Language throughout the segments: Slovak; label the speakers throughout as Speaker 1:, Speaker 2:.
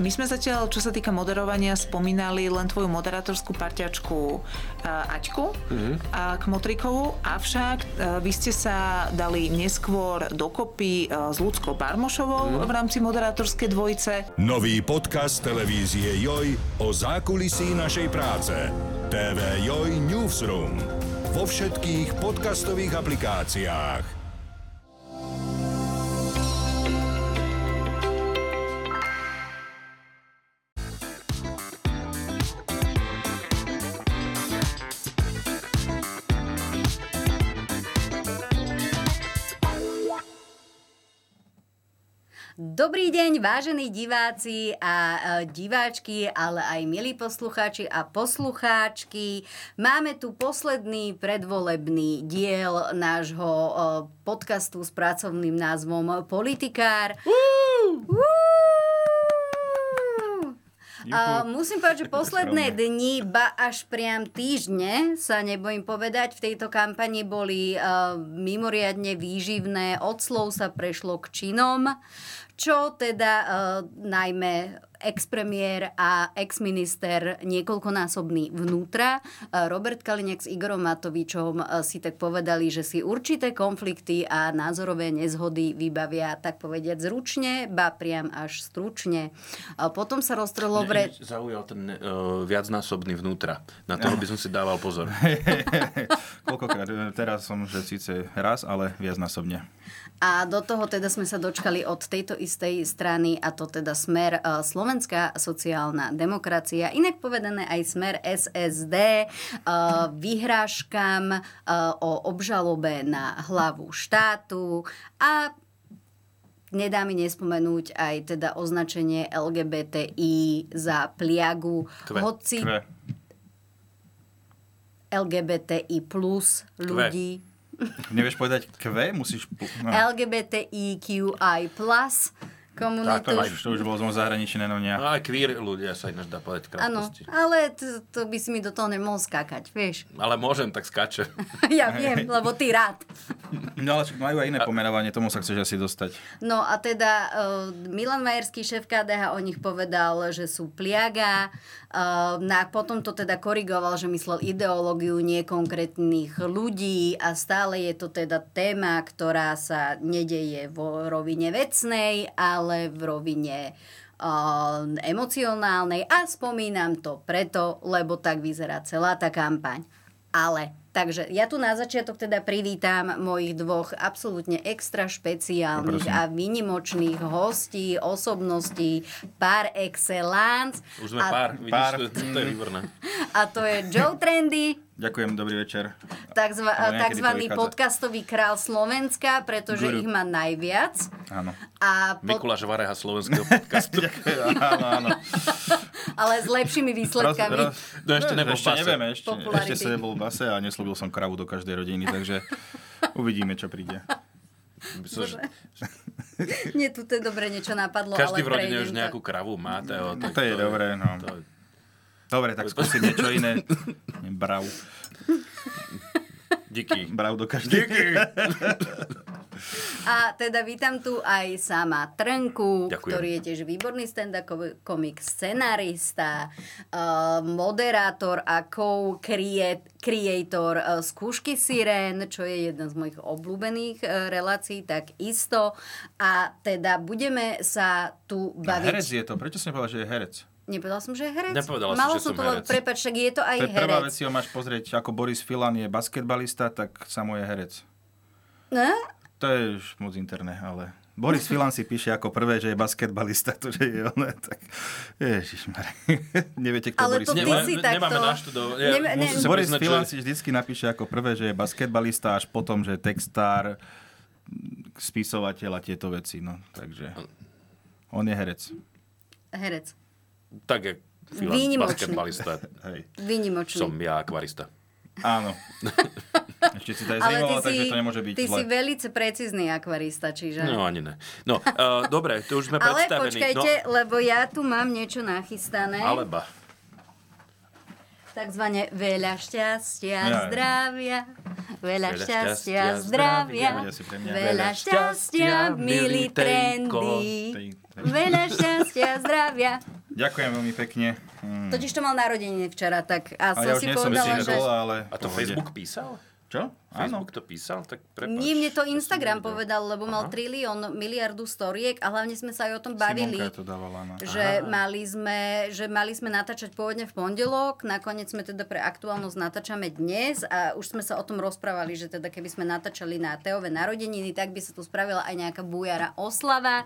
Speaker 1: My sme zatiaľ, čo sa týka moderovania, spomínali len tvoju moderátorskú parťačku uh, Aťku mm-hmm. a Kmotrikovú, avšak uh, vy ste sa dali neskôr dokopy uh, s Ľudskou Barmošovou mm-hmm. v rámci moderátorskej dvojice.
Speaker 2: Nový podcast televízie Joj o zákulisí našej práce. TV Joj Newsroom. Vo všetkých podcastových aplikáciách.
Speaker 3: Dobrý deň, vážení diváci a e, diváčky, ale aj milí poslucháči a poslucháčky. Máme tu posledný predvolebný diel nášho e, podcastu s pracovným názvom Politikár. Woo! A musím povedať, že posledné dni, ba až priam týždne, sa nebojím povedať, v tejto kampani boli uh, mimoriadne výživné, od slov sa prešlo k činom, čo teda uh, najmä ex-premiér a ex-minister niekoľkonásobný vnútra. Uh, Robert Kalinek s Igorom Matovičom uh, si tak povedali, že si určité konflikty a názorové nezhody vybavia tak povediať zručne, ba priam až stručne. Uh, Potom sa roztrhlo v... re-
Speaker 4: Mne zaujal ten eh, viacnásobný vnútra. Na toho by som si dával pozor.
Speaker 5: Koľkokrát? E, Teraz som, že síce raz, ale viacnásobne.
Speaker 3: A do toho teda sme sa dočkali od tejto istej strany a to teda smer e, Slovenská sociálna demokracia, inak povedané aj smer SSD e, vyhrážkam e, o obžalobe na hlavu štátu a Nedá mi nespomenúť aj teda označenie LGBTI za pliagu,
Speaker 4: Kve.
Speaker 3: hoci
Speaker 5: Kve.
Speaker 3: LGBTI plus ľudí.
Speaker 5: Nevieš povedať kve? Musíš... pu- No.
Speaker 3: LGBTIQI plus
Speaker 5: Tak, to,
Speaker 3: komunitu.
Speaker 5: už, to už bolo znovu zahraničné na mňa.
Speaker 4: No aj queer ľudia sa ináč dá povedať v
Speaker 3: Áno,
Speaker 4: krátkosti.
Speaker 3: ale to, to by si mi do toho nemohol skákať, vieš.
Speaker 4: Ale môžem, tak skáčem.
Speaker 3: ja viem, lebo ty rád.
Speaker 5: No ale však majú aj iné pomenovanie, tomu sa chceš asi dostať.
Speaker 3: No a teda uh, Milan Majerský, šéf KDH, o nich povedal, že sú pliaga. Uh, na, potom to teda korigoval, že myslel ideológiu, nie konkrétnych ľudí a stále je to teda téma, ktorá sa nedeje vo rovine vecnej, ale v rovine uh, emocionálnej a spomínam to preto, lebo tak vyzerá celá tá kampaň. Ale, takže ja tu na začiatok teda privítam mojich dvoch absolútne extra špeciálnych a
Speaker 5: Poprosím.
Speaker 3: vynimočných hostí, osobností par excellence.
Speaker 4: Už sme
Speaker 3: a,
Speaker 4: pár, vidíš,
Speaker 5: Pár. Mm.
Speaker 4: To, to je výborné.
Speaker 3: a to je Joe Trendy,
Speaker 5: Ďakujem, dobrý večer.
Speaker 3: takzva,
Speaker 5: Ale niekedy to
Speaker 3: takzvaný
Speaker 5: vychádza.
Speaker 3: podcastový král Slovenska, pretože
Speaker 5: Guru.
Speaker 3: ich má najviac.
Speaker 5: Áno.
Speaker 3: A po,
Speaker 4: Mikuláš Vareha slovenského podcastu.
Speaker 5: Áno, áno.
Speaker 3: ale s lepšími výsledkami.
Speaker 4: No ešte nebol v
Speaker 5: ešte
Speaker 4: base.
Speaker 5: nevieme, ešte,
Speaker 3: Popularity.
Speaker 5: ešte sa nebol v base a neslúbil som kravu do každej rodiny, takže uvidíme, čo príde.
Speaker 4: Myslím, že
Speaker 3: Nie, tu to je dobre niečo napadlo, ale
Speaker 4: Každý v rodine
Speaker 3: prejdem
Speaker 4: už
Speaker 3: to. Mm.
Speaker 4: nejakú kravu má. To, je- to,
Speaker 5: To je dobré, no.
Speaker 4: to-
Speaker 5: Dobre, tak skúsim niečo iné. Brav.
Speaker 4: Díky.
Speaker 5: Brav do každej.
Speaker 3: A teda vítam tu aj sama Trnku,
Speaker 4: Ďakujem.
Speaker 3: ktorý je tiež výborný stand-up komik, scenarista, uh, moderátor a co-creator uh, Skúšky Sirén, čo je jeden z mojich obľúbených uh, relácií, tak isto. A teda budeme sa tu
Speaker 5: Herec
Speaker 3: baviť...
Speaker 5: je to. Prečo som nepovedal, že je herec?
Speaker 3: Nepovedala som, že je herec?
Speaker 4: Nepovedala si,
Speaker 3: Mala
Speaker 4: že som
Speaker 3: to, lebo-
Speaker 4: herec.
Speaker 3: Prepač, však je to aj
Speaker 5: To je
Speaker 3: herec.
Speaker 5: prvá vec, si ho máš pozrieť, ako Boris Filan je basketbalista, tak samo je herec.
Speaker 3: Ne?
Speaker 5: To je už moc interné, ale... Boris Filan si píše ako prvé, že je basketbalista, to, že je on, tak... Ježišmar. Neviete, kto
Speaker 3: Ale
Speaker 5: Boris
Speaker 3: to ty
Speaker 5: Filan
Speaker 4: Nemá-
Speaker 3: si
Speaker 4: ne-
Speaker 3: takto...
Speaker 4: nemáme naštudované. Ja
Speaker 3: Neme-
Speaker 4: musím
Speaker 3: ne-
Speaker 4: sa
Speaker 5: Boris
Speaker 4: priznať,
Speaker 5: Filan
Speaker 4: že-
Speaker 5: si vždycky napíše ako prvé, že je basketbalista, až potom, že je textár, spisovateľ a tieto veci, no. Takže... On je herec.
Speaker 3: Herec.
Speaker 4: Tak je Filan,
Speaker 3: Výnimočný.
Speaker 4: basketbalista.
Speaker 5: Hej.
Speaker 3: Vynimočný.
Speaker 4: Som ja akvarista.
Speaker 5: Áno. Ešte si to aj
Speaker 3: Ale ty
Speaker 5: zrýmoval,
Speaker 3: si,
Speaker 5: takže to nemôže byť
Speaker 3: ty
Speaker 5: zle.
Speaker 3: si velice precízny akvarista, čiže...
Speaker 4: No ani ne. No, uh, dobre, to už sme
Speaker 3: Ale
Speaker 5: No.
Speaker 4: predstavení. No,
Speaker 3: počkajte, lebo ja tu mám niečo nachystané.
Speaker 4: No, aleba.
Speaker 3: Takzvané veľa
Speaker 5: Ja, ja.
Speaker 3: šťastia, zdravia, veľa
Speaker 4: Veľa šťastia,
Speaker 3: šťastia, zdravia,
Speaker 5: Bude asi pre mňa.
Speaker 3: veľa šťastia, milý trendy,
Speaker 5: Tej- tej-
Speaker 3: veľa šťastia, zdravia.
Speaker 5: Ďakujem veľmi pekne. Mm.
Speaker 3: Totiž to mal narodeniny včera, tak a som
Speaker 5: Ale ja už
Speaker 3: si
Speaker 5: nie som
Speaker 3: povedala, že...
Speaker 5: single, ale...
Speaker 4: A to
Speaker 5: pohode.
Speaker 4: Facebook písal?
Speaker 5: Čo? Áno.
Speaker 4: Facebook to písal? Tak prepáč.
Speaker 3: Nie, mne to Instagram
Speaker 4: som nevedel.
Speaker 3: povedal, lebo mal
Speaker 4: Aha.
Speaker 3: trilión miliardu storiek a hlavne sme sa aj o tom bavili.
Speaker 5: Simonka to dávala na...
Speaker 3: že mali, sme, že mali sme natáčať pôvodne v pondelok, nakoniec sme teda pre aktuálnosť natáčame dnes a už sme sa o tom rozprávali, že teda keby sme natáčali na Teove narodeniny, tak by sa tu spravila aj nejaká bujara oslava,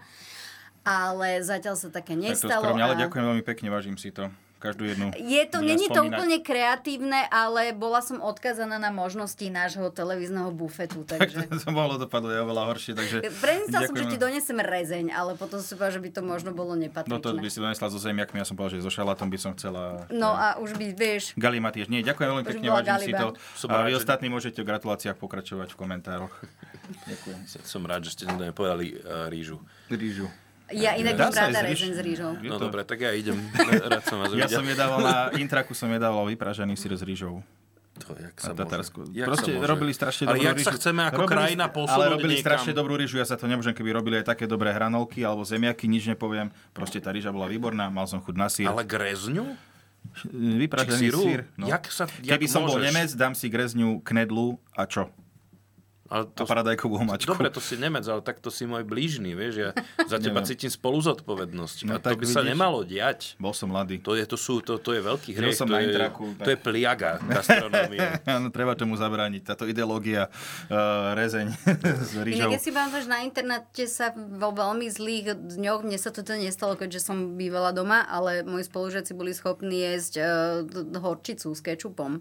Speaker 3: ale zatiaľ sa také
Speaker 5: Tak to
Speaker 3: nestalo.
Speaker 5: skromne, ale
Speaker 3: a-
Speaker 5: ďakujem veľmi pekne, vážim si to. Každú jednu.
Speaker 3: je to,
Speaker 5: budem
Speaker 3: není to
Speaker 5: spomínať.
Speaker 3: úplne kreatívne, ale bola som odkazaná na možnosti nášho televízneho bufetu,
Speaker 5: Tak
Speaker 3: takže...
Speaker 5: to mohlo dopadnúť aj oveľa horšie, takže...
Speaker 3: Predstavila som, že
Speaker 5: ďakujem.
Speaker 3: ti donesem rezeň, ale potom som si povedala, že by to možno bolo
Speaker 5: No to by
Speaker 3: nepatričné.
Speaker 5: si donesla so zemiakmi, ja som povedal, že so šalátom by som chcela...
Speaker 3: No a už by, vieš,
Speaker 5: Galima tiež nie. Ďakujem veľmi
Speaker 3: Už
Speaker 5: pekne,
Speaker 3: bola
Speaker 5: vážim si
Speaker 3: Galiba.
Speaker 5: to.
Speaker 4: Som
Speaker 5: A
Speaker 4: rád,
Speaker 5: vy
Speaker 4: že-
Speaker 5: ostatní môžete v gratuláciách pokračovať v komentároch.
Speaker 4: Som rád, že ste to nepovedali uh, rížu.
Speaker 5: Rýžu.
Speaker 3: ja inak
Speaker 5: Dá
Speaker 3: mám
Speaker 5: sa aj
Speaker 3: rada
Speaker 5: s
Speaker 3: rezeň
Speaker 5: rýž-
Speaker 3: s rýžou.
Speaker 5: Je
Speaker 4: No
Speaker 5: to-
Speaker 4: dobre, tak ja idem. Rád som vás uvidel.
Speaker 5: Ja som jedával na Intraku, som jedával vypražaný sír s rýžou.
Speaker 4: To, jak sa
Speaker 5: A Tatarsku.
Speaker 4: môže? Jak
Speaker 5: Proste
Speaker 4: sa môže?
Speaker 5: robili strašne
Speaker 4: Ale
Speaker 5: dobrú
Speaker 4: jak sa
Speaker 5: rýžu.
Speaker 4: chceme ako
Speaker 5: robili,
Speaker 4: krajina posunúť
Speaker 5: Ale robili
Speaker 4: niekam?
Speaker 5: strašne dobrú rýžu, ja sa to nemôžem, keby robili aj také dobré hranolky alebo zemiaky, nič nepoviem. Proste tá rýža bola výborná, mal som chuť na sír.
Speaker 4: Ale grezňu?
Speaker 5: Vypražený
Speaker 4: Či síru?
Speaker 5: sír. no.
Speaker 4: Jak sa- jak
Speaker 5: Keby som bol
Speaker 4: môžeš?
Speaker 5: Nemec, dám si grezňu, knedlu a čo?
Speaker 4: Ale
Speaker 5: A
Speaker 4: to,
Speaker 5: paradajkovú mačku.
Speaker 4: Dobre, to si Nemec, ale tak to si môj blížny, vieš, ja za teba
Speaker 5: Neviem.
Speaker 4: cítim spolu zodpovednosť. a
Speaker 5: No
Speaker 4: to
Speaker 5: tak
Speaker 4: by sa
Speaker 5: vidíš.
Speaker 4: nemalo diať.
Speaker 5: Bol som mladý.
Speaker 4: To je, to, sú, to, to je veľký
Speaker 5: Žil
Speaker 4: hriech,
Speaker 5: som
Speaker 4: to,
Speaker 5: na
Speaker 4: je,
Speaker 5: Intraku, tak.
Speaker 4: to je pliaga gastronomie.
Speaker 5: Áno, treba tomu zabrániť. Táto ideológia e, rezeň s rýžou.
Speaker 3: Inak ja si pamätáš, na internáte sa vo veľmi zlých dňoch, mne sa to teda nestalo, keďže som bývala doma, ale moji spolužiaci boli schopní jesť uh, horčicu s kečupom,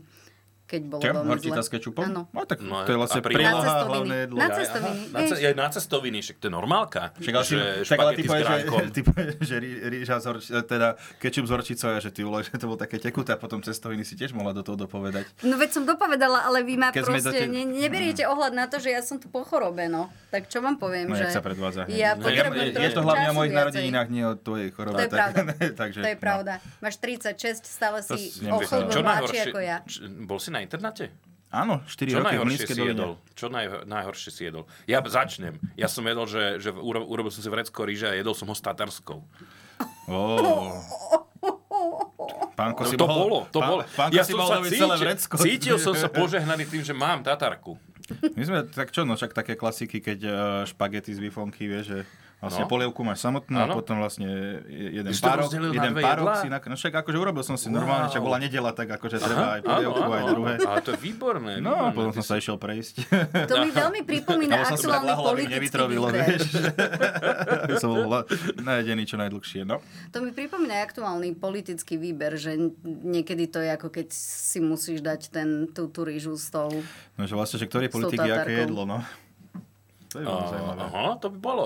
Speaker 3: keď bolo
Speaker 5: Čo?
Speaker 3: veľmi
Speaker 5: Horčita
Speaker 3: zle.
Speaker 5: s kečupom?
Speaker 3: Áno.
Speaker 5: No, tak
Speaker 4: No,
Speaker 5: to je
Speaker 4: a
Speaker 5: vlastne
Speaker 4: pri-
Speaker 3: Na
Speaker 5: príloha
Speaker 3: cestoviny.
Speaker 5: hlavné jedlo.
Speaker 3: Na cest- Cestoviny,
Speaker 4: na,
Speaker 3: vieš.
Speaker 4: ce- aj na cestoviny, však to je normálka.
Speaker 5: Však ale si-
Speaker 4: že
Speaker 5: tak ale ty
Speaker 4: špagety s
Speaker 5: povieš, že,
Speaker 4: gránkom.
Speaker 5: ty povieš, že rí- rýža s horč- teda kečup s horčicou a že ty vole, že to bolo také tekuté a potom cestoviny si tiež mohla do toho dopovedať.
Speaker 3: No veď som dopovedala, ale vy ma
Speaker 5: Keď sme
Speaker 3: proste
Speaker 5: do te-
Speaker 3: ne, neberiete ohľad na to, že ja som tu po chorobe, no. Tak čo vám poviem,
Speaker 5: No,
Speaker 3: že...
Speaker 5: jak sa predvádza. hneď.
Speaker 3: Ja
Speaker 5: No,
Speaker 3: potrebujem
Speaker 5: je, je to
Speaker 3: trošku
Speaker 5: hlavne o
Speaker 3: času
Speaker 5: mojich
Speaker 3: viacej.
Speaker 5: narodeninách, nie o tvojej chorobe.
Speaker 3: To je
Speaker 5: tak-
Speaker 3: pravda.
Speaker 5: takže,
Speaker 3: to je
Speaker 5: no.
Speaker 3: pravda. Máš 36, stále
Speaker 5: To
Speaker 3: si
Speaker 5: si neviem
Speaker 3: o
Speaker 5: predstaviť.
Speaker 3: chvíľu
Speaker 4: Čo
Speaker 3: mladší
Speaker 4: najhoršie,
Speaker 3: ako ja.
Speaker 4: č- bol si na internáte?
Speaker 5: Áno, 4
Speaker 4: Čo
Speaker 5: roky v
Speaker 4: najhoršie
Speaker 5: Mlinskej
Speaker 4: si
Speaker 5: doline.
Speaker 4: jedol? Čo naj, najhoršie si jedol? Ja začnem. Ja som jedol, že, že uro- urobil som si vrecko rýže a jedol som ho s tatarskou.
Speaker 5: Ó. Pánko
Speaker 4: To,
Speaker 5: si
Speaker 4: to
Speaker 5: mohol-
Speaker 4: bolo, to
Speaker 5: pán-
Speaker 4: bolo.
Speaker 5: Pánko si mohol robiť celé vrecko.
Speaker 4: cítil som sa požehnaný tým, že mám tatarku.
Speaker 5: My sme, tak čo, no však také klasiky, keď eh, špagety z bifonky, vieš, že
Speaker 4: No.
Speaker 5: vlastne no. polievku máš samotnú a
Speaker 4: Áno.
Speaker 5: potom vlastne je- jeden
Speaker 4: Ty si to
Speaker 5: párok,
Speaker 4: rozdelil na
Speaker 5: jeden
Speaker 4: dve
Speaker 5: párok
Speaker 4: jedlá?
Speaker 5: si na, no však akože urobil som si normálne, však bola nedela, tak akože treba aj
Speaker 4: Áno,
Speaker 5: polievku, aj
Speaker 4: áno.
Speaker 5: druhé.
Speaker 4: Ale to je výborné.
Speaker 5: No,
Speaker 4: výborné.
Speaker 5: potom
Speaker 4: Ty
Speaker 5: som sa išiel prejsť.
Speaker 3: To mi veľmi pripomína
Speaker 5: Lebo som si tak
Speaker 3: aktuálny
Speaker 5: lahol, aby mi
Speaker 3: politický
Speaker 5: nevytrovilo,
Speaker 3: výber.
Speaker 5: vieš. Aby som bol hla- najedený čo najdlhšie, no.
Speaker 3: To mi pripomína aktuálny politický výber, že niekedy to je ako keď si musíš dať ten, tú, tú rýžu s tou.
Speaker 5: No, že vlastne, že ktorý
Speaker 3: S tou
Speaker 5: politik je aké
Speaker 3: tatárkou.
Speaker 5: jedlo, no. To je veľmi
Speaker 4: Á,
Speaker 5: zaujímavé.
Speaker 4: Aha, to by bolo.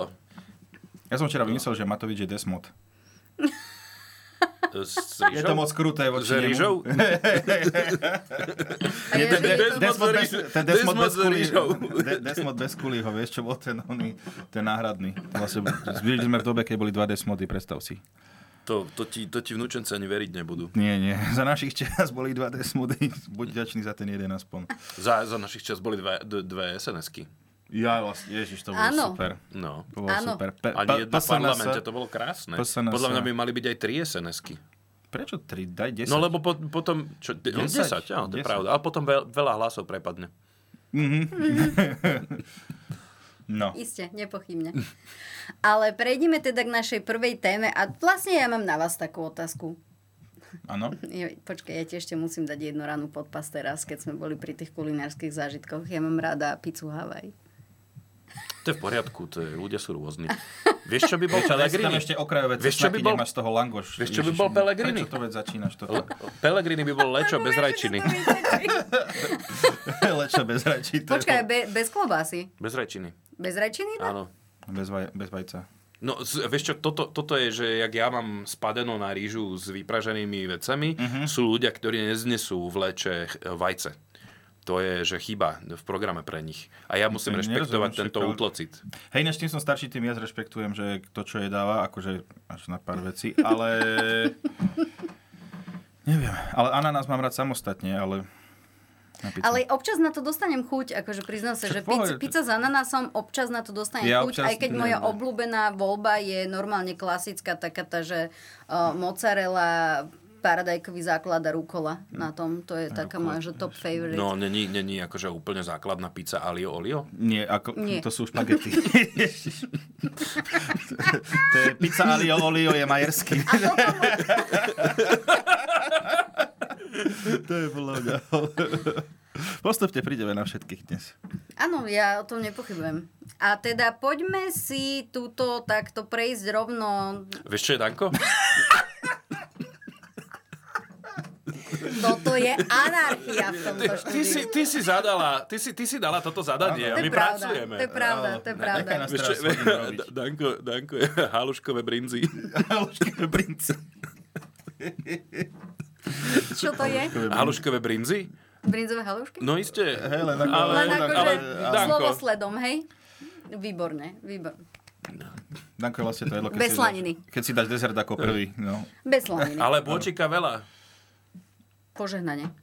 Speaker 5: Ja som včera vymyslel, že Matovič je desmod.
Speaker 4: S
Speaker 5: Je to moc kruté
Speaker 4: S
Speaker 5: voči nemu.
Speaker 4: rýžou?
Speaker 3: A je,
Speaker 5: Ten-
Speaker 3: že je to,
Speaker 4: de-
Speaker 5: ten- Desmod bez-
Speaker 4: Desmod
Speaker 5: ten Desmod bez
Speaker 4: s rýžou.
Speaker 5: kulí- De- Desmod bez kulího, vieš, čo bol ten oný, ten náhradný. To Vlastne, zbyli sme v dobe, keď boli dva Desmody, predstav si.
Speaker 4: To, to, ti, to ti vnúčence ani veriť nebudú.
Speaker 5: Nie, nie, za našich čas boli dva Desmody, buď vďačný za ten jeden aspoň.
Speaker 4: Za, za našich čas boli dve, d- dve SNS-ky.
Speaker 5: Ja vlastne, ježiš, to bolo
Speaker 3: Áno.
Speaker 5: super.
Speaker 4: No.
Speaker 5: To bolo
Speaker 3: Áno.
Speaker 5: super. Pe-
Speaker 4: Ani
Speaker 5: pa-
Speaker 4: jedna v
Speaker 5: PSNS.
Speaker 4: parlamente, to bolo krásne.
Speaker 5: PSNS.
Speaker 4: Podľa mňa by mali byť aj tri SNS-ky.
Speaker 5: Prečo tri? Daj 10.
Speaker 4: No lebo po, potom... Čo, 10, 10,
Speaker 5: 10,
Speaker 4: áno, to je
Speaker 5: 10.
Speaker 4: pravda. Ale potom veľ, veľa hlasov prepadne.
Speaker 5: No.
Speaker 3: Isté, nepochybne. Ale prejdeme teda k našej prvej téme a vlastne ja mám na vás takú otázku.
Speaker 5: Áno.
Speaker 3: Ja, počkaj, ja ti ešte musím dať jednu ranu pod pas teraz, keď sme boli pri tých kulinárskych zážitkoch. Ja mám rada pizzu Havaj.
Speaker 4: To je v poriadku, to je, ľudia sú rôzni. Vieš, čo by bol
Speaker 5: Vieš, ale ja si
Speaker 4: Pellegrini?
Speaker 5: tam ešte okrajové
Speaker 4: Vieš, čo by
Speaker 5: cesnaky,
Speaker 4: bol-
Speaker 5: nemáš z toho langoš.
Speaker 4: Vieš, čo by
Speaker 5: Ježiš, no,
Speaker 4: bol Pellegrini?
Speaker 5: Prečo to veď začínaš toto?
Speaker 4: Le- Pellegrini by bol lečo bez rajčiny.
Speaker 5: Lečo bez rajčí. to je-
Speaker 3: Počkaj, be, bez klobásy.
Speaker 4: Bez rajčiny,
Speaker 3: Bez rajčiny? no?
Speaker 4: áno.
Speaker 5: Bez, vaj- bez vajca.
Speaker 4: No, z, vieš čo, toto, toto je, že jak ja mám spadeno na rýžu s vypraženými vecami,
Speaker 5: Mhm.
Speaker 4: sú ľudia, ktorí neznesú v leče ch- vajce. To je, že chyba v programe pre nich. A ja musím
Speaker 5: To je
Speaker 4: rešpektovať
Speaker 5: nerozumiem,
Speaker 4: tento
Speaker 5: však, ale-
Speaker 4: útlocit.
Speaker 5: Hej, než tým som starší, tým viac rešpektujem, že to, čo je dáva, akože až na pár vecí, ale... Neviem, ale ananás mám rád samostatne, ale... Na pizzu.
Speaker 3: Ale občas na to dostanem chuť, akože priznám sa,
Speaker 5: Však
Speaker 3: že
Speaker 5: v pohode,
Speaker 3: pizza, pizza s ananásom, občas na to dostanem
Speaker 5: Ja
Speaker 3: chuť,
Speaker 5: občas
Speaker 3: aj keď moja
Speaker 5: neviem.
Speaker 3: obľúbená voľba je normálne klasická, taká tá, že uh, mozzarella, paradajkový základ a rukola
Speaker 5: Hm.
Speaker 3: na tom, to je taká moja, že top favorite.
Speaker 4: No, není, není akože úplne základná pizza alio olio?
Speaker 5: Nie, ako,
Speaker 3: Nie.
Speaker 5: to sú špagety. to je pizza alio olio je majerský.
Speaker 3: A potom,
Speaker 5: to je podľa mňa. Postupne prídeme na všetkých dnes.
Speaker 3: áno, ja o tom nepochybujem. A teda poďme si túto takto prejsť rovno.
Speaker 4: Vieš čo je, Danko?
Speaker 3: Toto je anarchia v tomto
Speaker 4: Ty
Speaker 3: štúdiu.
Speaker 4: si, ty si zadala, ty si, ty si dala toto zadanie a
Speaker 3: To
Speaker 4: my
Speaker 3: je pravda,
Speaker 4: pracujeme. No.
Speaker 3: to je pravda, to je pravda.
Speaker 5: Nechaj nás
Speaker 4: Vieš čo,
Speaker 5: teraz hodinu robiť.
Speaker 4: Da- Danko, Danko je haluškové brinzi.
Speaker 5: Haluškové brince.
Speaker 3: Čo to je?
Speaker 4: Haluškové brinzi?
Speaker 3: Brinzové halušky?
Speaker 4: No iste.
Speaker 5: Hej, len ako-
Speaker 4: ale,
Speaker 3: Len akože
Speaker 4: ale,
Speaker 3: slovo
Speaker 4: Danko,
Speaker 3: sledom, hej? Výborne, výborne.
Speaker 5: Danko, vlastne to jedlo, keď
Speaker 3: Bez
Speaker 5: si
Speaker 3: slaniny.
Speaker 5: Dáš, keď si dáš dezert ako prvý. No.
Speaker 3: Bez slaniny.
Speaker 4: ale bočika veľa.
Speaker 3: Požehnanie.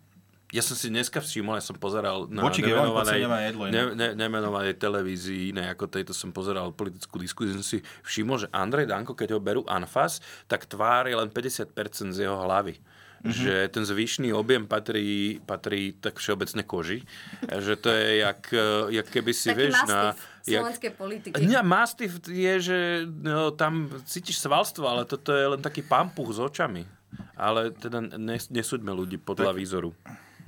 Speaker 4: Ja som si dneska všimol, ja som pozeral na
Speaker 5: Bočík je veľmi podcenené jedlo, inak.
Speaker 4: ne, ne, nemenovanej televízii, iné ako tejto som pozeral politickú diskusiu, som si všimol, že Andrej Danko, keď ho berú anfas, tak tvár je len 50% z jeho hlavy.
Speaker 5: Mhm.
Speaker 4: Mm-hmm. Že ten zvyšný objem patrí, patrí tak všeobecne koži. Že to je jak, eh, jak keby si,
Speaker 3: Taký
Speaker 4: vieš, na...
Speaker 3: mastív
Speaker 4: Jak,
Speaker 3: slovenskej politiky.
Speaker 4: nie, mastív je, že no, tam cítiš svalstvo, ale toto je len taký pampuch s očami. Ale teda nes- nesúďme ľudí podľa výzoru.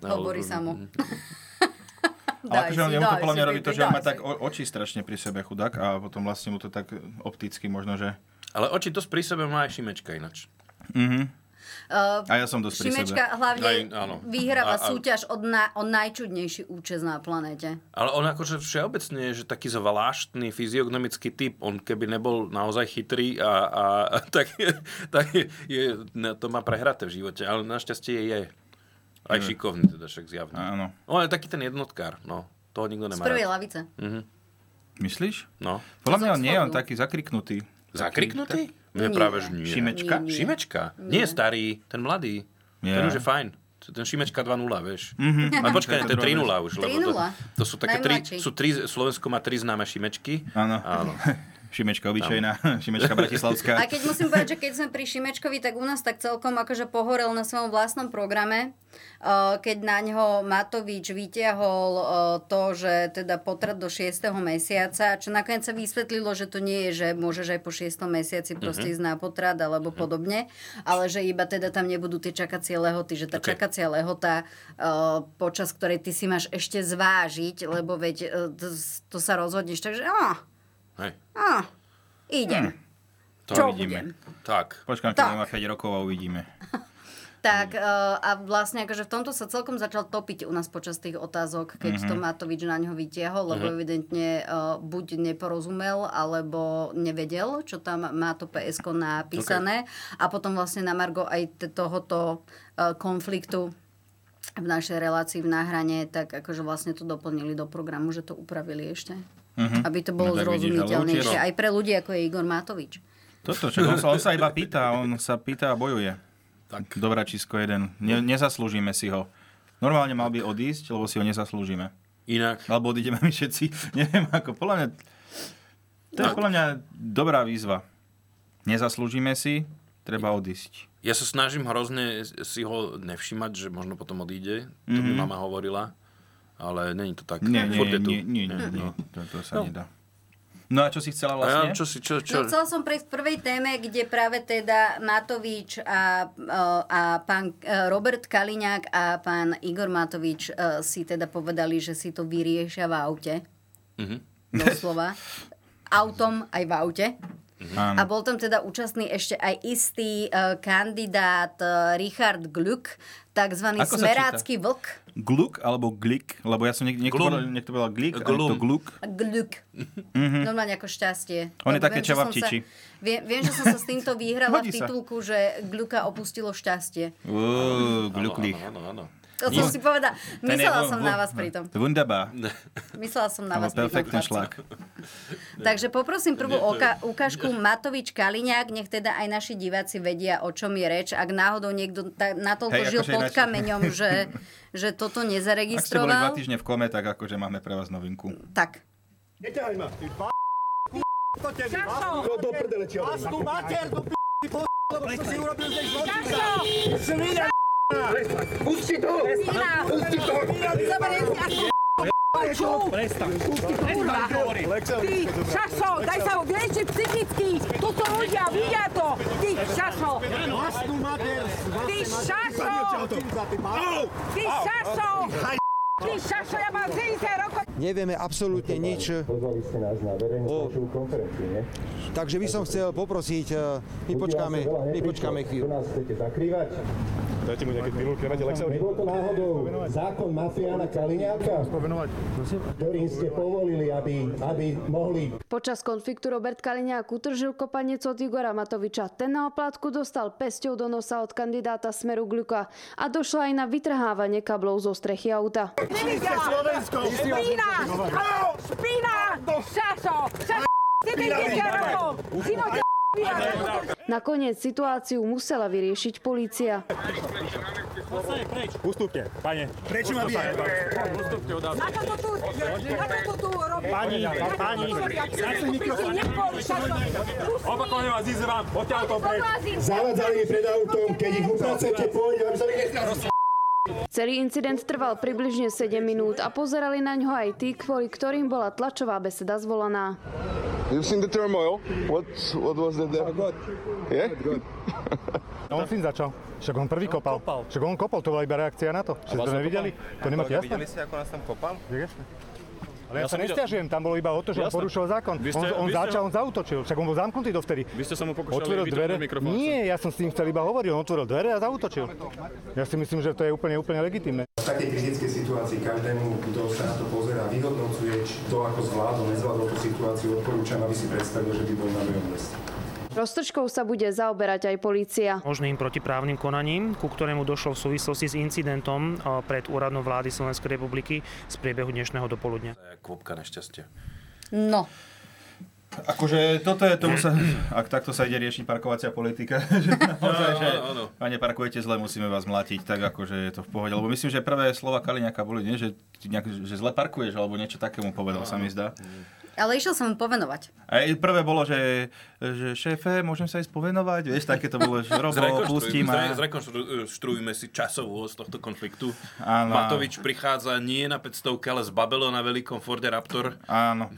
Speaker 3: Hovorí
Speaker 4: Ale-
Speaker 3: sa mu.
Speaker 4: Mm-hmm.
Speaker 5: Ale akože on jemu to
Speaker 3: daj
Speaker 5: podľa mňa
Speaker 3: si,
Speaker 5: robí to,
Speaker 3: Pipi,
Speaker 5: že on
Speaker 3: daj
Speaker 5: má tak
Speaker 3: si.
Speaker 5: o- oči strašne pri sebe chudák a potom vlastne mu to tak opticky možno, že...
Speaker 4: Ale oči dosť pri sebe má aj Šimečka ináč.
Speaker 3: Uh,
Speaker 5: A ja som dosť pri sebe.
Speaker 3: Šimečka hlavne
Speaker 4: Aj, áno.
Speaker 3: vyhráva
Speaker 4: A- a-
Speaker 3: súťaž od na, o najčudnejší účest na planete.
Speaker 4: Ale on akože všeobecne je že taký zvláštny fyziognomický typ. On keby nebol naozaj chytrý, a, a, a tak, tak je, je, no, to má prehraté v živote. Ale našťastie je aj šikovný, teda však zjavne.
Speaker 5: Áno.
Speaker 4: On je taký ten jednotkár, no. Toho nikto
Speaker 3: Z
Speaker 4: nemá
Speaker 3: prvej
Speaker 4: rád.
Speaker 3: lavice.
Speaker 5: Myslíš?
Speaker 4: No.
Speaker 5: Podľa
Speaker 3: Som
Speaker 5: mňa on nie, on
Speaker 3: schodnú.
Speaker 5: taký zakriknutý.
Speaker 4: Zakriknutý? Mne
Speaker 3: Nie.
Speaker 4: práve, že nie.
Speaker 5: Šimečka?
Speaker 3: Nie.
Speaker 4: Šimečka. Nie, starý, ten mladý.
Speaker 5: Nie. Mhm.
Speaker 4: Ten už je fajn. Ten Šimečka 2.0, vieš. Mm-hmm. Ale počkaj, to je 3.0 už. Lebo to,
Speaker 3: 3.0?
Speaker 4: to sú také tri,
Speaker 3: Najmladší.
Speaker 4: sú tri, Slovensko má tri známe Šimečky.
Speaker 5: Áno.
Speaker 4: Áno.
Speaker 5: Šimečka obyčajná, Šimečka
Speaker 3: A
Speaker 5: bratislavská.
Speaker 3: keď musím povedať, že keď sme pri Šimečkovi, tak u nás tak celkom akože pohorel na svojom vlastnom programe, eh, keď na ňo Matovič vytiahol eh, to, že teda potrat do 6. mesiaca, čo nakoniec sa vysvetlilo, že to nie je, že môžeš aj po 6. mesiaci proste ísť na potrat alebo podobne, ale že iba teda tam nebudú tie čakacie lehoty, že tá
Speaker 4: Ok.
Speaker 3: čakacia lehota, eh, počas ktorej ty si máš ešte zvážiť, lebo veď eh, to, to sa rozhodneš, takže á,
Speaker 4: Hej,
Speaker 3: á, idem.
Speaker 4: to
Speaker 3: Čo budem?
Speaker 4: vidíme. Tak.
Speaker 5: Počkám, keď
Speaker 3: Tak.
Speaker 5: má 5 rokov a uvidíme. Mm.
Speaker 3: Tak e, a vlastne akože v tomto sa celkom začal topiť u nás počas tých otázok, keď
Speaker 5: Mhm.
Speaker 3: to Matovič na ňo vytiahol, lebo evidentne e, buď neporozumel, alebo nevedel, čo tam má to PSK napísané. A potom vlastne na Margo aj t- tohoto e, konfliktu v našej relácii v náhrane, tak akože vlastne to doplnili do programu, že to upravili ešte. Aby to bolo
Speaker 5: No tak vidíš, ale
Speaker 3: zrozumiteľnejšie
Speaker 5: určite-
Speaker 3: aj pre ľudí, ako je Igor Matovič.
Speaker 5: Toto, čo, on, sa, on sa iba pýta, on sa pýta a bojuje. Tak. Dobračisko jeden. Ne, nezaslúžime si ho. Normálne mal by odísť, lebo si ho nezaslúžime.
Speaker 4: Inak.
Speaker 5: Alebo odídeme my všetci. Neviem ako. Podľa mňa, to
Speaker 4: No.
Speaker 5: je podľa mňa dobrá výzva. Nezaslúžime si, treba odísť.
Speaker 4: Ja sa snažím hrozne si ho nevšimať, že možno potom odíde. To mi mama hovorila. Ale není to tak.
Speaker 5: Mhm. Nie, nie,
Speaker 4: Furt je tu. Mhm. No.
Speaker 5: nie, nie, nie, nie. To, to sa nedá. No a čo si
Speaker 4: A ja,
Speaker 5: chcela vlastne?
Speaker 4: čo si, čo,
Speaker 3: No,
Speaker 4: čo?
Speaker 3: chcela som prejsť k prvej téme, kde práve teda Matovič a, e, a pán e, Robert Kaliňák a pán Igor Matovič e, si teda povedali, že si to vyriešia v aute. Mm-hmm. Doslova. Autom aj v aute.
Speaker 5: Áno.
Speaker 3: A bol tam teda účastný ešte aj istý e, kandidát e, Richard Gluck, takzvaný
Speaker 5: Ako sa
Speaker 3: smerácky vlk.
Speaker 5: Gluk alebo glik? Lebo ja som niek- niekto,
Speaker 4: Glum.
Speaker 5: povedal, niekto povedal glik, ale
Speaker 4: Glum.
Speaker 5: to gluk.
Speaker 3: Gluck. Normálne ako šťastie.
Speaker 5: Mhm. On je
Speaker 3: Lebo
Speaker 5: také
Speaker 3: viem, že som
Speaker 5: čavaptiči.
Speaker 3: sa- Viem, viem, že som sa s týmto vyhrala v
Speaker 5: Hodí sa.
Speaker 3: titulku, že Gluka opustilo šťastie.
Speaker 4: Áno,
Speaker 5: Uuu, gluklich.
Speaker 4: Áno, áno, áno.
Speaker 3: To som si povedala.
Speaker 5: Ten je
Speaker 3: Myslela
Speaker 5: vo-
Speaker 3: som
Speaker 5: vo-
Speaker 3: na vás pritom.
Speaker 5: Wunderbar.
Speaker 3: Myslela som na
Speaker 5: Áno,
Speaker 3: vás pritom.
Speaker 5: perfektný
Speaker 3: chlapci.
Speaker 5: šlak.
Speaker 3: Takže poprosím prvú
Speaker 4: Nie, to je-
Speaker 3: oka- ukážku Matovič Kaliňák, nech teda aj naši diváci vedia, o čom je reč. Ak náhodou niekto ta- natoľko
Speaker 5: Hej,
Speaker 3: žil
Speaker 5: akože
Speaker 3: pod
Speaker 5: ináč-
Speaker 3: kameňom, že, že toto
Speaker 5: Ak ste boli dva
Speaker 3: nezaregistroval,
Speaker 5: týždne v kome, tak akože máme pre vás novinku.
Speaker 3: tak.
Speaker 6: Do prdele ti hovorím. Vlastnú mater, do p***y po lebo som si urobil z nej zločinca. Svina Pusti to! Pusti to! Zabrej si až Čo? Prestaň. Kurva.
Speaker 7: Ty, šašo, daj sa vieči psychicky, tu sú ľudia, vidia to, ty šašo,
Speaker 6: Vlastnú mater.
Speaker 7: ty šašo,
Speaker 6: Au!
Speaker 7: ty šašo, ty šašo, ja mám 30 rokov.
Speaker 8: nevieme absolútne nič.
Speaker 9: Pozvali ste nás na verejnú tlačovú konferenciu, nie?
Speaker 8: Takže by som chcel poprosiť, eh, my počkáme,
Speaker 9: Ľudí vás veľa
Speaker 8: my
Speaker 9: neprišlo.
Speaker 8: počkáme
Speaker 9: Tu
Speaker 8: chvíľu.
Speaker 9: nás chcete zakrývať?
Speaker 6: Dajte mu nejaké pilulky, nemáte Lexaurin?
Speaker 9: Nebol to náhodou zákon mafiána Kaliňáka, ktorým ste povolili, aby, aby mohli
Speaker 10: Počas konfliktu Robert Kaliňák utržil kopanec od Igora Matoviča. Ten na oplátku dostal pesťou do nosa od kandidáta Smeru Gluka a došla aj na vytrhávanie kablov zo strechy auta.
Speaker 7: Nevidia, špína, špína, šašo, šašo, 70 rokov, sino ťa vidia,
Speaker 10: Nakoniec situáciu musela vyriešiť polícia.
Speaker 6: Ustúpte, pane. Prečo ma bije?
Speaker 7: ako to tu, ako to tu robí,
Speaker 6: Pani,
Speaker 7: ako to
Speaker 6: pani.
Speaker 7: tu robia, ty neboli šašo,
Speaker 6: Opakovane vás vyzývam, odtiaľ to preč.
Speaker 9: zavádzali pred autom, keď ich upracete pôjde, aby sa
Speaker 10: Celý incident trval približne 7 minút a pozerali na ňo aj tí, kvôli ktorým bola tlačová beseda zvolaná.
Speaker 11: You've seen the turmoil. What what was that there? Oh, God. Yeah. God.
Speaker 6: On si začal. Však on prvý kopal. Však on kopal, to bola iba reakcia na to.
Speaker 5: Vlastne
Speaker 6: Ste to nevideli? To nemáte jasné?
Speaker 5: ste, ako nás tam kopal?
Speaker 6: Ale ja, sa nestiažujem, tam bolo iba o to, že on porušil zákon.
Speaker 11: ste-
Speaker 6: on on
Speaker 11: vy ste
Speaker 6: začal, on zautočil, však on bol zamknutý dovtedy.
Speaker 11: Vy ste sa mu pokúšali
Speaker 6: Otvoril dvere.
Speaker 11: vytrhnúť mikrofón.
Speaker 6: Nie, ja som s tým chcel iba hovoriť, on otvoril dvere a zautočil. Ja si myslím, že to je úplne, úplne legitimné.
Speaker 11: V takej kritickej situácii každému, kto sa na to pozerá, vyhodnocuje či to, ako zvládol, nezvládol tú situáciu, odporúčam, aby si predstavil, že by bol na mojom mieste.
Speaker 10: Roztržkou sa bude zaoberať aj polícia.
Speaker 7: možným protiprávnym konaním, ku ktorému došlo v súvislosti s incidentom a, pred úradnou vlády Slovenskej republiky z priebehu dnešného dopoludnia.
Speaker 4: Kvopka nešťastie.
Speaker 3: No,
Speaker 5: Akože toto je, tomu sa, ak takto sa ide riešiť parkovacia politika, že naozaj, že
Speaker 4: áno, áno.
Speaker 5: pane, parkujete zle, musíme vás mlátiť, tak akože je to v pohode. Lebo myslím, že prvé slova Kaliňaka boli, nie, že, ty nejak, že zle parkuješ, alebo niečo takému povedal, sa mi zdá.
Speaker 3: ale išiel som mu povenovať.
Speaker 5: A jej prvé bolo, že, že šéfe, môžem sa ísť povenovať, vieš, také to bolo, že robo, pustím
Speaker 4: Zrekonštruujme
Speaker 5: a...
Speaker 4: zrekonštruujme si časovú os tohto konfliktu.
Speaker 5: Áno.
Speaker 4: Matovič prichádza nie na 500, ale z Babelo na veľkom Forde Raptor.
Speaker 5: Áno,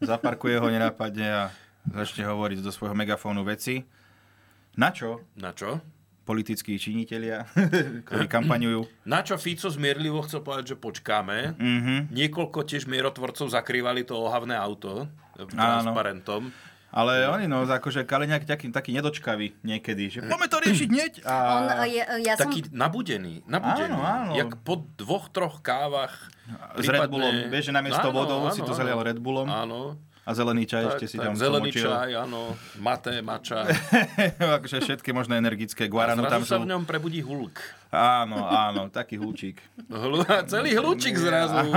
Speaker 5: zaparkuje ho nenápadne a začne hovoriť do svojho megafónu veci. Na čo
Speaker 4: Na čo?
Speaker 5: politickí činitelia, ktorí kampaňujú,
Speaker 4: Na čo Fico zmierlivo chcel povedať, že počkáme. Mm-hmm.
Speaker 5: Mhm.
Speaker 4: Niekoľko tiež mierotvorcov zakrývali to ohavné auto e, transparentom.
Speaker 5: Ale oni, no, akože Kaliňák taký, taký nedočkavý niekedy, že poďme to riešiť hneď. A...
Speaker 3: On, je, ja som
Speaker 4: Taký nabudený, nabudený.
Speaker 5: Áno, áno.
Speaker 4: Jak po dvoch, troch kávach.
Speaker 5: S Red Bullom, vieš, že namiesto vodou si to zalial Red Bullom.
Speaker 4: Áno.
Speaker 5: A zelený
Speaker 4: Tak,
Speaker 5: čaj ešte si
Speaker 4: tak,
Speaker 5: tam
Speaker 4: zelený
Speaker 5: somočil.
Speaker 4: čaj, áno, maté, mača.
Speaker 5: akože všetky možné energické
Speaker 4: A
Speaker 5: guaranu
Speaker 4: zrazu
Speaker 5: tam sú.
Speaker 4: sa v ňom prebudí hulk.
Speaker 5: Áno, áno, taký húčik.
Speaker 4: Hlu- a celý hlučík zrazu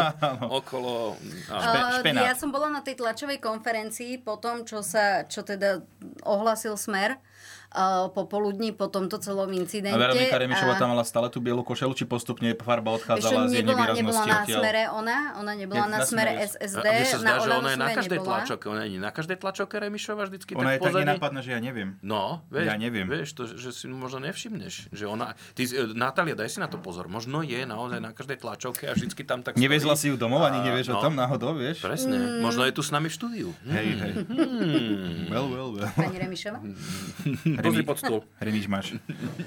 Speaker 4: okolo. Áno.
Speaker 5: Špe-
Speaker 3: Uh, Ja
Speaker 5: špenát.
Speaker 3: som bola na tej tlačovej konferencii po tom, čo sa, čo teda ohlasil Smer uh, popoludní po tomto celom
Speaker 5: A
Speaker 3: incidente.
Speaker 5: Veronika
Speaker 3: A
Speaker 5: Remišová tam mala stále tú bielu košelu, či postupne farba
Speaker 3: ešte
Speaker 5: odchádzala z
Speaker 3: nebola,
Speaker 5: jej
Speaker 3: nebola
Speaker 5: nevýraznosti
Speaker 3: na
Speaker 5: odtiaľ?
Speaker 3: smere ona, ona nebola na,
Speaker 5: Je na
Speaker 3: smere
Speaker 5: smere.
Speaker 3: SSD.
Speaker 4: A mne sa zdá, že
Speaker 3: Oľanom
Speaker 4: ona je na
Speaker 3: smere
Speaker 4: každej
Speaker 3: nebola.
Speaker 4: tlačovke. Ona je na každej tlačovke Remišova vždycky
Speaker 5: Ona je
Speaker 4: tak
Speaker 5: tak
Speaker 4: pozadí.
Speaker 5: nenápadná, že ja neviem.
Speaker 4: No, vieš,
Speaker 5: Ja neviem.
Speaker 4: vieš to, že si možno nevšimneš. Že ona, ty, e, Natália, daj si na to pozor. Možno je naozaj na každej tlačovke a vždycky tam tak
Speaker 5: Neviezla si
Speaker 4: stojí.
Speaker 5: ju domov, ani
Speaker 4: A- no.
Speaker 5: nevieš o tom náhodou, vieš?
Speaker 4: Presne, možno je tu s nami v štúdiu. Hm.
Speaker 5: Hej, hej.
Speaker 4: Hmm.
Speaker 5: Well, well, well.
Speaker 3: Pani Remišová?
Speaker 4: Pozri pod stôl.
Speaker 5: Remiš máš.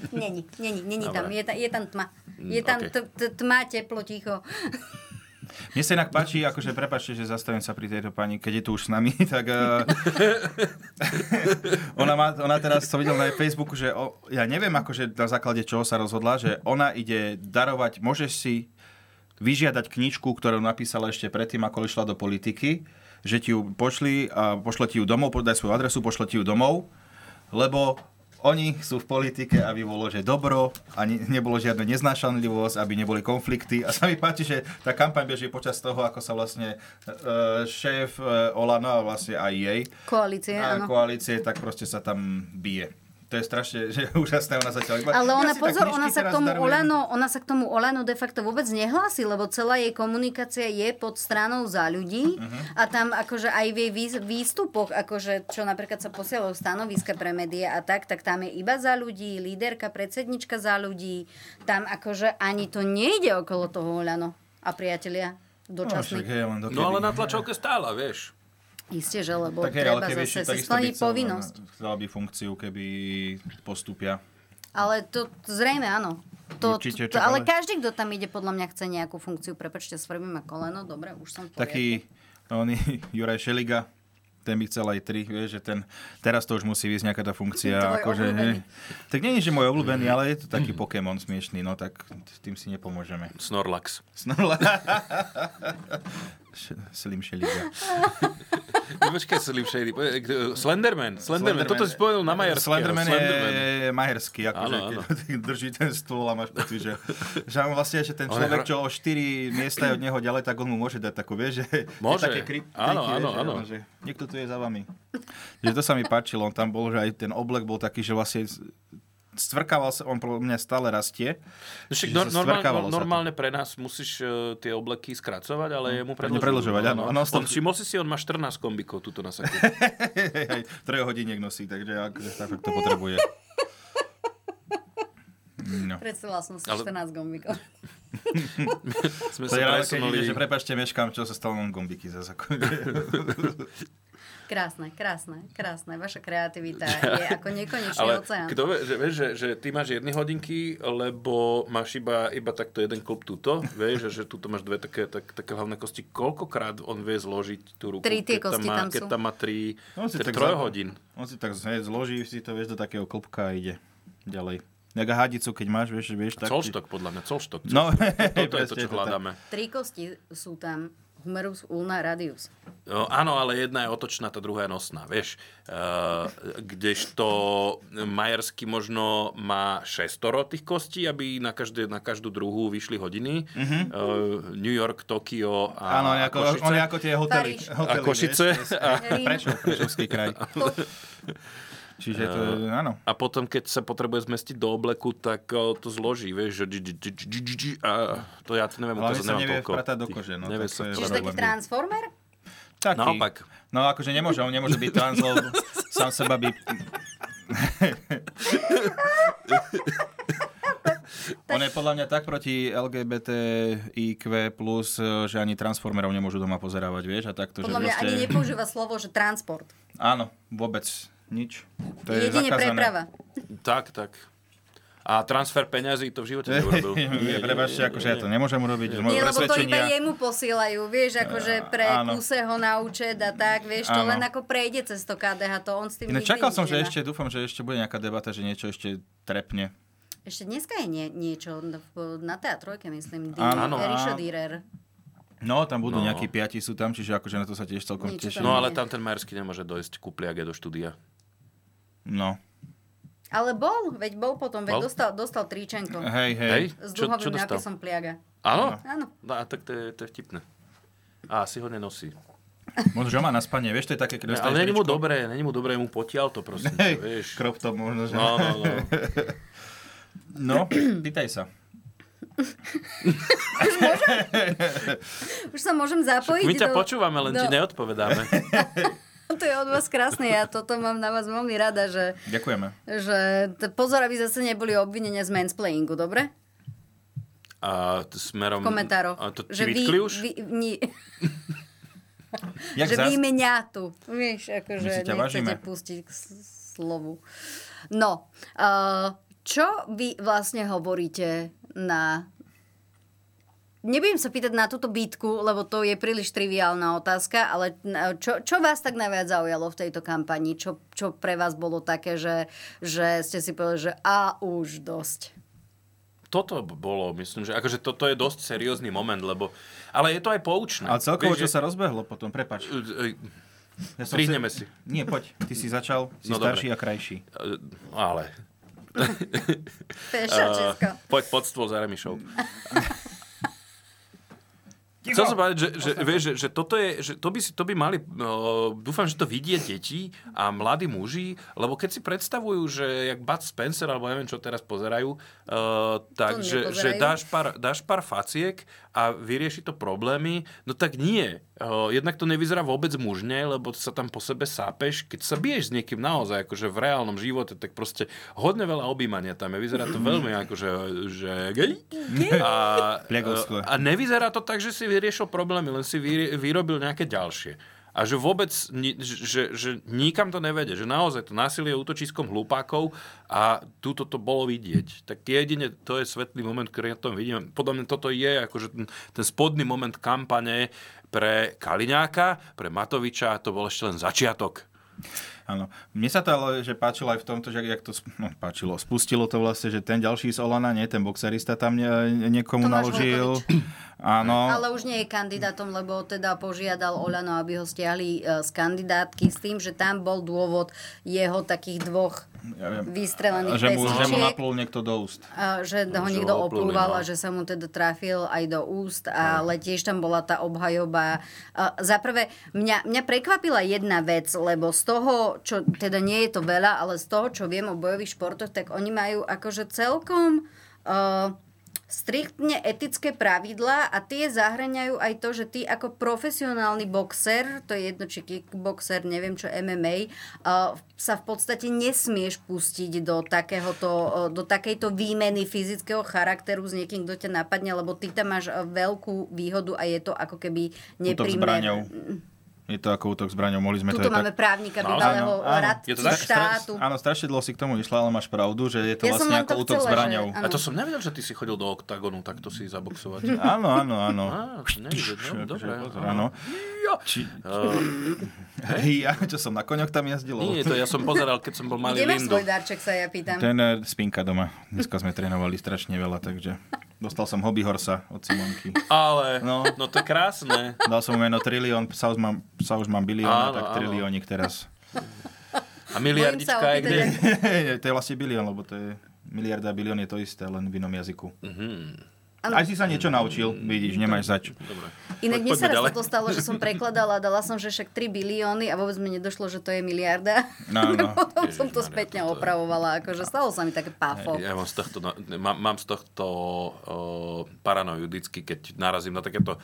Speaker 3: Není, není, není tam.
Speaker 4: Dobre. Hmm,
Speaker 3: Je, ta, je tam tma. Je tam
Speaker 4: ok.
Speaker 3: t- t- tma, teplo, ticho.
Speaker 5: Mne sa inak páči, akože prepačte, že zastavím sa pri tejto pani, keď je tu už s nami, tak uh, ona, má, ona teraz som videl na jej Facebooku, že o, ja neviem akože na základe čoho sa rozhodla, že ona ide darovať, môžeš si vyžiadať knižku, ktorú napísala ešte predtým, ako išla do politiky, že ti ju pošli, a pošle ti ju domov, podaj svoju adresu, pošle ti ju domov, lebo Oni sú v politike, aby bolo, že dobro a ne, nebolo žiadna neznášanlivosť, aby neboli konflikty. A sa mi páči, že tá kampaň beží počas toho, ako sa vlastne e, šéf e, Olano a vlastne aj jej
Speaker 3: Koalície,
Speaker 5: a
Speaker 3: áno.
Speaker 5: koalície, tak proste sa tam bije. To je strašne že úžasné, ona zatiaľ... iba-
Speaker 3: Ale
Speaker 5: Ja
Speaker 3: ona,
Speaker 5: si tak
Speaker 3: pozor,
Speaker 5: knižky
Speaker 3: ona sa, k
Speaker 5: teraz no.
Speaker 3: tomu
Speaker 5: darujem.
Speaker 3: Olano, ona sa k tomu Olano de facto vôbec nehlási, lebo celá jej komunikácia je pod stranou za ľudí a tam akože aj v jej výz- výstupoch, akože čo napríklad sa posielajú stanoviska pre médiá a tak, tak tam je iba za ľudí, líderka, predsednička za ľudí, tam akože ani to nejde okolo toho Olano a priatelia
Speaker 5: No, však
Speaker 3: dočasných.
Speaker 5: hej, len dokedy.
Speaker 4: No ale na tlačovke stála, vieš.
Speaker 3: Isté, že lebo
Speaker 5: Tak hej, ale
Speaker 3: treba
Speaker 5: keby
Speaker 3: zase si
Speaker 5: ešte takisto by
Speaker 3: splniť
Speaker 5: chcela,
Speaker 3: povinnosť.
Speaker 5: no, Chcela by funkciu, keby postupia.
Speaker 3: Ale to zrejme áno. To,
Speaker 5: Určite,
Speaker 3: to, to,
Speaker 5: čak
Speaker 3: ale
Speaker 5: ale-
Speaker 3: každý, kto tam ide, podľa mňa chce nejakú funkciu. Prepačte, svrbím ma koleno, dobre, už som v
Speaker 5: Taký on, Juraj Šeliga, ten by chcel aj tri, vieš, že ten, teraz to už musí ísť nejaká tá funkcia.
Speaker 3: Tvoj
Speaker 5: Akože,
Speaker 3: obľúbený.
Speaker 5: hej. tak nie je, že môj obľúbený, ale je to taký Pokémon smiešný, no tak s tým si nepomôžeme.
Speaker 4: Snorlax.
Speaker 5: Snorla. Š- Slim Šeliga.
Speaker 4: No Počkaj, Slim Shady. po- eh, kto- Slenderman. Slenderman. Toto si spomenul na Majerského.
Speaker 5: Slenderman, je majerský, akože
Speaker 4: Áno,
Speaker 5: keď
Speaker 4: áno.
Speaker 5: ty drží ten stôl a máš pocit, že, že on vlastne, že ten
Speaker 4: On je
Speaker 5: človek,
Speaker 4: hra-
Speaker 5: čo o 4 miesta je od neho ďalej, tak on mu môže dať takú, vieš, že tie
Speaker 4: Môže.
Speaker 5: také kri-
Speaker 4: Áno, áno,
Speaker 5: kriky, vieš, že
Speaker 4: áno.
Speaker 5: on, Že niekto tu je za vami. Že to sa mi páčilo, on tam bol, že aj ten oblek bol taký, že vlastne stvrkával sa, on podľa mňa stále rastie.
Speaker 4: No Však
Speaker 5: Čiže
Speaker 4: nor-
Speaker 5: sa
Speaker 4: normál,
Speaker 5: stvrkávalo sa to.
Speaker 4: normálne pre nás musíš eh, tie obleky skracovať, ale jemu predlžujú.
Speaker 5: predlžovať, áno. Áno,
Speaker 4: No, On,
Speaker 5: stav-
Speaker 4: všimol si si, on má 14 kombikov tuto na saku.
Speaker 5: Hej, hej, trojhodiniek nosí, takže akože tak to potrebuje. No.
Speaker 3: Predstavila som si
Speaker 4: Ale-
Speaker 3: 14 gombíkov.
Speaker 4: Sme
Speaker 5: To
Speaker 4: sa
Speaker 5: je rád, keď
Speaker 4: presunuli.
Speaker 5: ide, že prepačte, meškám, čo sa stalo mám gombiky zase.
Speaker 3: Krásne, krásne, krásne. Vaša kreativita je ako nekonečný
Speaker 4: Ale
Speaker 3: oceán.
Speaker 4: kto vie, že, vieš, že, že ty máš jedny hodinky, lebo máš iba, iba takto jeden klub tuto, vieš, a že tuto máš dve také, tak, také hlavné kosti. Koľkokrát on vie zložiť tú ruku?
Speaker 3: Tri tie
Speaker 4: keď tam
Speaker 3: kosti
Speaker 4: má,
Speaker 3: tam
Speaker 4: Keď
Speaker 3: sú.
Speaker 4: tam má tri,
Speaker 5: On si
Speaker 4: tri
Speaker 5: tak
Speaker 4: trojhodín.
Speaker 5: On si tak hej, zloží, si to vieš do takého klopka a ide ďalej. Jaká hadicu, keď máš, vieš, vieš tak...
Speaker 4: Colštok, podľa mňa, colštok.
Speaker 5: No,
Speaker 4: colštok. Toto je to,
Speaker 5: presne
Speaker 4: čo
Speaker 5: to tak.
Speaker 4: hľadáme.
Speaker 3: Tri kosti sú tam. Humerus, ulna, radius.
Speaker 4: No, áno, ale jedna je otočná, tá druhá je nosná, vieš. Uh, kdežto Majersky možno má šestoro tých kostí, aby na, každé, na každú druhú vyšli hodiny. Uh-huh. Uh, New York, Tokio a,
Speaker 5: Mhm. Áno, on je
Speaker 4: a
Speaker 5: ako,
Speaker 4: Košice.
Speaker 5: on je ako tie hotely.
Speaker 3: Paríž.
Speaker 5: hotely
Speaker 4: A Košice.
Speaker 5: Vieš, presne. Prešov, Prešovský kraj. Čiže to, je- áno.
Speaker 4: A potom, keď sa potrebuje zmestiť do obleku, tak o, to zloží, vieš, že dži- dži- dži- dži- dži- dži- a to ja neviem,
Speaker 5: Hlavne
Speaker 4: to
Speaker 5: sa
Speaker 4: nemám
Speaker 5: nevie
Speaker 4: toľko.
Speaker 5: vpratať do
Speaker 4: Ty-
Speaker 5: kože, no,
Speaker 4: nevie
Speaker 5: tak to
Speaker 4: sa.
Speaker 5: je
Speaker 3: Čiže taký
Speaker 5: problém.
Speaker 3: transformer?
Speaker 5: Taký.
Speaker 4: Naopak.
Speaker 5: No akože nemôže, on nemôže byť trans, lebo sám seba by... on je podľa mňa tak proti LGBTIQ+, že ani transformerov nemôžu doma pozerávať, vieš, a takto,
Speaker 3: Podľa
Speaker 5: že
Speaker 3: mňa
Speaker 5: proste...
Speaker 3: ani nepoužíva slovo, že transport.
Speaker 5: Áno, vôbec nič. To je
Speaker 3: Jedine
Speaker 5: zakázané.
Speaker 3: preprava.
Speaker 4: Tak, tak. A transfer peňazí to v živote neurobil.
Speaker 5: Nie, prepačte, akože ja to nemôžem urobiť. z môjho
Speaker 3: Nie, lebo to iba
Speaker 5: presvedčenia. Eh,
Speaker 3: jemu posielajú, vieš, akože pre
Speaker 5: áno.
Speaker 3: kuse ho na účet a tak, vieš, to
Speaker 5: Áno.
Speaker 3: len ako prejde cez to KDH, to on s tým
Speaker 5: Iné,
Speaker 3: nikdy
Speaker 5: čakal som,
Speaker 3: nič
Speaker 5: že
Speaker 3: nemá.
Speaker 5: ešte, dúfam, že ešte bude nejaká debata, že niečo ešte trepne.
Speaker 3: Ešte dneska je nie, niečo na- v- na teatrojke, myslím, Dí, áno,
Speaker 5: Áno.
Speaker 3: Ríšo Dírer.
Speaker 5: No, tam
Speaker 4: No.
Speaker 5: budú nejakí piati sú tam, čiže akože na to sa tiež celkom
Speaker 3: Niečo
Speaker 5: teším.
Speaker 4: No ale tam ten Majersky nemôže dojsť ku pliage do štúdia.
Speaker 5: No.
Speaker 3: Ale bol, veď bol potom, veď
Speaker 4: Bol?
Speaker 3: dostal, dostal tričenko
Speaker 5: Hej, hej.
Speaker 4: Hej,
Speaker 3: s
Speaker 4: čo, čo
Speaker 3: dúhovým
Speaker 4: dostal?
Speaker 3: nápisom pliaga.
Speaker 4: Áno?
Speaker 3: Áno.
Speaker 4: No, a tak to je, to je vtipné. A asi ho nenosí.
Speaker 5: Možno, že ho má na spanie, vieš, to je také, keď
Speaker 4: Ne,
Speaker 5: dostaneš
Speaker 4: ale není mu
Speaker 5: tričko.
Speaker 4: dobré, není mu dobré, mu potial to prosím. ťa,
Speaker 5: Hej,
Speaker 4: vieš.
Speaker 5: krop to možno, že...
Speaker 4: No, no, no.
Speaker 5: No, pýtaj sa.
Speaker 3: Už sa môžem zapojiť.
Speaker 4: My ťa
Speaker 3: do-
Speaker 4: počúvame, len
Speaker 3: do-
Speaker 4: ti neodpovedáme.
Speaker 3: To je od vás krásne, ja toto mám na vás veľmi rada, že,
Speaker 5: Ďakujeme.
Speaker 3: že t- pozor, aby zase neboli obvinenia z mansplainingu, dobre?
Speaker 4: A t- smerom...
Speaker 3: Komentárov.
Speaker 4: Mm, A to ti vytkli už?
Speaker 3: Vy, ni,
Speaker 5: Jak
Speaker 3: že
Speaker 5: zás-
Speaker 3: výmenia tu. Vieš, akože
Speaker 5: My si ťa
Speaker 3: nechcete
Speaker 5: vážime.
Speaker 3: pustiť k s- slovu. No, uh, čo vy vlastne hovoríte na... Nebudem sa pýtať na túto bitku, lebo to je príliš triviálna otázka, ale na- čo, čo vás tak najviac zaujalo v tejto kampani? Čo, čo pre vás bolo také, že, že ste si povedali, že a už dosť?
Speaker 4: Toto b- bolo, myslím, že akože toto je dosť seriózny moment, lebo... Ale je to aj poučné.
Speaker 5: Ale celkovo,
Speaker 4: Vieš,
Speaker 5: čo
Speaker 4: že-
Speaker 5: sa rozbehlo potom, prepač.
Speaker 4: E, e,
Speaker 5: Ja som
Speaker 4: Strihneme si.
Speaker 5: Nie, poď. Ty si začal, si
Speaker 4: No,
Speaker 5: no,
Speaker 4: dobre.
Speaker 5: starší a krajší.
Speaker 4: E, Ale.
Speaker 3: Peša, Česko.
Speaker 4: Eh, poď podstvo za Remišov. Chcel som povedať, že, že, vieš, že, že, toto je, že to, by si, to by mali, no, dúfam, že to vidie deti a mladí muži, lebo keď si predstavujú, že jak Bud Spencer, alebo neviem, čo teraz pozerajú, uh, tak, že,
Speaker 12: nepozerajú.
Speaker 4: že dáš, pár, dáš pár faciek a vyrieši to problémy, no tak nie. Uh, jednak to nevyzerá vôbec mužne, lebo sa tam po sebe sápeš. Keď sa biješ s niekým naozaj, akože v reálnom živote, tak proste hodne veľa objímania tam je. Vyzerá to veľmi akože, že... A,
Speaker 5: Pliagovské.
Speaker 4: E, a nevyzerá to tak, že si vyriešil problémy, len si vyri- vyrobil nejaké ďalšie. A že vôbec, ni- že, že nikam to nevede. Že naozaj to násilie je útočiskom hlupákov a túto to bolo vidieť. Tak jedine to je svetlý moment, ktorý na tom vidím. Podľa mňa toto je akože ten, ten spodný moment kampane pre Kaliňáka, pre Matoviča, to bol ešte len začiatok.
Speaker 5: Áno. Mne sa to ale že páčilo aj v tomto, že jak to sp- no, páčilo, spustilo to vlastne, že ten ďalší z Olana, nie, ten boxerista tam ne- niekomu
Speaker 3: Tomáš
Speaker 5: naložil. Áno.
Speaker 3: Ale už nie je kandidátom, lebo teda požiadal Olano, aby ho stiahli e, z kandidátky s tým, že tam bol dôvod jeho takých dvoch
Speaker 5: Ja viem.
Speaker 3: vystrelených
Speaker 5: že mu, že mu
Speaker 3: pestičiek.
Speaker 5: naplul niekto do úst.
Speaker 3: A že ho
Speaker 5: Že
Speaker 3: niekto
Speaker 5: ho oplúli,
Speaker 3: oplúval
Speaker 5: no.
Speaker 3: a že sa mu teda trafil aj do úst, ale tiež tam bola tá obhajoba. A Za prvé, mňa, mňa prekvapila jedna vec, lebo z toho, čo teda nie je to veľa, ale z toho, čo viem o bojových športoch, tak oni majú akože celkom... Uh, striktne etické pravidlá a tie zahraňajú aj to, že ty ako profesionálny boxer, to je jedno či kickboxer, neviem čo MMA, uh, sa v podstate nesmieš pustiť do, takéhoto, uh, do takejto výmeny fyzického charakteru s niekým, kto ťa napadne, lebo ty tam máš uh, veľkú výhodu a je to ako keby
Speaker 5: Útok
Speaker 3: neprimer.
Speaker 5: zbraňou. Je to ako útok zbraňou, mohli sme
Speaker 3: Tuto
Speaker 5: to aj No,
Speaker 3: máme právnika bývalého radcu štátu.
Speaker 5: Áno, strašne dlho si k tomu nešla, ale máš pravdu, že je to
Speaker 3: Ja som
Speaker 5: vlastne
Speaker 3: len
Speaker 5: ako
Speaker 3: to
Speaker 5: útok
Speaker 3: chcela, že-
Speaker 5: zbraňou.
Speaker 3: áno.
Speaker 4: A to som nevedel, že ty si chodil do oktagonu takto si zaboxovať.
Speaker 5: Áno, áno, áno.
Speaker 4: Á, to nevidel, no, dobre.
Speaker 5: Pozor, Áno. Či... Ja, čo som na koňoch tam jazdil?
Speaker 4: Nie, to ja som pozeral, keď som bol malý
Speaker 3: Kde máš
Speaker 4: Lindu.
Speaker 3: svoj darček, sa ja pýtam.
Speaker 5: Ten eh, spinka doma. Dneska sme trénovali strašne veľa, takže dostal som hobby horsa od Simonky.
Speaker 4: Ale, no, no to je krásne.
Speaker 5: Dal som mu meno Trilión, sa už mám, sa už mám bilióna,
Speaker 4: Áno,
Speaker 5: tak
Speaker 4: áno.
Speaker 5: Triliónik teraz.
Speaker 4: A miliardička je kde?
Speaker 5: to je vlastne bilión, lebo to je miliarda a bilión je to isté, len v inom jazyku.
Speaker 4: Mhm.
Speaker 3: Áno.
Speaker 5: Aj si sa niečo naučil, vidíš, nemáš zač. Dobre.
Speaker 3: Inak
Speaker 5: Poď-
Speaker 3: mne sa
Speaker 5: poďme
Speaker 3: raz
Speaker 5: ďalej.
Speaker 3: toto stalo, že som prekladala a dala som, že však 3 bilióny a vôbec mi nedošlo, že to je miliarda.
Speaker 4: No, no.
Speaker 3: Potom som
Speaker 4: Ježišmaria,
Speaker 3: to spätne opravovala, akože stalo sa mi také páfo.
Speaker 4: Ja mám z tohto, na- mám, mám z tohto o, paranoju vždycky, keď narazím na takéto,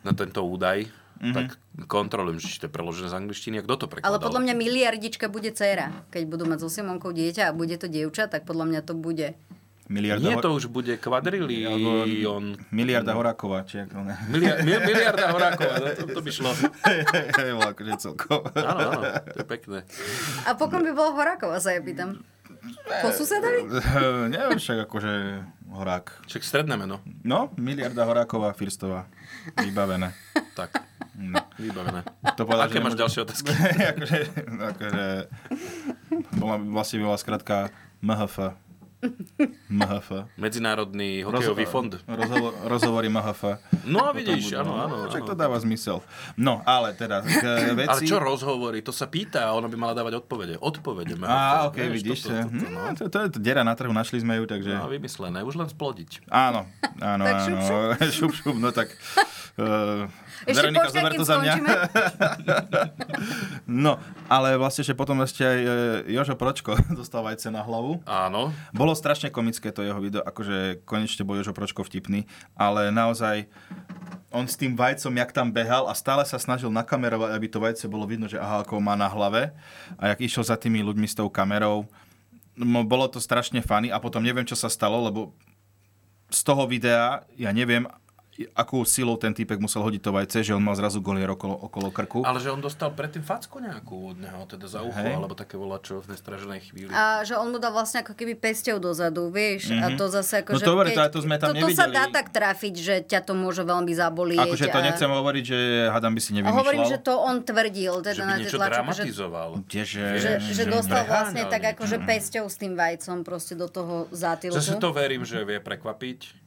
Speaker 4: na tento údaj,
Speaker 3: Mhm.
Speaker 4: tak kontrolujem, či to je preložené z angličtiny a kto to prekladal.
Speaker 3: Ale podľa mňa miliardička bude dcéra. Keď budú mať so Simonkou dieťa a bude to dievča, tak podľa mňa to bude.
Speaker 5: Miliarda
Speaker 4: Nie,
Speaker 5: hor-
Speaker 4: to už bude kvadrilión.
Speaker 5: Miliarda Horáková, či ako ne.
Speaker 4: Miliar, mi- miliarda horákov, no to, to by šlo.
Speaker 5: Hej, bol akože celkovo.
Speaker 4: Áno, áno, to je pekné.
Speaker 3: A pokom by bolo Horáková, sa ja pýtam. Po susedovi?
Speaker 5: Eh, Neviem však akože Horák.
Speaker 4: Však stredné meno.
Speaker 5: No, Miliarda Horáková, Firstová. Vybavené.
Speaker 4: Tak.
Speaker 5: No.
Speaker 4: Vybavené.
Speaker 5: To povedal,
Speaker 4: Aké máš
Speaker 5: že nemôže-
Speaker 4: ďalšie otázky?
Speaker 5: akože, akože, bola, vlastne bola skratka MHF. MHF.
Speaker 4: Medzinárodný hokejový fond.
Speaker 5: Rozho- Rozhovor, rozhovory MHF.
Speaker 4: No a
Speaker 5: Potom
Speaker 4: vidíš,
Speaker 5: budú-
Speaker 4: áno, áno.
Speaker 5: No, Čak
Speaker 4: áno.
Speaker 5: to dáva zmysel. No, ale teda k veci...
Speaker 4: Ale čo rozhovory? To sa pýta a ona by mala dávať odpovede. Odpovede. má.
Speaker 5: Á, ok,
Speaker 4: Vieš,
Speaker 5: vidíš.
Speaker 4: toto, toto,
Speaker 5: hm, To, to, je dera na trhu, našli sme ju, takže...
Speaker 4: No, vymyslené, už len splodiť.
Speaker 5: Áno, áno,
Speaker 4: Tak šup,
Speaker 5: áno. Šup, šup, no tak... Uh,
Speaker 4: Ešte
Speaker 5: Veronika,
Speaker 4: počkaj,
Speaker 5: zober
Speaker 4: kým
Speaker 5: to za mňa.
Speaker 4: skončíme.
Speaker 5: no, ale vlastne, že potom ešte aj e, Jožo Pročko dostal vajce na hlavu.
Speaker 4: Áno.
Speaker 5: Bolo strašne komické to jeho video, akože konečne bol Jožo Pročko vtipný, ale naozaj on s tým vajcom, jak tam behal a stále sa snažil nakamerovať, aby to vajce bolo vidno, že aha, ako ho má na hlave a jak išiel za tými ľuďmi s tou kamerou. No, bolo to strašne fany a potom neviem, čo sa stalo, lebo z toho videa, ja neviem, akou silou ten týpek musel hodiť to vajce, že on mal zrazu golier okolo, okolo krku.
Speaker 4: Ale že on dostal predtým facku nejakú od neho, teda za ucho,
Speaker 5: Hej.
Speaker 4: alebo také volačo v nestraženej chvíli.
Speaker 3: A že on mu dal vlastne ako keby pesťou dozadu, vieš? A
Speaker 5: Mhm.
Speaker 3: to zase ako,
Speaker 5: No
Speaker 3: že
Speaker 5: dobre,
Speaker 3: keď-
Speaker 5: to aj to sme tam
Speaker 3: toto sa
Speaker 5: nevideli.
Speaker 3: dá tak trafiť, že ťa to môže veľmi zabolieť.
Speaker 5: Akože to
Speaker 3: a-
Speaker 5: nechcem hovoriť, že hadam by si
Speaker 3: A
Speaker 5: nevymýšľal.
Speaker 3: hovorím, že to on tvrdil, teda
Speaker 5: Že by
Speaker 3: na tej
Speaker 5: niečo
Speaker 3: tlačovke, že
Speaker 5: Tieže,
Speaker 3: Že, že dostal vlastne tak akože pesťou s tým vajcom proste do toho zátilku.
Speaker 4: Zase to verím, že vie prekvapiť.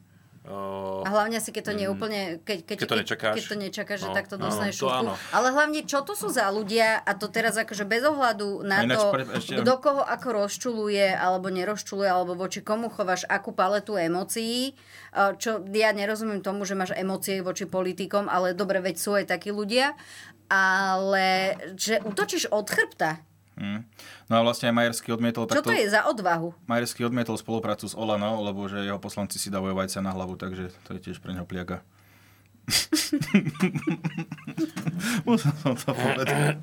Speaker 4: Uh,
Speaker 3: A hlavne asi, keď to neúplne, keď, keď,
Speaker 4: Keď to nečakáš.
Speaker 3: keď to nečakáš, že
Speaker 4: No,
Speaker 3: takto
Speaker 4: áno,
Speaker 3: dostaneš
Speaker 4: to
Speaker 3: šupu.
Speaker 4: áno.
Speaker 3: Ale hlavne, čo to sú za ľudia a to teraz akože bez ohľadu na
Speaker 5: A ináč
Speaker 3: to,
Speaker 5: pre- ešte-
Speaker 3: kto koho ako rozčuluje alebo nerozčuluje, alebo voči komu chováš akú paletu emócií, eh, čo ja nerozumiem tomu, že máš emócie voči politikom, ale dobre, veď sú aj takí ľudia, ale že útočíš od chrbta.
Speaker 5: Hm. No a vlastne aj Majersky odmietol
Speaker 3: Čo to
Speaker 5: takto...
Speaker 3: je za odvahu?
Speaker 5: Majersky odmietol spoluprácu s Olano, lebo že jeho poslanci si dávajú vajca na hlavu, takže to je tiež pre neho pliaga. Musel som to povedať.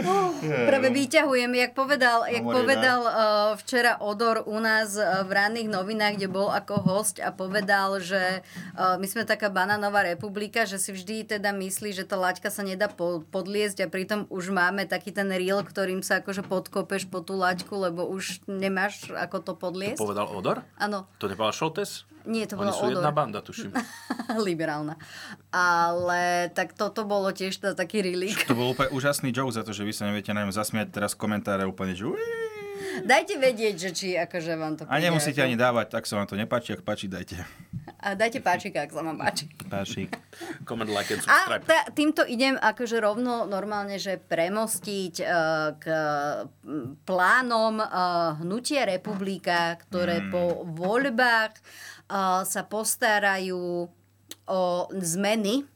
Speaker 3: Oh, Práve vyťahujem, jak povedal, jak
Speaker 5: Hovorí, no.
Speaker 3: povedal uh, včera Odor u nás uh, v ranných novinách, kde bol ako host a povedal, že uh, my sme taká banánová republika, že si vždy teda myslí, že tá laťka sa nedá po- podliezť a pritom už máme taký ten reel, ktorým sa akože podkopeš po tú laťku, lebo už nemáš ako to
Speaker 4: to
Speaker 3: podliesť.
Speaker 4: povedal Odor?
Speaker 3: Áno,
Speaker 4: To nepovedal Šoltes?
Speaker 3: Nie, to
Speaker 4: Oni
Speaker 3: bola
Speaker 4: sú
Speaker 3: Odor.
Speaker 4: jedna banda, tuším.
Speaker 3: liberálna. Ale tak toto bolo tiež teda taký relík.
Speaker 5: To bol úplne úžasný joke za to, že vy sa neviete na ňom zasmiať teraz komentáre úplne, že uí.
Speaker 3: Dajte vedieť, že či akože vám to
Speaker 5: A
Speaker 3: príde
Speaker 5: nemusíte
Speaker 3: ako-
Speaker 5: ani dávať, ak sa vám to nepáči, ak páči, dajte.
Speaker 3: A dajte páčika, ak sa vám páči.
Speaker 5: Páčik.
Speaker 4: Comment, like
Speaker 3: A
Speaker 4: and subscribe.
Speaker 3: tá, týmto idem akože rovno normálne, že premostiť eh, k m, plánom eh, hnutie republika,
Speaker 5: Mm.
Speaker 3: ktoré po voľbách eh, sa postarajú o zmeny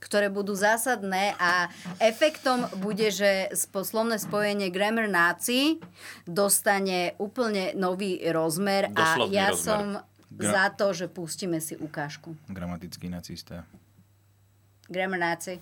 Speaker 3: ktoré budú zásadné a efektom bude, že poslovné spojenie Grammar Nazi dostane úplne nový rozmer a
Speaker 5: Doslovný
Speaker 3: ja
Speaker 5: rozmer.
Speaker 3: som
Speaker 5: Gra-
Speaker 3: za to, že pustíme si ukážku.
Speaker 5: Gramatický nacista.
Speaker 3: Grammar Nazi.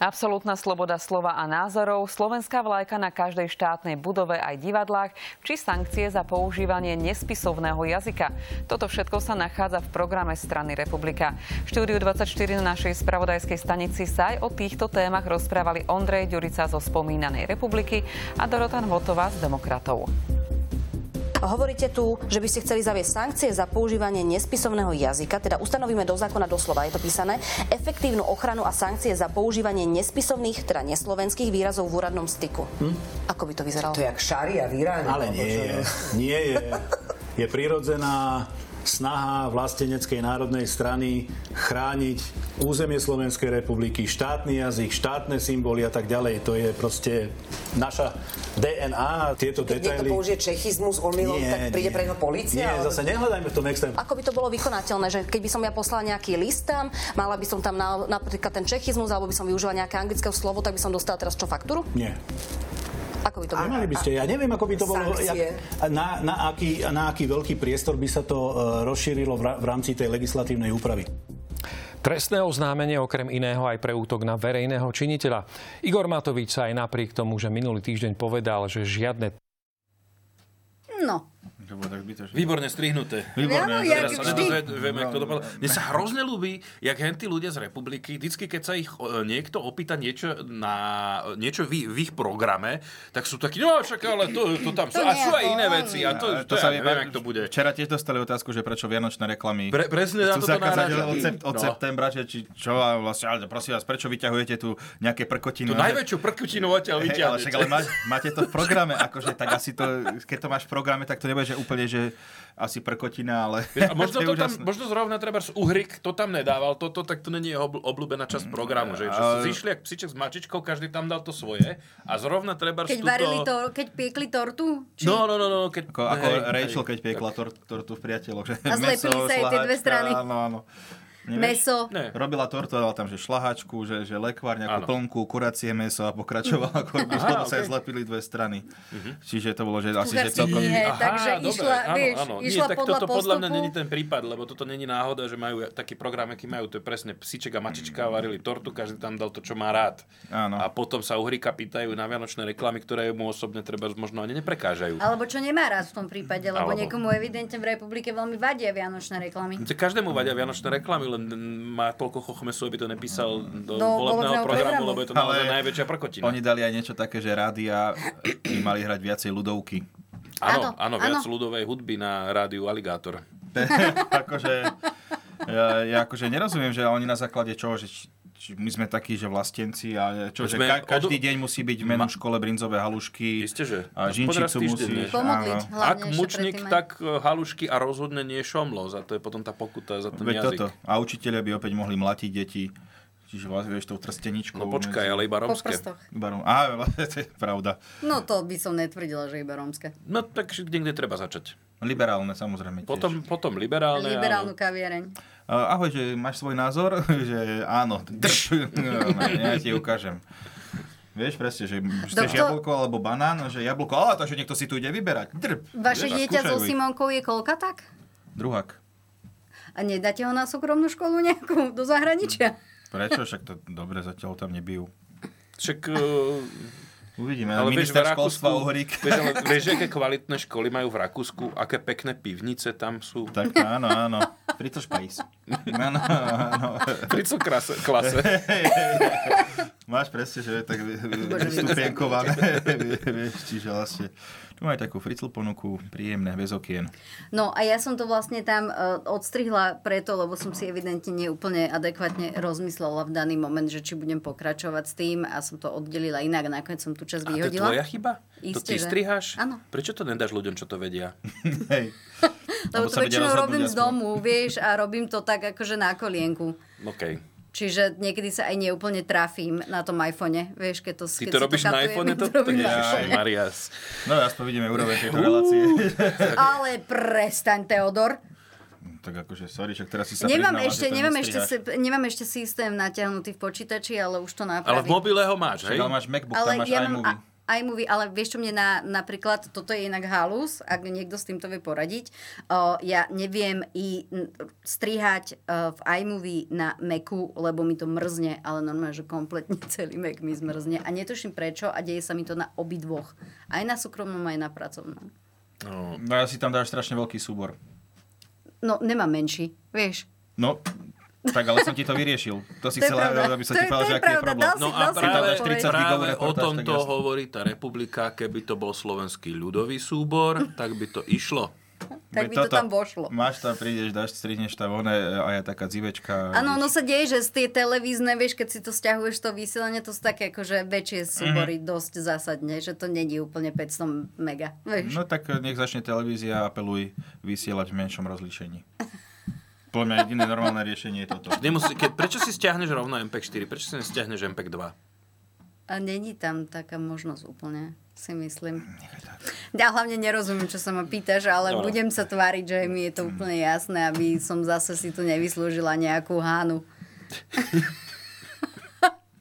Speaker 12: Absolútna sloboda slova a názorov, slovenská vlajka na každej štátnej budove aj divadlách, či sankcie za používanie nespisovného jazyka. Toto všetko sa nachádza v programe strany Republika. V štúdiu 24 na našej spravodajskej stanici sa aj o týchto témach rozprávali Ondrej Ďurica zo spomínanej Republiky a Dorotan Hotová z Demokratov.
Speaker 13: Hovoríte tu, že by ste chceli zaviesť sankcie za používanie nespisovného jazyka, teda ustanovíme do zákona doslova, je to písané, efektívnu ochranu a sankcie za používanie nespisovných, teda neslovenských výrazov v úradnom styku. Ako by Hm? to vyzeralo?
Speaker 14: To je jak šaria v Iráne. Ale nie je.
Speaker 13: no?
Speaker 14: Nie je. Je prirodzená snaha vlasteneckej národnej strany chrániť územie Slovenskej republiky, štátny jazyk, štátne symboly a tak ďalej. To je proste naša DNA. Tieto
Speaker 13: Keď niekto
Speaker 14: detaily...
Speaker 13: použije čechizmus omylom,
Speaker 14: Nie,
Speaker 13: tak príde
Speaker 14: nie.
Speaker 13: pre neho polícia,
Speaker 14: Nie,
Speaker 13: alebo-
Speaker 14: zase nehľadajme v tom extrém.
Speaker 13: Ako by to bolo vykonateľné, že keď by som ja poslala nejaký list tam, mala by som tam na, napríklad ten čechizmus, alebo by som využila nejaké anglické slovo, tak by som dostala teraz čo faktúru?
Speaker 14: Nie.
Speaker 13: Ako by to
Speaker 14: A
Speaker 13: bolo?
Speaker 14: mali by ste, ja neviem, ako by to bolo,
Speaker 13: Sankcie.
Speaker 14: jak- na, na, aký, na aký veľký priestor by sa to eh, rozšírilo v, ra- v rámci tej legislatívnej úpravy.
Speaker 15: Trestné oznámenie okrem iného aj pre útok na verejného činiteľa. Igor Matovič sa aj napriek tomu, že minulý týždeň povedal, že žiadne
Speaker 3: No.
Speaker 5: To bolo tak zbytočné.
Speaker 4: Výborne strihnuté.
Speaker 5: Výborné. Áno, jak
Speaker 4: Teraz sa
Speaker 5: vždy.
Speaker 4: nedozvieme, jak to dopadlo. Mne sa hrozne ľúbi, jak hen tí ľudia z republiky, vždycky keď sa ich e, niekto opýta niečo, na, niečo v, v ich programe, tak sú takí, no však ale to, to tam sú.
Speaker 6: To
Speaker 4: A sú aj
Speaker 6: nejako
Speaker 4: iné
Speaker 6: oni.
Speaker 4: veci. A No to, to, ja neviem, jak to bude.
Speaker 5: Včera tiež dostali otázku, že prečo vianočné reklamy
Speaker 4: Pre- presne na
Speaker 5: chcú
Speaker 4: toto
Speaker 5: zakázať
Speaker 4: narážam.
Speaker 5: od, sep- od
Speaker 4: No.
Speaker 5: septembra, že či čo a vlastne, ale prosím vás, prečo vyťahujete tu nejaké
Speaker 4: Tu
Speaker 5: prkotiny?
Speaker 4: najväčšiu prkutinu odtiaľ
Speaker 5: Hej, ale, však, ale
Speaker 4: vyťahnete.
Speaker 5: má, máte to v programe, akože tak asi to, keď to máš v programe, tak to nebude, že úplne, že asi prkotina, ale
Speaker 4: Vieš, A možno,
Speaker 5: je
Speaker 4: to tam,
Speaker 5: úžasné.
Speaker 4: možno zrovna treba Uhrik, to tam nedával, toto, tak to není jeho obl- obľúbená časť programu. Že, že
Speaker 5: Mm, ale-
Speaker 4: zišli jak psiček s mačičkou, každý tam dal to svoje a zrovna treba
Speaker 3: Keď, varili to, keď piekli tortu? Či...
Speaker 4: No, no, no, no, keď...
Speaker 5: Ako, ako
Speaker 4: hej,
Speaker 5: Rachel,
Speaker 4: hej,
Speaker 5: keď piekla tor- tortu v priateľoch. Že
Speaker 3: A zlepili
Speaker 5: meso,
Speaker 3: sa jej tie dve
Speaker 5: šlahačka,
Speaker 3: strany.
Speaker 5: Áno, áno. Nevieš?
Speaker 3: Meso.
Speaker 4: Ne.
Speaker 5: Robila tortu, dala tam že šlahačku, že, že lekvár,
Speaker 4: Áno.
Speaker 5: nejakú plnku, kuracie meso a pokračovala
Speaker 4: Aha,
Speaker 5: korpus,
Speaker 4: Mhm.
Speaker 5: lebo sa jej
Speaker 4: okej.
Speaker 5: zlepili dve strany. Čiže to bolo, že asi že
Speaker 4: Kuchársky
Speaker 5: celkom...
Speaker 4: nie,
Speaker 5: Aha,
Speaker 3: takže
Speaker 4: dobre,
Speaker 3: išla, vieš, išla
Speaker 4: tak
Speaker 3: podľa
Speaker 4: toto podľa mňa
Speaker 3: postupu.
Speaker 4: není ten prípad, lebo toto není náhoda, že majú taký program, aký majú, to je presne psiček a mačička, varili tortu, každý tam dal to, čo má rád.
Speaker 5: Áno.
Speaker 4: A potom sa uhrika pýtajú na vianočné reklamy, ktoré mu osobne treba možno ani neprekážajú.
Speaker 3: Alebo čo nemá rád v tom prípade, lebo
Speaker 4: Alebo-
Speaker 3: niekomu evidentne v republike veľmi vadia vianočné reklamy.
Speaker 4: To Každému vadia vianočné reklamy, len má toľko chochmesu, aby to nepísal
Speaker 3: Do
Speaker 4: do,
Speaker 3: volebného
Speaker 4: volebného programu,
Speaker 3: programu.
Speaker 4: lebo je to naozaj najväčšia prkotina.
Speaker 5: Oni dali aj niečo také, že rádia by mali hrať viacej ľudovky.
Speaker 4: Áno, áno,
Speaker 5: Áno,
Speaker 4: viac
Speaker 5: áno.
Speaker 4: ľudovej hudby na rádiu Alligátor.
Speaker 5: akože, ja, ja akože nerozumiem, že oni na základe čoho, že či- či my sme takí, že vlastenci a čo, že
Speaker 4: Sme
Speaker 5: ka- každý
Speaker 4: odo-
Speaker 5: deň musí byť v menu škole brinzové halušky
Speaker 4: No,
Speaker 5: a žinčicu musíš. áno.
Speaker 4: Ak mučník, tak e, halušky a rozhodne nie šomlo. Za to je potom tá pokuta, za ten
Speaker 5: Veď
Speaker 4: jazyk.
Speaker 5: toto. A učiteľia by opäť mohli mlatiť deti. Čiže vlastne, vieš, tou trsteničkou.
Speaker 4: No počkaj, ale iba
Speaker 3: Po romské. prstoch.
Speaker 5: Iba rom... Á, vlastne, to je pravda.
Speaker 3: No to by som netvrdila, že iba rómske.
Speaker 4: No tak niekde treba začať.
Speaker 5: Liberálne samozrejme tiež.
Speaker 4: Potom, potom liberálne.
Speaker 3: Liberálnu kaviareň.
Speaker 5: Uh, Ahoj, že máš svoj názor? že áno. Drž! ja ti ukážem. Vieš presne, že chceš
Speaker 3: Doktor-
Speaker 5: jablko alebo banán, že jablko, ale takže niekto si tu ide vyberať. Drb.
Speaker 3: Vaše
Speaker 5: Vieš, a
Speaker 3: dieťa so
Speaker 5: skúšajú ich.
Speaker 3: Simonkou je koľka tak?
Speaker 5: Druhák.
Speaker 3: A nedáte ho na súkromnú školu nejakú do zahraničia?
Speaker 5: Prečo? Však to dobre zatiaľ tam nebijú.
Speaker 4: Však... e,
Speaker 5: Uvidíme. Ale minister školstva Uhrík.
Speaker 4: Vieš, ale, vieš, aké kvalitné školy majú v Rakúsku, aké pekné pivnice tam sú.
Speaker 5: Tak áno, áno. No, Frico špajs. Áno, áno.
Speaker 4: Frico krase, klase.
Speaker 5: Máš presne, že je tak vy- vy-
Speaker 4: Bože,
Speaker 5: vystupienkované. Vieš, Čiže vlastne tu majú takú fricl ponuku, príjemné, bez okien.
Speaker 3: No a ja som to vlastne tam eh, odstrihla preto, lebo som si evidentne neúplne adekvátne rozmyslela v daný moment, že či budem pokračovať s tým a som to oddelila inak, nakoniec som tú časť
Speaker 4: A to je
Speaker 3: vyhodila.
Speaker 4: tvoja chyba? to
Speaker 3: Isté,
Speaker 4: ty
Speaker 3: že?
Speaker 4: striháš?
Speaker 3: Áno.
Speaker 4: Prečo to nedáš ľuďom, čo to vedia?
Speaker 3: Lebo to
Speaker 4: Alebo sa vedia
Speaker 3: väčšinou
Speaker 4: rozhodnúť
Speaker 3: robím z
Speaker 4: aspoň.
Speaker 3: domu, vieš, a robím to tak akože na kolienku.
Speaker 4: OK.
Speaker 3: Čiže niekedy sa aj neúplne trafím na tom iPhone, vieš, keď to
Speaker 4: Ty
Speaker 3: keď
Speaker 4: to
Speaker 3: si
Speaker 4: robíš na
Speaker 3: katujem,
Speaker 4: iPhone? To,
Speaker 3: to robím na
Speaker 4: Ježiš,
Speaker 3: iPhone.
Speaker 4: Marias.
Speaker 5: No aspoň vidíme úroveň tejto relácie.
Speaker 3: Ale prestaň, Teodor.
Speaker 5: tak akože, sorry, však teraz si sa
Speaker 3: Nemám
Speaker 5: priznala,
Speaker 3: ešte,
Speaker 5: že to
Speaker 3: nemám ešte,
Speaker 5: nestriháš.
Speaker 3: sy- nemám ešte systém natiahnutý v počítači, ale už to
Speaker 4: Ale v
Speaker 3: napravím.
Speaker 4: mobile ho No, máš, hej?
Speaker 5: Však ale máš MacBook, tam máš iMovie.
Speaker 3: a- iMovie, ale vieš čo mne na, napríklad, toto je inak halus, ak niekto s týmto vie poradiť, o, ja neviem i n- strihať o, v iMovie na Macu, lebo mi to mrzne, ale normálne, že kompletne celý Mac mi zmrzne a netuším prečo a deje sa mi to na obidvoch. Aj na súkromnom, aj na pracovnom.
Speaker 5: No, no ja si tam dáš strašne veľký súbor.
Speaker 3: No, nemám menší, vieš.
Speaker 5: No, tak ale som ti to vyriešil. To si
Speaker 3: To je
Speaker 5: chcela,
Speaker 3: pravda.
Speaker 5: aby
Speaker 3: To
Speaker 5: som ti
Speaker 3: je-
Speaker 5: povedal,
Speaker 3: to
Speaker 5: že
Speaker 3: je
Speaker 5: aký je
Speaker 3: pravda,
Speaker 5: problém.
Speaker 3: dal si-
Speaker 4: No
Speaker 3: dal si
Speaker 4: a práve,
Speaker 3: to povedať.
Speaker 4: práve o
Speaker 5: reportáž, tak
Speaker 4: tomto
Speaker 5: jasne.
Speaker 4: hovorí tá republika, keby to bol slovenský ľudový súbor, tak by to išlo.
Speaker 3: Tak by to
Speaker 5: Veď
Speaker 3: tam vošlo.
Speaker 5: Máš tam, prídeš, dáš, strihneš tam one a ja taká dzivečka.
Speaker 3: Áno, no. ono sa deje, že z tie televízne, vieš, keď si to stiahuješ to vysielanie, to sú také akože väčšie súbory mm. dosť zásadne, že to není úplne 500 mega. Vieš.
Speaker 5: No tak nech začne televízia a apeluj vysielať v menšom rozlíšení. Podľa mňa jediné normálne riešenie je toto.
Speaker 4: Nemusí, keď, prečo si stiahneš rovno MPEG 4? Prečo si nestiahneš MPEG 2?
Speaker 3: A není tam taká možnosť úplne, si myslím. Ja hlavne nerozumiem, čo sa ma pýtaš, ale
Speaker 4: Dobre.
Speaker 3: budem sa tváriť, že mi je to úplne jasné, aby som zase si tu nevyslúžila nejakú hánu.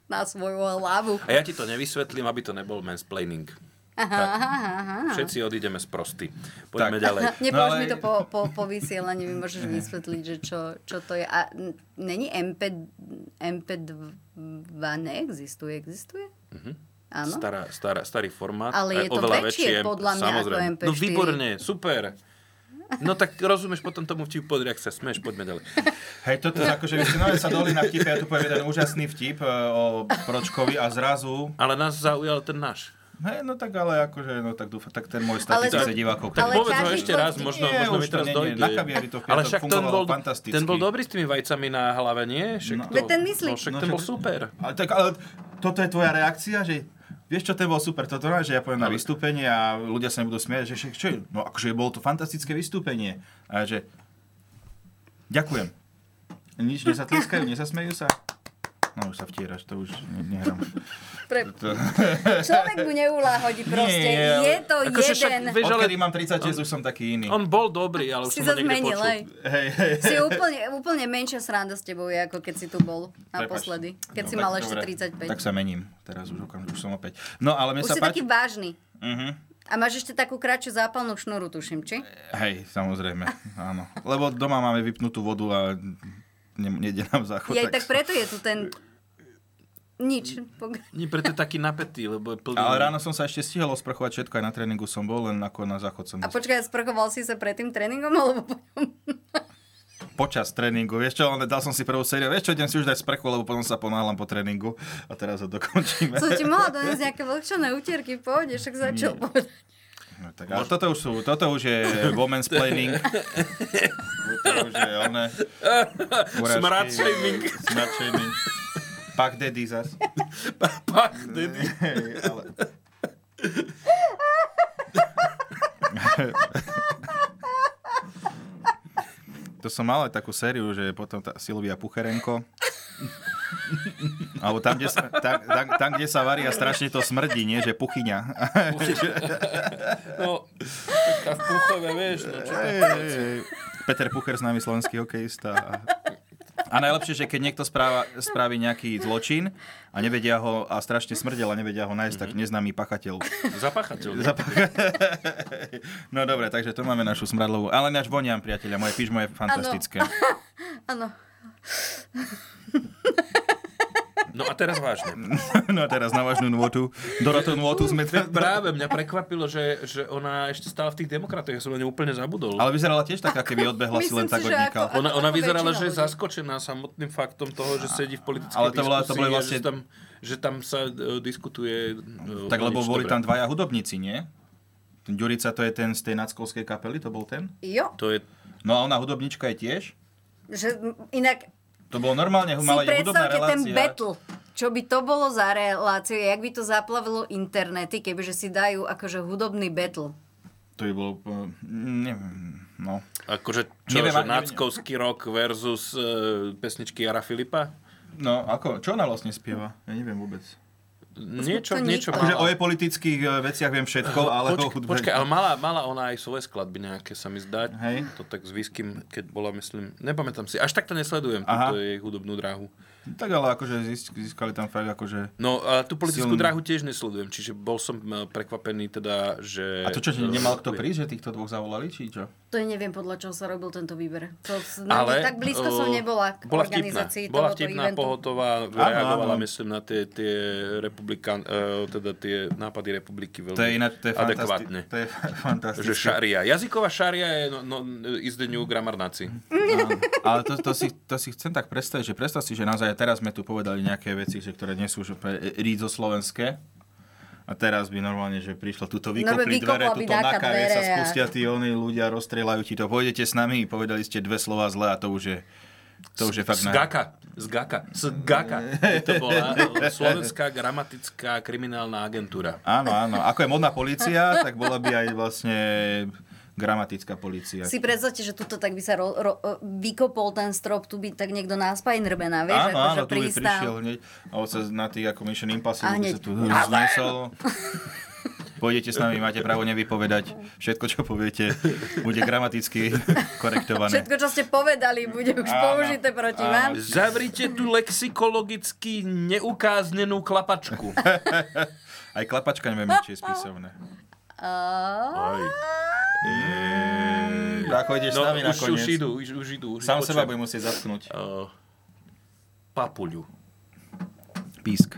Speaker 3: na svoju hlavu.
Speaker 4: A ja ti to nevysvetlím, aby to nebol mansplaining.
Speaker 3: Aha, aha, aha.
Speaker 4: Všetci odídeme z prosty. Poďme ďalej.
Speaker 3: Nepôjdeš mi to po, po, po vysielaní, mi môžeš vysvetliť, že čo, čo to je. A n- není MP, MP2 neexistuje, existuje?
Speaker 4: Mhm.
Speaker 3: Áno.
Speaker 4: Stará, stará, starý formát.
Speaker 3: Ale
Speaker 4: aj
Speaker 3: je to
Speaker 4: oveľa
Speaker 3: väčšie podľa mňa ako
Speaker 4: samozrejme.
Speaker 3: MP4.
Speaker 4: No výborne, super. No tak rozumieš potom tomu vtipu, podri, ak sa smeš, poďme ďalej.
Speaker 5: Hej, toto je ako, že vy ste naozaj sa doli na vtipe, ja tu poviem jeden úžasný vtip e, o Pročkovi a zrazu...
Speaker 4: Ale nás zaujal ten náš.
Speaker 5: Hej, no tak ale akože, no tak dúfam, tak ten môj 100 tisíc divákov.
Speaker 4: tak
Speaker 5: ktorý-
Speaker 4: povedz ho ešte raz, možno,
Speaker 5: Nie,
Speaker 4: možno
Speaker 5: už
Speaker 4: mi
Speaker 5: to
Speaker 4: teraz
Speaker 5: nie, nie,
Speaker 4: dojde.
Speaker 5: Na kaviari to v
Speaker 4: Ale
Speaker 5: piatok
Speaker 4: však ten
Speaker 5: fungovalo
Speaker 4: bol,
Speaker 5: fantasticky.
Speaker 4: ten bol dobrý s tými vajcami na hlave, nie? Však
Speaker 5: No.
Speaker 4: to,
Speaker 5: Veď ten
Speaker 3: myslí.
Speaker 4: No, však
Speaker 5: No
Speaker 4: ten
Speaker 5: však-
Speaker 4: bol super.
Speaker 5: Ale, tak, ale toto je tvoja reakcia, že vieš čo, to bolo super, toto ne, že ja poviem na vystúpenie a ľudia sa mi budú smiať, že však čo, je? no akože bolo to fantastické vystúpenie. A ja, že ďakujem. Nič, nezatleskajú, nezasmejú sa. No už sa vtieraš, to už ne- nehrám.
Speaker 3: Pre...
Speaker 5: To...
Speaker 3: Človek mu neuláhodí proste. Nie, je to
Speaker 5: akože však,
Speaker 3: jeden.
Speaker 5: vieš, ale... Odkedy mám 36, už som taký iný.
Speaker 4: On bol dobrý, ale
Speaker 3: Si sa zmenil, hej.
Speaker 5: Hej, hej.
Speaker 3: Si úplne, úplne menšia sranda s tebou je, ako keď si tu bol naposledy. Keď si
Speaker 5: Dobre,
Speaker 3: mal ešte
Speaker 5: No,
Speaker 3: 35.
Speaker 5: dobre. Tak sa mením. Teraz už, okamžite, už som opäť. No ale mne
Speaker 3: Už
Speaker 5: sa
Speaker 3: si
Speaker 5: páči...
Speaker 3: taký vážny.
Speaker 5: Mhm. Eh,
Speaker 3: A máš ešte takú kratšiu zápalnú šnuru, tuším, či?
Speaker 5: Hej, samozrejme, áno. Lebo doma máme vypnutú vodu a ne, nejde nám záchod.
Speaker 3: Ja tak preto je tu ten... Nič. Pok-
Speaker 4: Nie, preto je taký napätý, lebo je plný.
Speaker 5: Ale ráno som sa ešte stihol osprchovať všetko, aj na tréningu som bol, len ako na záchod som...
Speaker 3: A počkaj, sprchoval si sa pred tým tréningom, alebo po-
Speaker 5: Počas tréningu, vieš čo, ale dal som si prvú sériu, vieš čo, idem si už dať sprchu, lebo potom sa ponáhľam po tréningu a teraz ho dokončíme.
Speaker 3: som ti mohla doniesť nejaké vlhčané utierky, v pohode, však začal povedať.
Speaker 5: No, tak, ale toto už, sú, toto už je woman's planning. to už je oné.
Speaker 4: Smrad shaming.
Speaker 5: Smrad shaming. Pak Daddy zas.
Speaker 4: Pak Daddy.
Speaker 5: ale... to som mal aj takú sériu, že potom tá Silvia Pucherenko. Alebo tam kde, sa, tam, tam, tam, kde sa varia, strašne to smrdí, nie? Že puchyňa.
Speaker 4: No, taká v puchove, vieš, no čo tam
Speaker 5: Hej,
Speaker 4: povedať.
Speaker 5: hej. Peter Pucher, známy slovenský hokejista. A najlepšie, že keď niekto správa, spraví nejaký zločin a nevedia ho, a strašne smrdel a nevedia ho nájsť, tak neznámy pachateľ.
Speaker 4: Zapachateľ.
Speaker 5: Zapachateľ. No dobre, takže tu máme našu smradlovú. Ale náš voniam, priateľa, moje pyžmo je fantastické.
Speaker 3: Áno.
Speaker 4: No a teraz vážne.
Speaker 5: No a teraz na vážnu nôtu. Dorotú nôtu sme...
Speaker 4: Práve mňa prekvapilo, že, že ona ešte stála v tých demokratoch. Ja som na ňu úplne zabudol.
Speaker 5: Ale vyzerala tiež tak, ako keby odbehla si len tak od nieka.
Speaker 4: Ona, ona vyzerala, že je zaskočená samotným faktom toho, že sedí v politickej
Speaker 5: Ale to bola- to
Speaker 4: diskusii
Speaker 5: boli
Speaker 4: a
Speaker 5: vlastne-
Speaker 4: že, tam, že tam sa e, diskutuje... e,
Speaker 5: Tak
Speaker 4: o
Speaker 5: lebo
Speaker 4: nič
Speaker 5: boli
Speaker 4: dobré.
Speaker 5: tam dvaja hudobníci, nie? Ten Ďurica to je ten z tej nackovskej kapely, to bol ten?
Speaker 3: Jo,
Speaker 4: To je...
Speaker 5: No a ona hudobnička je tiež?
Speaker 3: že inak
Speaker 5: To bolo normálne,
Speaker 3: si
Speaker 5: mala hudobná
Speaker 3: predstavte
Speaker 5: relácia.
Speaker 3: ten battle. Čo by to bolo za reláciu, jak by to zaplavilo internety, kebyže si dajú akože hudobný battle.
Speaker 5: To by bolo... eh, Neviem, no.
Speaker 4: Akože čo, neviem,
Speaker 5: Neviem,
Speaker 4: že
Speaker 5: ak-
Speaker 4: náckovský rok versus e, pesničky Jara Filipa?
Speaker 5: No, ako, čo ona vlastne spieva? Ja neviem vôbec.
Speaker 4: Niečo, niečo
Speaker 5: Akože o
Speaker 4: mala.
Speaker 5: jej politických eh, veciach viem všetko, ale o
Speaker 4: Počkaj,
Speaker 5: hudbe...
Speaker 4: počkaj, ale mala, mala ona aj svoje skladby nejaké, sa mi zdá.
Speaker 5: Hej.
Speaker 4: To tak s Výskym, keď bola, myslím, nepamätám si, až tak to nesledujem,
Speaker 5: Aha.
Speaker 4: túto jej hudobnú dráhu.
Speaker 5: Tak ale akože zisk- získali tam fakt akože...
Speaker 4: No a tú politickú
Speaker 5: Silný.
Speaker 4: dráhu tiež nesledujem, čiže bol som e, prekvapený teda, že...
Speaker 5: A to čo, že nemal kto prísť, že týchto dvoch zavolali, či čo?
Speaker 3: To je neviem, podľa čoho sa robil tento výber. To,
Speaker 4: Ale,
Speaker 3: Ale, No, tak blízko som
Speaker 4: eh,
Speaker 3: nebola k
Speaker 4: bola
Speaker 3: organizácii
Speaker 4: vtipná, bola
Speaker 3: tohoto
Speaker 4: vtipná,
Speaker 3: eventu.
Speaker 4: pohotová, reagovala, myslím, na tie, tie republikan, eh, teda tie nápady republiky veľmi
Speaker 5: To je ináč, to je
Speaker 4: adekvátne.
Speaker 5: fantastické. To je fa- fantastické.
Speaker 4: Že šaria. Jazyková šaria je no, no, is the new grammar nazi.
Speaker 5: Áno. Ale to, to, si, to si chcem tak predstaviť, že predstav si, že naozaj teraz sme tu povedali nejaké veci, že, ktoré nie sú že úplne rídzo slovenské. A teraz by normálne, že prišlo tuto
Speaker 3: Normálne
Speaker 5: vykopli dvere,
Speaker 3: vykopla by
Speaker 5: tuto
Speaker 3: dáka
Speaker 5: na kave
Speaker 3: dvere
Speaker 5: sa
Speaker 3: a-
Speaker 5: spustia tí oni ľudia, rozstrelajú ti to. Pôjdete s nami, povedali ste dve slova zle a to už je, to už je fakt... na-
Speaker 4: Zgaka. Zgaka. Zgaka. To bola eh, slovenská gramatická kriminálna agentúra.
Speaker 5: Áno, áno. Ako je modná policia, tak bola by aj vlastne gramatická policia.
Speaker 3: Si predstavte, že tuto tak by sa ro, ro, eh, vykopol ten strop, tu by tak niekto na spajnrbená, vieš,
Speaker 5: Áno,
Speaker 3: akože
Speaker 5: áno, tu by
Speaker 3: pristál.
Speaker 5: prišiel hneď. A on sa na tých ako Mission
Speaker 3: A
Speaker 5: Impossible by
Speaker 3: hneď.
Speaker 5: sa tu
Speaker 3: A
Speaker 5: znesol. Pôjdete s nami, máte právo nevypovedať. Všetko, čo poviete, bude gramaticky korektované.
Speaker 3: Všetko, čo ste povedali, bude už
Speaker 5: Áno,
Speaker 3: použité proti vám.
Speaker 5: áno.
Speaker 4: Zavrite tu lexikologicky neukáznenú klapačku.
Speaker 5: Aj klapačka neviem, či je spisovné.
Speaker 3: A-
Speaker 5: Mm, Ako ideš s
Speaker 4: No,
Speaker 5: nami
Speaker 4: už, už
Speaker 5: nakoniec.
Speaker 4: idú, už, už idú. Už
Speaker 5: Sám
Speaker 4: počujem.
Speaker 5: seba budem musieť zatknúť.
Speaker 4: Eh, papuľu.
Speaker 5: Písk.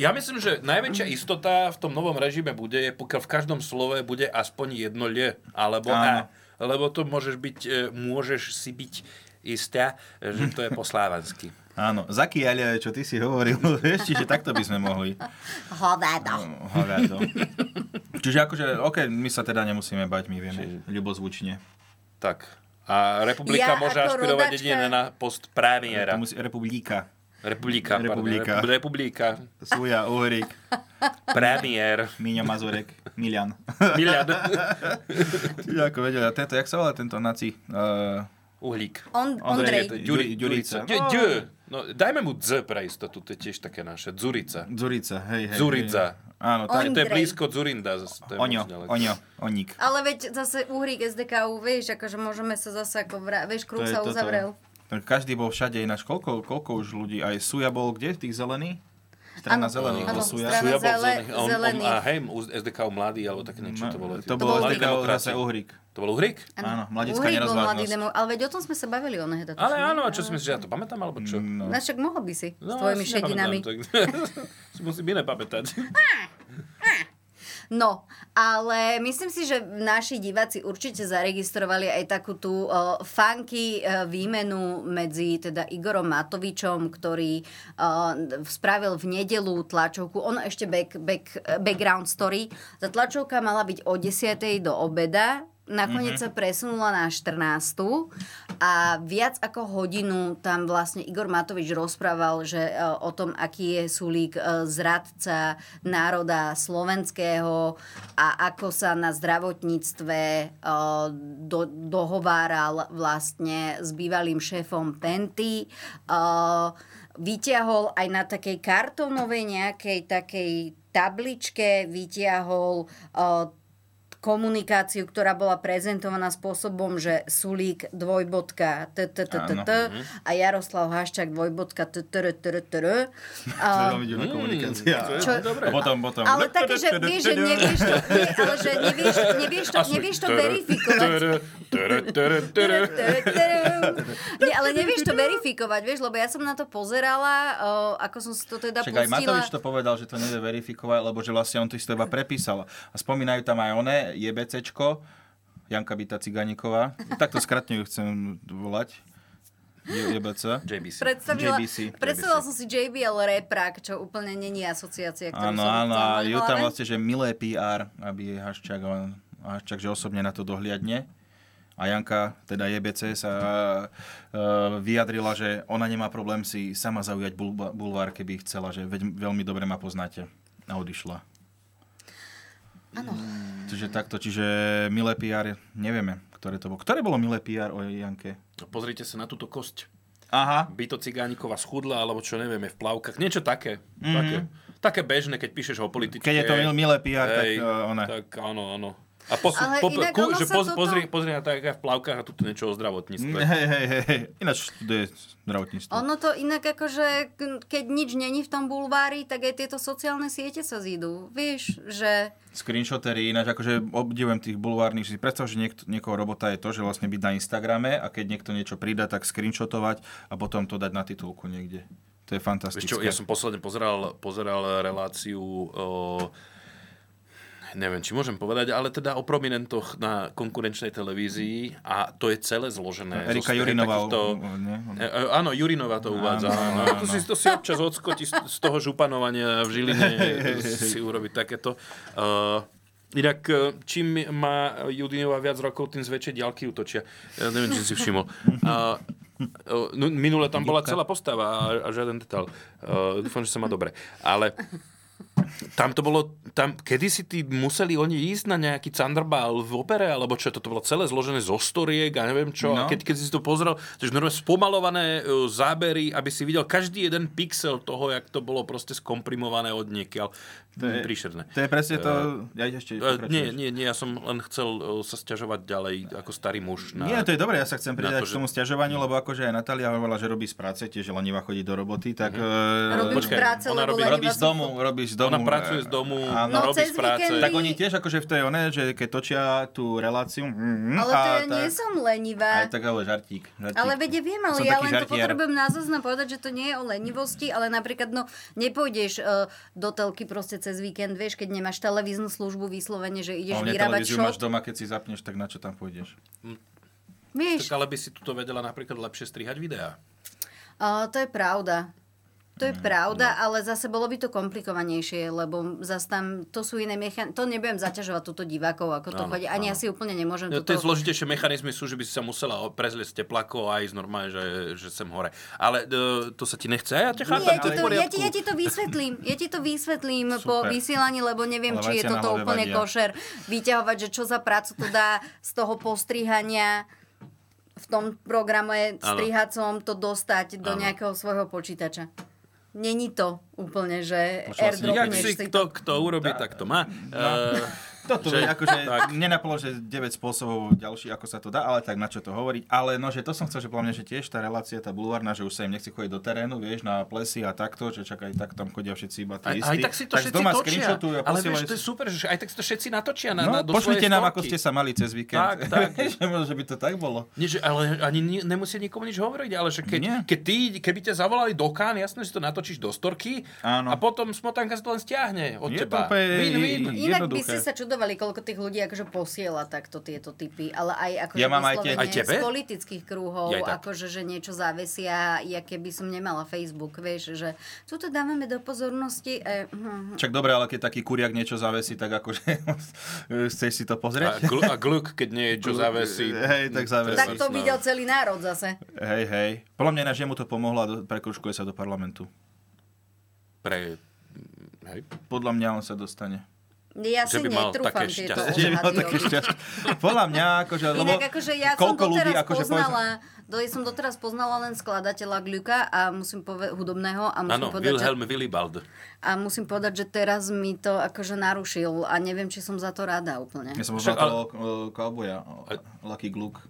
Speaker 4: Ja myslím, že najväčšia istota v tom novom režime bude, je, pokiaľ v každom slove bude aspoň jedno lie, alebo a.
Speaker 5: Áno.
Speaker 4: Lebo to môžeš byť, e, môžeš si byť istá, že to je po slávensky.
Speaker 5: Áno, zakiaľ, čo ty si hovoril, vieš, čiže takto by sme mohli.
Speaker 3: Hovedo.
Speaker 5: Hovado. Čiže akože, OK, my sa teda nemusíme bať, my vieme, ľubozvučne.
Speaker 4: Tak. A
Speaker 3: Ja
Speaker 4: republika môže
Speaker 3: ako
Speaker 4: ašpirovať
Speaker 3: rodačka-
Speaker 4: jedine na post premiéra.
Speaker 5: To musí- Republika.
Speaker 4: Republika,
Speaker 5: Republika.
Speaker 4: republika. Pardon, Repu- republika.
Speaker 5: Suja, Uhrik,
Speaker 4: Premiér.
Speaker 5: Míňa Mazurek, Milian.
Speaker 4: Miliard.
Speaker 5: Ty ako vedel, a tento, jak sa volá tento naci? Uh,
Speaker 4: Uhlík.
Speaker 3: On, Ondrej.
Speaker 5: Ondrej.
Speaker 4: Ďuri-
Speaker 5: Ďuri- Ďurica.
Speaker 4: Ďu- Ďu- No, dajme mu dz pre istotu, to je tiež také naše. Dzurica.
Speaker 5: Dzurica, hej, hej.
Speaker 4: Dzurica.
Speaker 5: hej. Áno, tak.
Speaker 3: On-
Speaker 4: To je
Speaker 3: Ondrej.
Speaker 4: blízko Dzurinda. zase, to je
Speaker 5: Oňo,
Speaker 4: moc ďaleko.
Speaker 5: oňo, oník.
Speaker 3: Ale veď zase uhrík SDKU, vieš, akože môžeme sa zase ako vrá... Vieš,
Speaker 5: To
Speaker 3: kruh
Speaker 5: je
Speaker 3: sa
Speaker 5: toto.
Speaker 3: uzavrel.
Speaker 5: Tak každý bol všade ináč. Koľko, koľko už ľudí? Aj Suja bol kde? Tých zelených? Strana
Speaker 3: Áno,
Speaker 5: zelených
Speaker 3: áno,
Speaker 5: bol Suja.
Speaker 3: strana-
Speaker 4: Ja bol
Speaker 3: Zele-
Speaker 4: zelený. A on, on,
Speaker 3: zelený.
Speaker 4: a hej, u- SDK mladý, alebo také niečo to bolo.
Speaker 5: To bolo
Speaker 4: Mladí
Speaker 5: SDK
Speaker 4: demokrati.
Speaker 5: zase Uhrik.
Speaker 4: To bol Uhrik?
Speaker 5: Áno, mladická
Speaker 3: Uhrík bol mladý
Speaker 5: nerozvážnosť.
Speaker 3: demo, ale veď o tom sme sa bavili, ona heda.
Speaker 4: Ale áno, a čo si myslíš, ja to pamätám, alebo čo?
Speaker 5: No.
Speaker 3: No však mohol by si s
Speaker 4: No,
Speaker 3: tvojimi
Speaker 4: ja si nepamätám,
Speaker 3: šedinami.
Speaker 4: tak- si Musím iné pamätať.
Speaker 3: No, ale myslím si, že naši diváci určite zaregistrovali aj takú tú uh, funky uh, výmenu medzi teda Igorom Matovičom, ktorý uh, spravil v nedelu tlačovku, on ešte back, back, eh, background story. Tá tlačovka mala byť o 10. do obeda, nakoniec sa presunula na 14. A viac ako hodinu tam vlastne Igor Matovič rozprával že, e, o tom, aký je Sulík e, zradca národa slovenského a ako sa na zdravotníctve e, do, dohováral vlastne s bývalým šéfom Penty. E, vyťahol aj na takej kartónovej nejakej takej tabličke, vyťahol uh, komunikáciu, ktorá bola prezentovaná spôsobom, že Sulík dvojbodka t, t, t, t, t,
Speaker 5: Áno.
Speaker 3: a Jaroslav Haščák dvojbodka t, t, r, t, r, t, r.
Speaker 5: To je
Speaker 3: A-
Speaker 5: veľmi divná komunikácia.
Speaker 3: Mm, čo-
Speaker 5: A potom, potom.
Speaker 3: Ale také, že vieš, že nevieš to, nie, ale že nevieš, nevieš to,
Speaker 4: A sú-
Speaker 3: nevieš to verifikovať.
Speaker 4: Tere, tere, tere.
Speaker 3: Nie, ale nevieš to verifikovať, vieš, lebo ja som na to pozerala, o, ako som si to teda
Speaker 5: Však aj
Speaker 3: pustila.
Speaker 5: Matovič to povedal, že to nevie verifikovať, lebo že vlastne on to isto iba prepísal. A spomínajú tam aj one, JBCčko, Janka Bita Ciganíková. Takto skratne ju chcem volať. Je- JBC.
Speaker 4: JBC.
Speaker 3: Predstavila,
Speaker 5: JBC.
Speaker 3: predstavila som si JBL Reprak, čo úplne není asociácia, ktorú
Speaker 5: Áno,
Speaker 3: som
Speaker 5: áno,
Speaker 3: chcela
Speaker 5: a
Speaker 3: mať No, v
Speaker 5: je tam
Speaker 3: hlave.
Speaker 5: vlastne, že milé PR, aby Haščák, Haščák, že osobne na to dohliadne. A Janka, teda JBC, sa e, vyjadrila, že ona nemá problém si sama zaujať bulba- bulvár, keby chcela, že veď veľmi dobre ma poznáte. A odišla.
Speaker 3: Áno.
Speaker 5: Čiže takto, čiže milé PR, nevieme, ktoré to bolo. Ktoré bolo milé PR o Janke?
Speaker 4: Pozrite sa na túto kosť.
Speaker 5: Aha.
Speaker 4: Byto Cigánikova schudla, alebo čo nevieme, v plavkách. Niečo také.
Speaker 5: Mhm.
Speaker 4: Také, také bežné, keď píšeš o politike.
Speaker 5: Keď je to mil- milé PR, tak,
Speaker 4: Hej,
Speaker 5: e, ona.
Speaker 4: Tak áno, áno. A posu,
Speaker 3: Ale
Speaker 4: po,
Speaker 3: inak
Speaker 4: ku,
Speaker 3: ono
Speaker 4: že
Speaker 3: sa
Speaker 4: poz,
Speaker 3: toto-
Speaker 4: pozri, pozri na tak, aká v plavkách a tu niečo o zdravotníctve.
Speaker 5: Hej, hej, hej, hej. Ináč študuje zdravotníctvo.
Speaker 4: No.
Speaker 3: Ono to inak akože, k- keď nič není v tom bulvári, tak aj tieto sociálne siete sa zídu. Vieš, že...
Speaker 5: Screenshotery, ináč akože obdivujem tých bulvárnych, že si predstav, že niekto, niekoho robota je to, že vlastne byť na Instagrame a keď niekto niečo prida, tak screenshotovať a potom to dať na titulku niekde. To je
Speaker 4: Vieš
Speaker 5: fantastické.
Speaker 4: čo, ja som posledne pozeral, pozeral reláciu o neviem, či môžem povedať, ale teda o prominentoch na konkurenčnej televízii a to je celé zložené.
Speaker 5: Erika
Speaker 4: zo-
Speaker 5: Jurinová,
Speaker 4: takýchto-
Speaker 5: o- o- nie?
Speaker 4: E, e, Áno, Jurinová to uvádza.
Speaker 5: Áno,
Speaker 4: Áno,
Speaker 5: áno.
Speaker 4: To, si, to si občas odskoti z, z toho županovania v Žiline si urobiť takéto. Uh, inak, e, čím má Judinová viac rokov, tým z väčšej diaľky utočia. Ja neviem, či si všimol. Uh, no, minule tam bola celá postava a, a žiaden detail. Uh, dúfam, že sa má dobre. Ale tam to bolo, tam, kedy si tí museli oni ísť na nejaký Thunderball v opere, alebo čo, toto bolo celé zložené zo storiek a neviem čo. No. A
Speaker 5: No.
Speaker 4: keď, keď si to pozrel, to je normálne spomalované e, zábery, aby si videl každý jeden pixel toho, jak to bolo proste skomprimované od niekiaľ. To je príšerné.
Speaker 5: to je presne to...
Speaker 4: E,
Speaker 5: Ja ešte
Speaker 4: e,
Speaker 5: pokračuješ.
Speaker 4: nie, nie, nie, ja som len chcel e, sa sťažovať ďalej ako starý muž. Na,
Speaker 5: Nie, no to je dobré, ja sa
Speaker 4: na
Speaker 5: chcem pridať
Speaker 4: to,
Speaker 5: k
Speaker 4: že-
Speaker 5: tomu sťažovaniu, lebo akože aj Natália hovorila, že robí z práce, tiež lenivá chodí do roboty, tak... eh,
Speaker 4: Robím z E, Počkaj, práce, ona lebo robí- lenivá
Speaker 5: robí z
Speaker 4: som-
Speaker 5: domu, robí z domu.
Speaker 4: Mhm. Ona pracuje z domu,
Speaker 5: Áno.
Speaker 4: No, robí cez z práce. víkendy-
Speaker 5: Tak oni tiež akože v tej one, že keď točia tú reláciu... mm,
Speaker 3: Ale
Speaker 5: a
Speaker 3: to ja
Speaker 5: tá-
Speaker 3: nie som lenivá.
Speaker 5: Aj tak ale žartík. žartík.
Speaker 3: Ale vede, viem, ale
Speaker 5: Som
Speaker 3: ja
Speaker 5: taký
Speaker 3: len to
Speaker 5: žartiar.
Speaker 3: potrebujem na zoznam povedať, že to nie je o lenivosti, ale napríklad, no, nepôjdeš uh, do telky proste cez víkend, vieš, keď nemáš televíznu službu vyslovene, že ideš
Speaker 5: Hlavne
Speaker 3: vyrábať
Speaker 5: televíziu
Speaker 3: šok.
Speaker 5: máš doma, keď si zapneš, tak na čo tam pôjdeš?
Speaker 3: Vieš,
Speaker 4: Tak ale by si tuto vedela napríklad lepšie strihať videá.
Speaker 3: uh, to je pravda. To je
Speaker 4: Mhm. No.
Speaker 3: pravda, ale zase bolo by to komplikovanejšie, lebo zase tam to sú iné mechan... To nebudem zaťažovať túto divákov, ako to
Speaker 4: Áno,
Speaker 3: chodí. Ani
Speaker 4: áno.
Speaker 3: ja si úplne nemôžem
Speaker 4: No,
Speaker 3: túto...
Speaker 4: tie zložitejšie mechanizmy sú, že by si sa musela o- prezliecť teplako a ísť normálne, že, že sem hore. Ale e, to sa ti nechce. Ja ťa chápem,
Speaker 3: Nie, ja ti,
Speaker 4: to je v
Speaker 3: to, ja, ti,
Speaker 4: poriadku.
Speaker 3: ja ti to vysvetlím. Ja ti to vysvetlím po
Speaker 4: Super.
Speaker 3: vysielaní, lebo neviem,
Speaker 4: Ale
Speaker 3: či je
Speaker 4: vajcia na
Speaker 3: toto
Speaker 4: hlave
Speaker 3: úplne
Speaker 4: vadia.
Speaker 3: košer. Vyťahovať, že čo za prácu to dá z toho postrihania v tom programe
Speaker 4: Áno.
Speaker 3: strihacom to dostať do
Speaker 4: Áno.
Speaker 3: nejakého svojho počítača. Není to úplne, že
Speaker 4: Počula si- Jak
Speaker 3: airdropneš
Speaker 4: si
Speaker 3: si
Speaker 4: kto, kto urobí, tak to má. E,
Speaker 5: No. Toto
Speaker 4: že-
Speaker 5: je akože,
Speaker 4: tak.
Speaker 5: nenapolo, že 9 spôsobov ďalší, ako sa to dá, ale tak na čo to hovoriť. Ale no, že to som chcel, že podľa mňa, že tiež tá relácia, tá bulvárna, že už sa im nechce chodiť do terénu, vieš, na plesy a takto, že čakaj, tak tam chodia všetci iba
Speaker 4: Aj, aj
Speaker 5: tí istí.
Speaker 4: tak si to
Speaker 5: z
Speaker 4: všetci
Speaker 5: doma
Speaker 4: točia.
Speaker 5: screenshotujú a
Speaker 4: Ale vieš,
Speaker 5: posielajú
Speaker 4: to je
Speaker 5: si-
Speaker 4: super, že aj tak si to všetci natočia na,
Speaker 5: No,
Speaker 4: na, do
Speaker 5: pošlite
Speaker 4: svojej
Speaker 5: nám,
Speaker 4: storky.
Speaker 5: ako ste sa mali cez víkend.
Speaker 4: Tak, tak.
Speaker 5: Že možno, že by to tak bolo.
Speaker 4: Nie, že, ale ani ni- nemusia nikomu nič hovoriť, ale že keď, keď ty, keby ťa zavolali do kán, jasné, že to natočíš do storky Áno. a potom smotanka sa to len stiahne od
Speaker 5: Je to
Speaker 4: teba.
Speaker 5: úplne
Speaker 4: Win, win.
Speaker 3: Inak by si sa sledovali, koľko tých ľudí akože posiela takto tieto typy, ale aj akože
Speaker 5: Ja mám aj tie-
Speaker 3: vyslovene
Speaker 5: Aj tebe?
Speaker 3: z politických krúhov,
Speaker 5: Jaj, tak.
Speaker 3: akože že niečo závesia, ja keby som nemala Facebook, vieš, že tuto dávame do pozornosti. Eh, hm, hm.
Speaker 5: Čak dobre, ale keď taký kuriak niečo zavesí, tak akože chceš si to
Speaker 4: A
Speaker 5: pozrieť?
Speaker 4: gl- a gluk, keď niečo
Speaker 5: Gluk,
Speaker 4: zavesí.
Speaker 5: Hej, tak zavesí.
Speaker 3: tak to videl celý národ zase.
Speaker 5: Hej, hej. Podľa mňa ináč jemu to pomohlo a do- prekružkuje sa do parlamentu.
Speaker 4: Pre... Hej.
Speaker 5: Podľa mňa on sa dostane.
Speaker 3: Ja si
Speaker 5: Že by mal
Speaker 3: netrúfam
Speaker 5: také
Speaker 3: tieto
Speaker 5: šťastie. Že by mal
Speaker 3: odhady
Speaker 5: také
Speaker 3: o ľuďoch.
Speaker 5: šťastie. Podľa mňa, akože... lebo
Speaker 3: Inak akože ja som
Speaker 5: koľko
Speaker 3: doteraz
Speaker 5: ľudí, akože
Speaker 3: poznala, do, ja som doteraz poznala len skladateľa Gluka a musím pove- hudobného a musím,
Speaker 4: Áno,
Speaker 3: povedať,
Speaker 4: Wilhelm
Speaker 3: že,
Speaker 4: Willibald.
Speaker 3: a musím povedať, že teraz mi to akože narušil a neviem, či som za to rada úplne.
Speaker 5: Ja som
Speaker 4: Však,
Speaker 5: poznal toho eh, cowboya, eh, Lucky Gluck.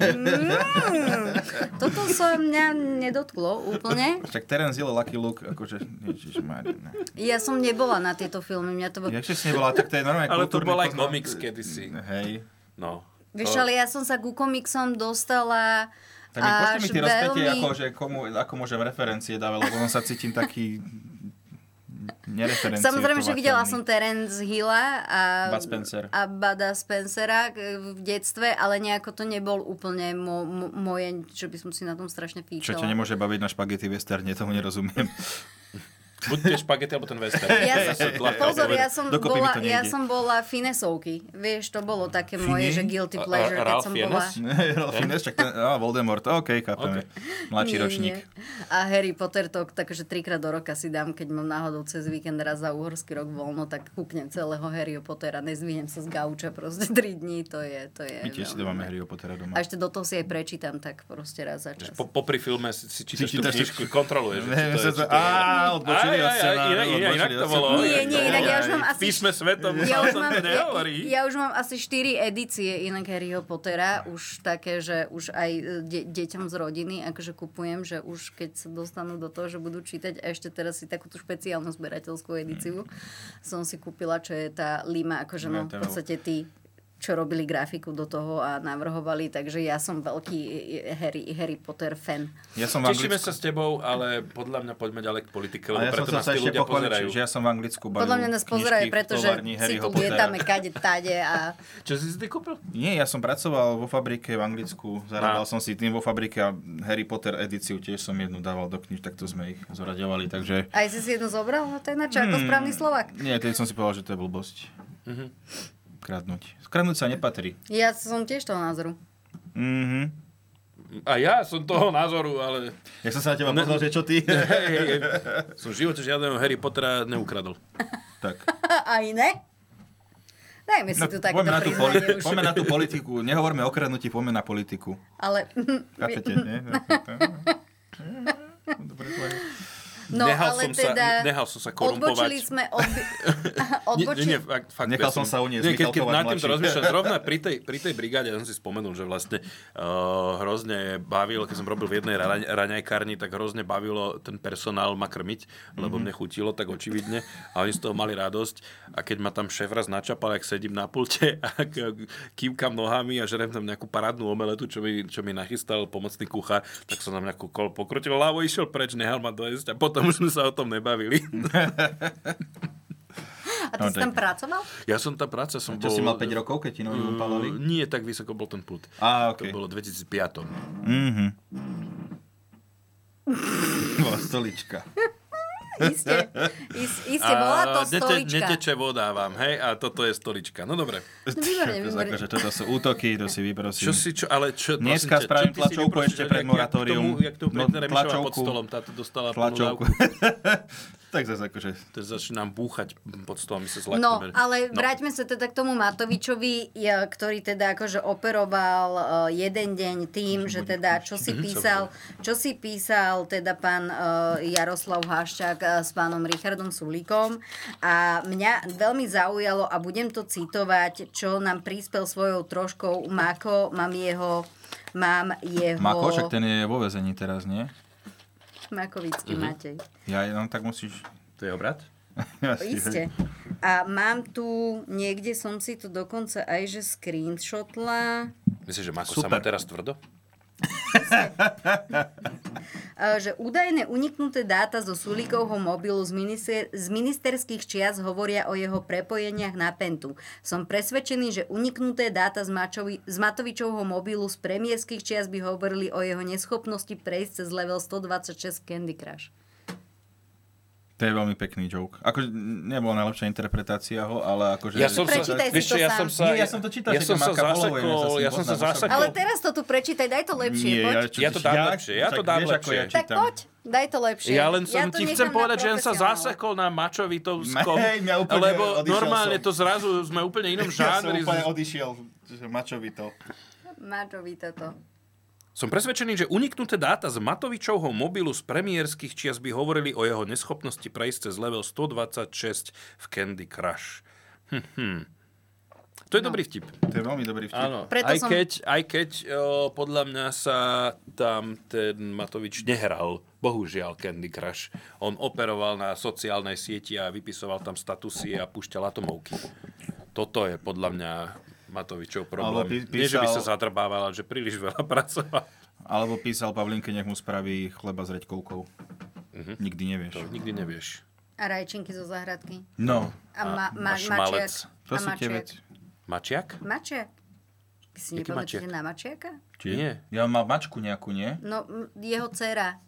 Speaker 3: Mm, toto sa mňa nedotklo úplne.
Speaker 5: Však Terence Hill, Lucky Luke, akože... Ježišmarja, ne.
Speaker 3: Ja som nebola na tieto filmy. Mňa to...
Speaker 5: Jak si nebola, tak to je normálne
Speaker 4: Ale to
Speaker 5: kultúrny
Speaker 4: bol aj
Speaker 5: poznám.
Speaker 4: komiks kedysi.
Speaker 5: Hej.
Speaker 4: No.
Speaker 3: Vieš, ale ja som sa ku komiksom dostala
Speaker 5: Tak mi pošte
Speaker 3: až
Speaker 5: mi tie rozpätie,
Speaker 3: veľmi...
Speaker 5: ako, že komu, ako môžem referencie dávať, lebo on sa cítim taký nereferencie.
Speaker 3: Samozrejme, že videla som Terence Hilla a,
Speaker 5: Bud Spencer.
Speaker 3: a Bada Spencera k- v detstve, ale nejako to nebol úplne mo, mo, moje, že by som si na tom strašne
Speaker 5: Čo
Speaker 3: píčala.
Speaker 4: No.
Speaker 5: ťa nemôže baviť na špagety westerne, tomu nerozumiem.
Speaker 4: Buď tie špagety, alebo ten western.
Speaker 3: Ja som, pozor, ja som,
Speaker 5: Dokopy mi
Speaker 3: bola,
Speaker 5: to
Speaker 3: ja
Speaker 5: nejde.
Speaker 3: som bola finesovky. Vieš, to bolo také
Speaker 5: Fini?
Speaker 3: moje, že guilty
Speaker 5: A- a-
Speaker 3: pleasure, keď
Speaker 5: Ralph
Speaker 3: som
Speaker 5: Fiennes?
Speaker 3: bola...
Speaker 5: Nie, Ralph Fiennes, čak ten, á, Voldemort, OK, chápeme. Mladší
Speaker 3: Nie,
Speaker 5: ročník.
Speaker 3: nie. A Harry Potter to takže trikrát do roka si dám, keď mám náhodou cez víkend raz za uhorský rok voľno, tak kúknem celého Harry Pottera, nezvinem sa z gauča proste 3 dní, to je, to je
Speaker 5: My tiež si
Speaker 3: veľmi-
Speaker 5: dávame Harry Pottera doma.
Speaker 3: A ešte do toho si aj prečítam tak proste raz za čas.
Speaker 4: Po, popri filme si, si čítaš
Speaker 5: Si
Speaker 4: tú
Speaker 5: čítaš tú-
Speaker 4: knižku, kontroluješ. že
Speaker 5: Ne,
Speaker 4: či to je- či to
Speaker 5: sa-
Speaker 4: je-
Speaker 5: Á, odbočili
Speaker 4: Aj,
Speaker 5: od
Speaker 4: aj, aj,
Speaker 5: scenáru,
Speaker 4: inak- inak
Speaker 5: odbočili
Speaker 4: to
Speaker 5: od
Speaker 4: bolo.
Speaker 5: scenáru.
Speaker 3: Nie, nie, inak ja už mám
Speaker 4: V
Speaker 3: asi-
Speaker 4: Písme svetom
Speaker 3: Ja už,
Speaker 4: sa o tom
Speaker 3: mám, ja,
Speaker 4: nehovorí.
Speaker 3: ja už mám asi 4 edície inak Harryho Pottera, už také, že už aj e, de- deťom z rodiny, akože kupujem, že už keď sa dostanú do toho, že budú čítať, a ešte teraz si takúto špeciálnu zberateľskú edíciu som si kúpila, čo je tá Lima, akože no, v podstate tí čo robili grafiku do toho a navrhovali, takže ja som veľký e, Harry, Harry Potter fan.
Speaker 5: Ja som v
Speaker 4: Tešíme
Speaker 5: Anglicku.
Speaker 4: sa s tebou, ale poďa mňa poďme ďalej k politike, lebo
Speaker 5: A ja som
Speaker 4: preto
Speaker 5: sa
Speaker 4: nás
Speaker 5: sa
Speaker 4: tí
Speaker 5: ešte
Speaker 4: ľudia
Speaker 5: pochváliť,
Speaker 4: pozerajú.
Speaker 5: že ja som v Anglicku balil
Speaker 3: Podľa mňa nás
Speaker 5: knižky
Speaker 3: pozerajú,
Speaker 5: v
Speaker 3: pretože
Speaker 5: továrni
Speaker 3: si
Speaker 5: Harryho
Speaker 3: tu
Speaker 5: Pottera.
Speaker 3: lietame kade, tade a...
Speaker 4: Čo si si kúpil?
Speaker 5: Nie, ja som pracoval vo fabrike v Anglicku, zarábal som si tým vo fabrike a Harry Potter edíciu tiež som jednu dával do kniž, takto sme ich zoraďovali, takže...
Speaker 3: Aj si si jednu zobral? No to je na čo,
Speaker 5: Hmm.
Speaker 3: ako správny Slovak.
Speaker 5: Nie, tedy som si povedal, že to je blbosť.
Speaker 4: Mhm.
Speaker 5: Kradnúť. Kradnúť sa nepatrí.
Speaker 3: Ja som tiež toho názoru.
Speaker 5: Mhm.
Speaker 4: A ja som toho názoru, ale...
Speaker 5: Ja som sa na teba pozrel, že čo ty?
Speaker 4: Hej, hej, hej. Som v živote žiadneho Harry Pottera neukradol.
Speaker 5: Tak.
Speaker 3: A iné? Dajme si
Speaker 5: No,
Speaker 3: tu takéto
Speaker 5: poďme, na tú
Speaker 3: priznanie
Speaker 5: politi-
Speaker 3: už.
Speaker 5: poďme na tú politiku. Nehovorme o kradnutí, poďme na politiku.
Speaker 3: Ale...
Speaker 5: Chápete, nie?
Speaker 3: No,
Speaker 4: nehal,
Speaker 3: ale
Speaker 4: som
Speaker 3: teda...
Speaker 4: sa, nehal som sa
Speaker 3: Odbočili
Speaker 4: korumpovať.
Speaker 3: sme... Odbi... odbočili...
Speaker 4: Nie, nie, fakt, fakt,
Speaker 5: Nechal
Speaker 4: ja
Speaker 5: som sa
Speaker 4: Nie,
Speaker 5: uniesť,
Speaker 4: keď, keď
Speaker 5: Michalkovať
Speaker 4: nad týmto
Speaker 5: mladší.
Speaker 4: rozmýšľam, zrovna pri tej, pri tej brigáde, ja som si spomenul, že vlastne uh, hrozne bavilo, keď som robil v jednej raň, raňajkárni, tak hrozne bavilo ten personál ma krmiť, lebo
Speaker 5: Mhm.
Speaker 4: mne chutilo tak očividne a oni z toho mali radosť. A keď ma tam šéf raz načapal, ak sedím na pulte a k- kývkam nohami a žerem tam nejakú parádnu omeletu, čo mi, čo mi nachystal pomocný kuchár, tak som tam nejakú kol pokrutil ľavo, išiel preč, nehal ma dojesť a potom už sme sa o tom nebavili.
Speaker 3: A ty
Speaker 4: No,
Speaker 3: si
Speaker 4: tak.
Speaker 3: tam pracoval?
Speaker 4: Ja som tá práca, som
Speaker 5: A čo
Speaker 4: bol...
Speaker 5: si mal 5 rokov, keď ti nohy
Speaker 4: Mm,
Speaker 5: upálali?
Speaker 4: Nie, tak vysoko bol ten pult.
Speaker 5: Á,
Speaker 4: To bolo 2005.
Speaker 5: Mhm. Bola stolička.
Speaker 3: Iste, is- iste bola to stolička.
Speaker 4: neteče voda vám, hej? A toto je stolička. No dobre.
Speaker 5: Hm.
Speaker 3: Výborne, výborne.
Speaker 5: Akože toto sú útoky, to si vyprosím.
Speaker 4: Čo si, čo, ale čo... prosím
Speaker 5: Dneska
Speaker 4: ťa, čo
Speaker 5: spravím
Speaker 4: ty si
Speaker 5: tlačovku
Speaker 4: vyprosil,
Speaker 5: ešte pred
Speaker 4: jak-
Speaker 5: moratórium.
Speaker 4: Jak tomu, jak tomu
Speaker 5: No,
Speaker 4: Britney Remišová pod
Speaker 5: tlačovku.
Speaker 4: stolom, táto dostala plnú
Speaker 5: Tlačovku.
Speaker 4: dávku.
Speaker 5: tak zase akože...
Speaker 4: Teraz začínam búchať pod stolom, my sa zlakneme.
Speaker 3: No, ale vráťme sa teda k tomu Matovičovi, ja, ktorý teda akože operoval eh, jeden deň tým, že teda čo si
Speaker 10: Mhm.
Speaker 3: písal, čo si písal teda pán eh, Jaroslav Haščák eh, s pánom Richardom Sulíkom a mňa veľmi zaujalo a budem to citovať, čo nám prispel svojou troškou Mako, mám jeho mám jeho...
Speaker 5: Mako, však ten je vo väzení teraz, nie?
Speaker 3: Makovický
Speaker 5: Mhm.
Speaker 3: Matej.
Speaker 5: Ja jenom tak musíš...
Speaker 4: To je obrat?
Speaker 3: Isté. A mám tu, niekde som si to dokonca aj že screenshotla.
Speaker 4: Myslíš, že Mako sa má teraz tvrdo?
Speaker 3: A e, že údajné uniknuté dáta zo Sulikovho mobilu z, minister- z ministerských čias hovoria o jeho prepojeniach na Pentu. Som presvedčený, že uniknuté dáta z, Mačovi- z Matovičovho mobilu z premiérských čias by hovorili o jeho neschopnosti prejsť cez level 126 Candy Crush.
Speaker 5: To je veľmi pekný joke. Akože nebola najlepšia interpretácia ho, ale akože...
Speaker 4: Ja som sa, vieš čo, ja som sa,
Speaker 5: Nie, ja som to čítal,
Speaker 4: ja
Speaker 5: že
Speaker 4: som sa
Speaker 5: to Marka Poloviena
Speaker 4: zasekol,
Speaker 5: s ním
Speaker 4: ja som sa
Speaker 5: pozná,
Speaker 4: zasekol.
Speaker 3: Ale teraz to tu prečítaj, daj to lepšie,
Speaker 4: Nie,
Speaker 3: poď.
Speaker 4: ja, čo, ja to dám
Speaker 5: ja-
Speaker 4: lepšie, ja
Speaker 5: však
Speaker 4: to dám
Speaker 5: vieš, ako
Speaker 4: lepšie.
Speaker 5: ja
Speaker 3: tak poď, daj to lepšie.
Speaker 4: Ja len som ti
Speaker 3: to
Speaker 4: chcem
Speaker 3: nechám na
Speaker 4: povedať, že on sa
Speaker 3: profesionálov.
Speaker 4: zasekol na mačovitou skom,
Speaker 5: Hej, mňa úplne
Speaker 4: lebo
Speaker 5: odišiel
Speaker 4: normálne
Speaker 5: som.
Speaker 4: to zrazu sme úplne inom
Speaker 5: Ja som
Speaker 4: žánri.
Speaker 5: úplne odišiel, že mačovito.
Speaker 3: Mačovi toto.
Speaker 4: Som presvedčený, že uniknuté dáta z Matovičovho mobilu z premiérskych čias by hovorili o jeho neschopnosti prejsť cez level 126 v Candy Crush. Hm, hm. To
Speaker 3: No.
Speaker 4: je dobrý vtip.
Speaker 5: To je veľmi dobrý vtip.
Speaker 4: Áno,
Speaker 3: Preto
Speaker 4: No, aj,
Speaker 3: som-
Speaker 4: keď, aj keď o, podľa mňa sa tam ten Matovič nehral, bohužiaľ, Candy Crush. On operoval na sociálnej sieti a vypisoval tam statusy a púšťal atomovky. Toto je podľa mňa Matovičov
Speaker 5: Alebo
Speaker 4: problém.
Speaker 5: pí-
Speaker 4: Nie, že by
Speaker 5: písal-
Speaker 4: sa zadrbával, ale že príliš veľa pracoval.
Speaker 5: Alebo písal Pavlinke, nech mu spraví chleba s reďkovkou. Nikdy
Speaker 4: Mhm.
Speaker 5: nevieš.
Speaker 4: To nikdy nevieš.
Speaker 3: A rajčinky zo záhradky.
Speaker 5: No.
Speaker 3: A, ma, ma,
Speaker 4: a
Speaker 3: mačiak.
Speaker 4: šmalec.
Speaker 5: To
Speaker 3: a
Speaker 5: sú tie
Speaker 3: mačiak.
Speaker 5: veci.
Speaker 4: Mačiak?
Speaker 3: Mačiak. Vy si
Speaker 4: Jaký
Speaker 3: nepamätáte
Speaker 4: mačiak?
Speaker 3: na mačiaka?
Speaker 5: Či-
Speaker 4: Nie.
Speaker 5: Ja mám mačku nejakú, nie?
Speaker 3: No, m- jeho dcera.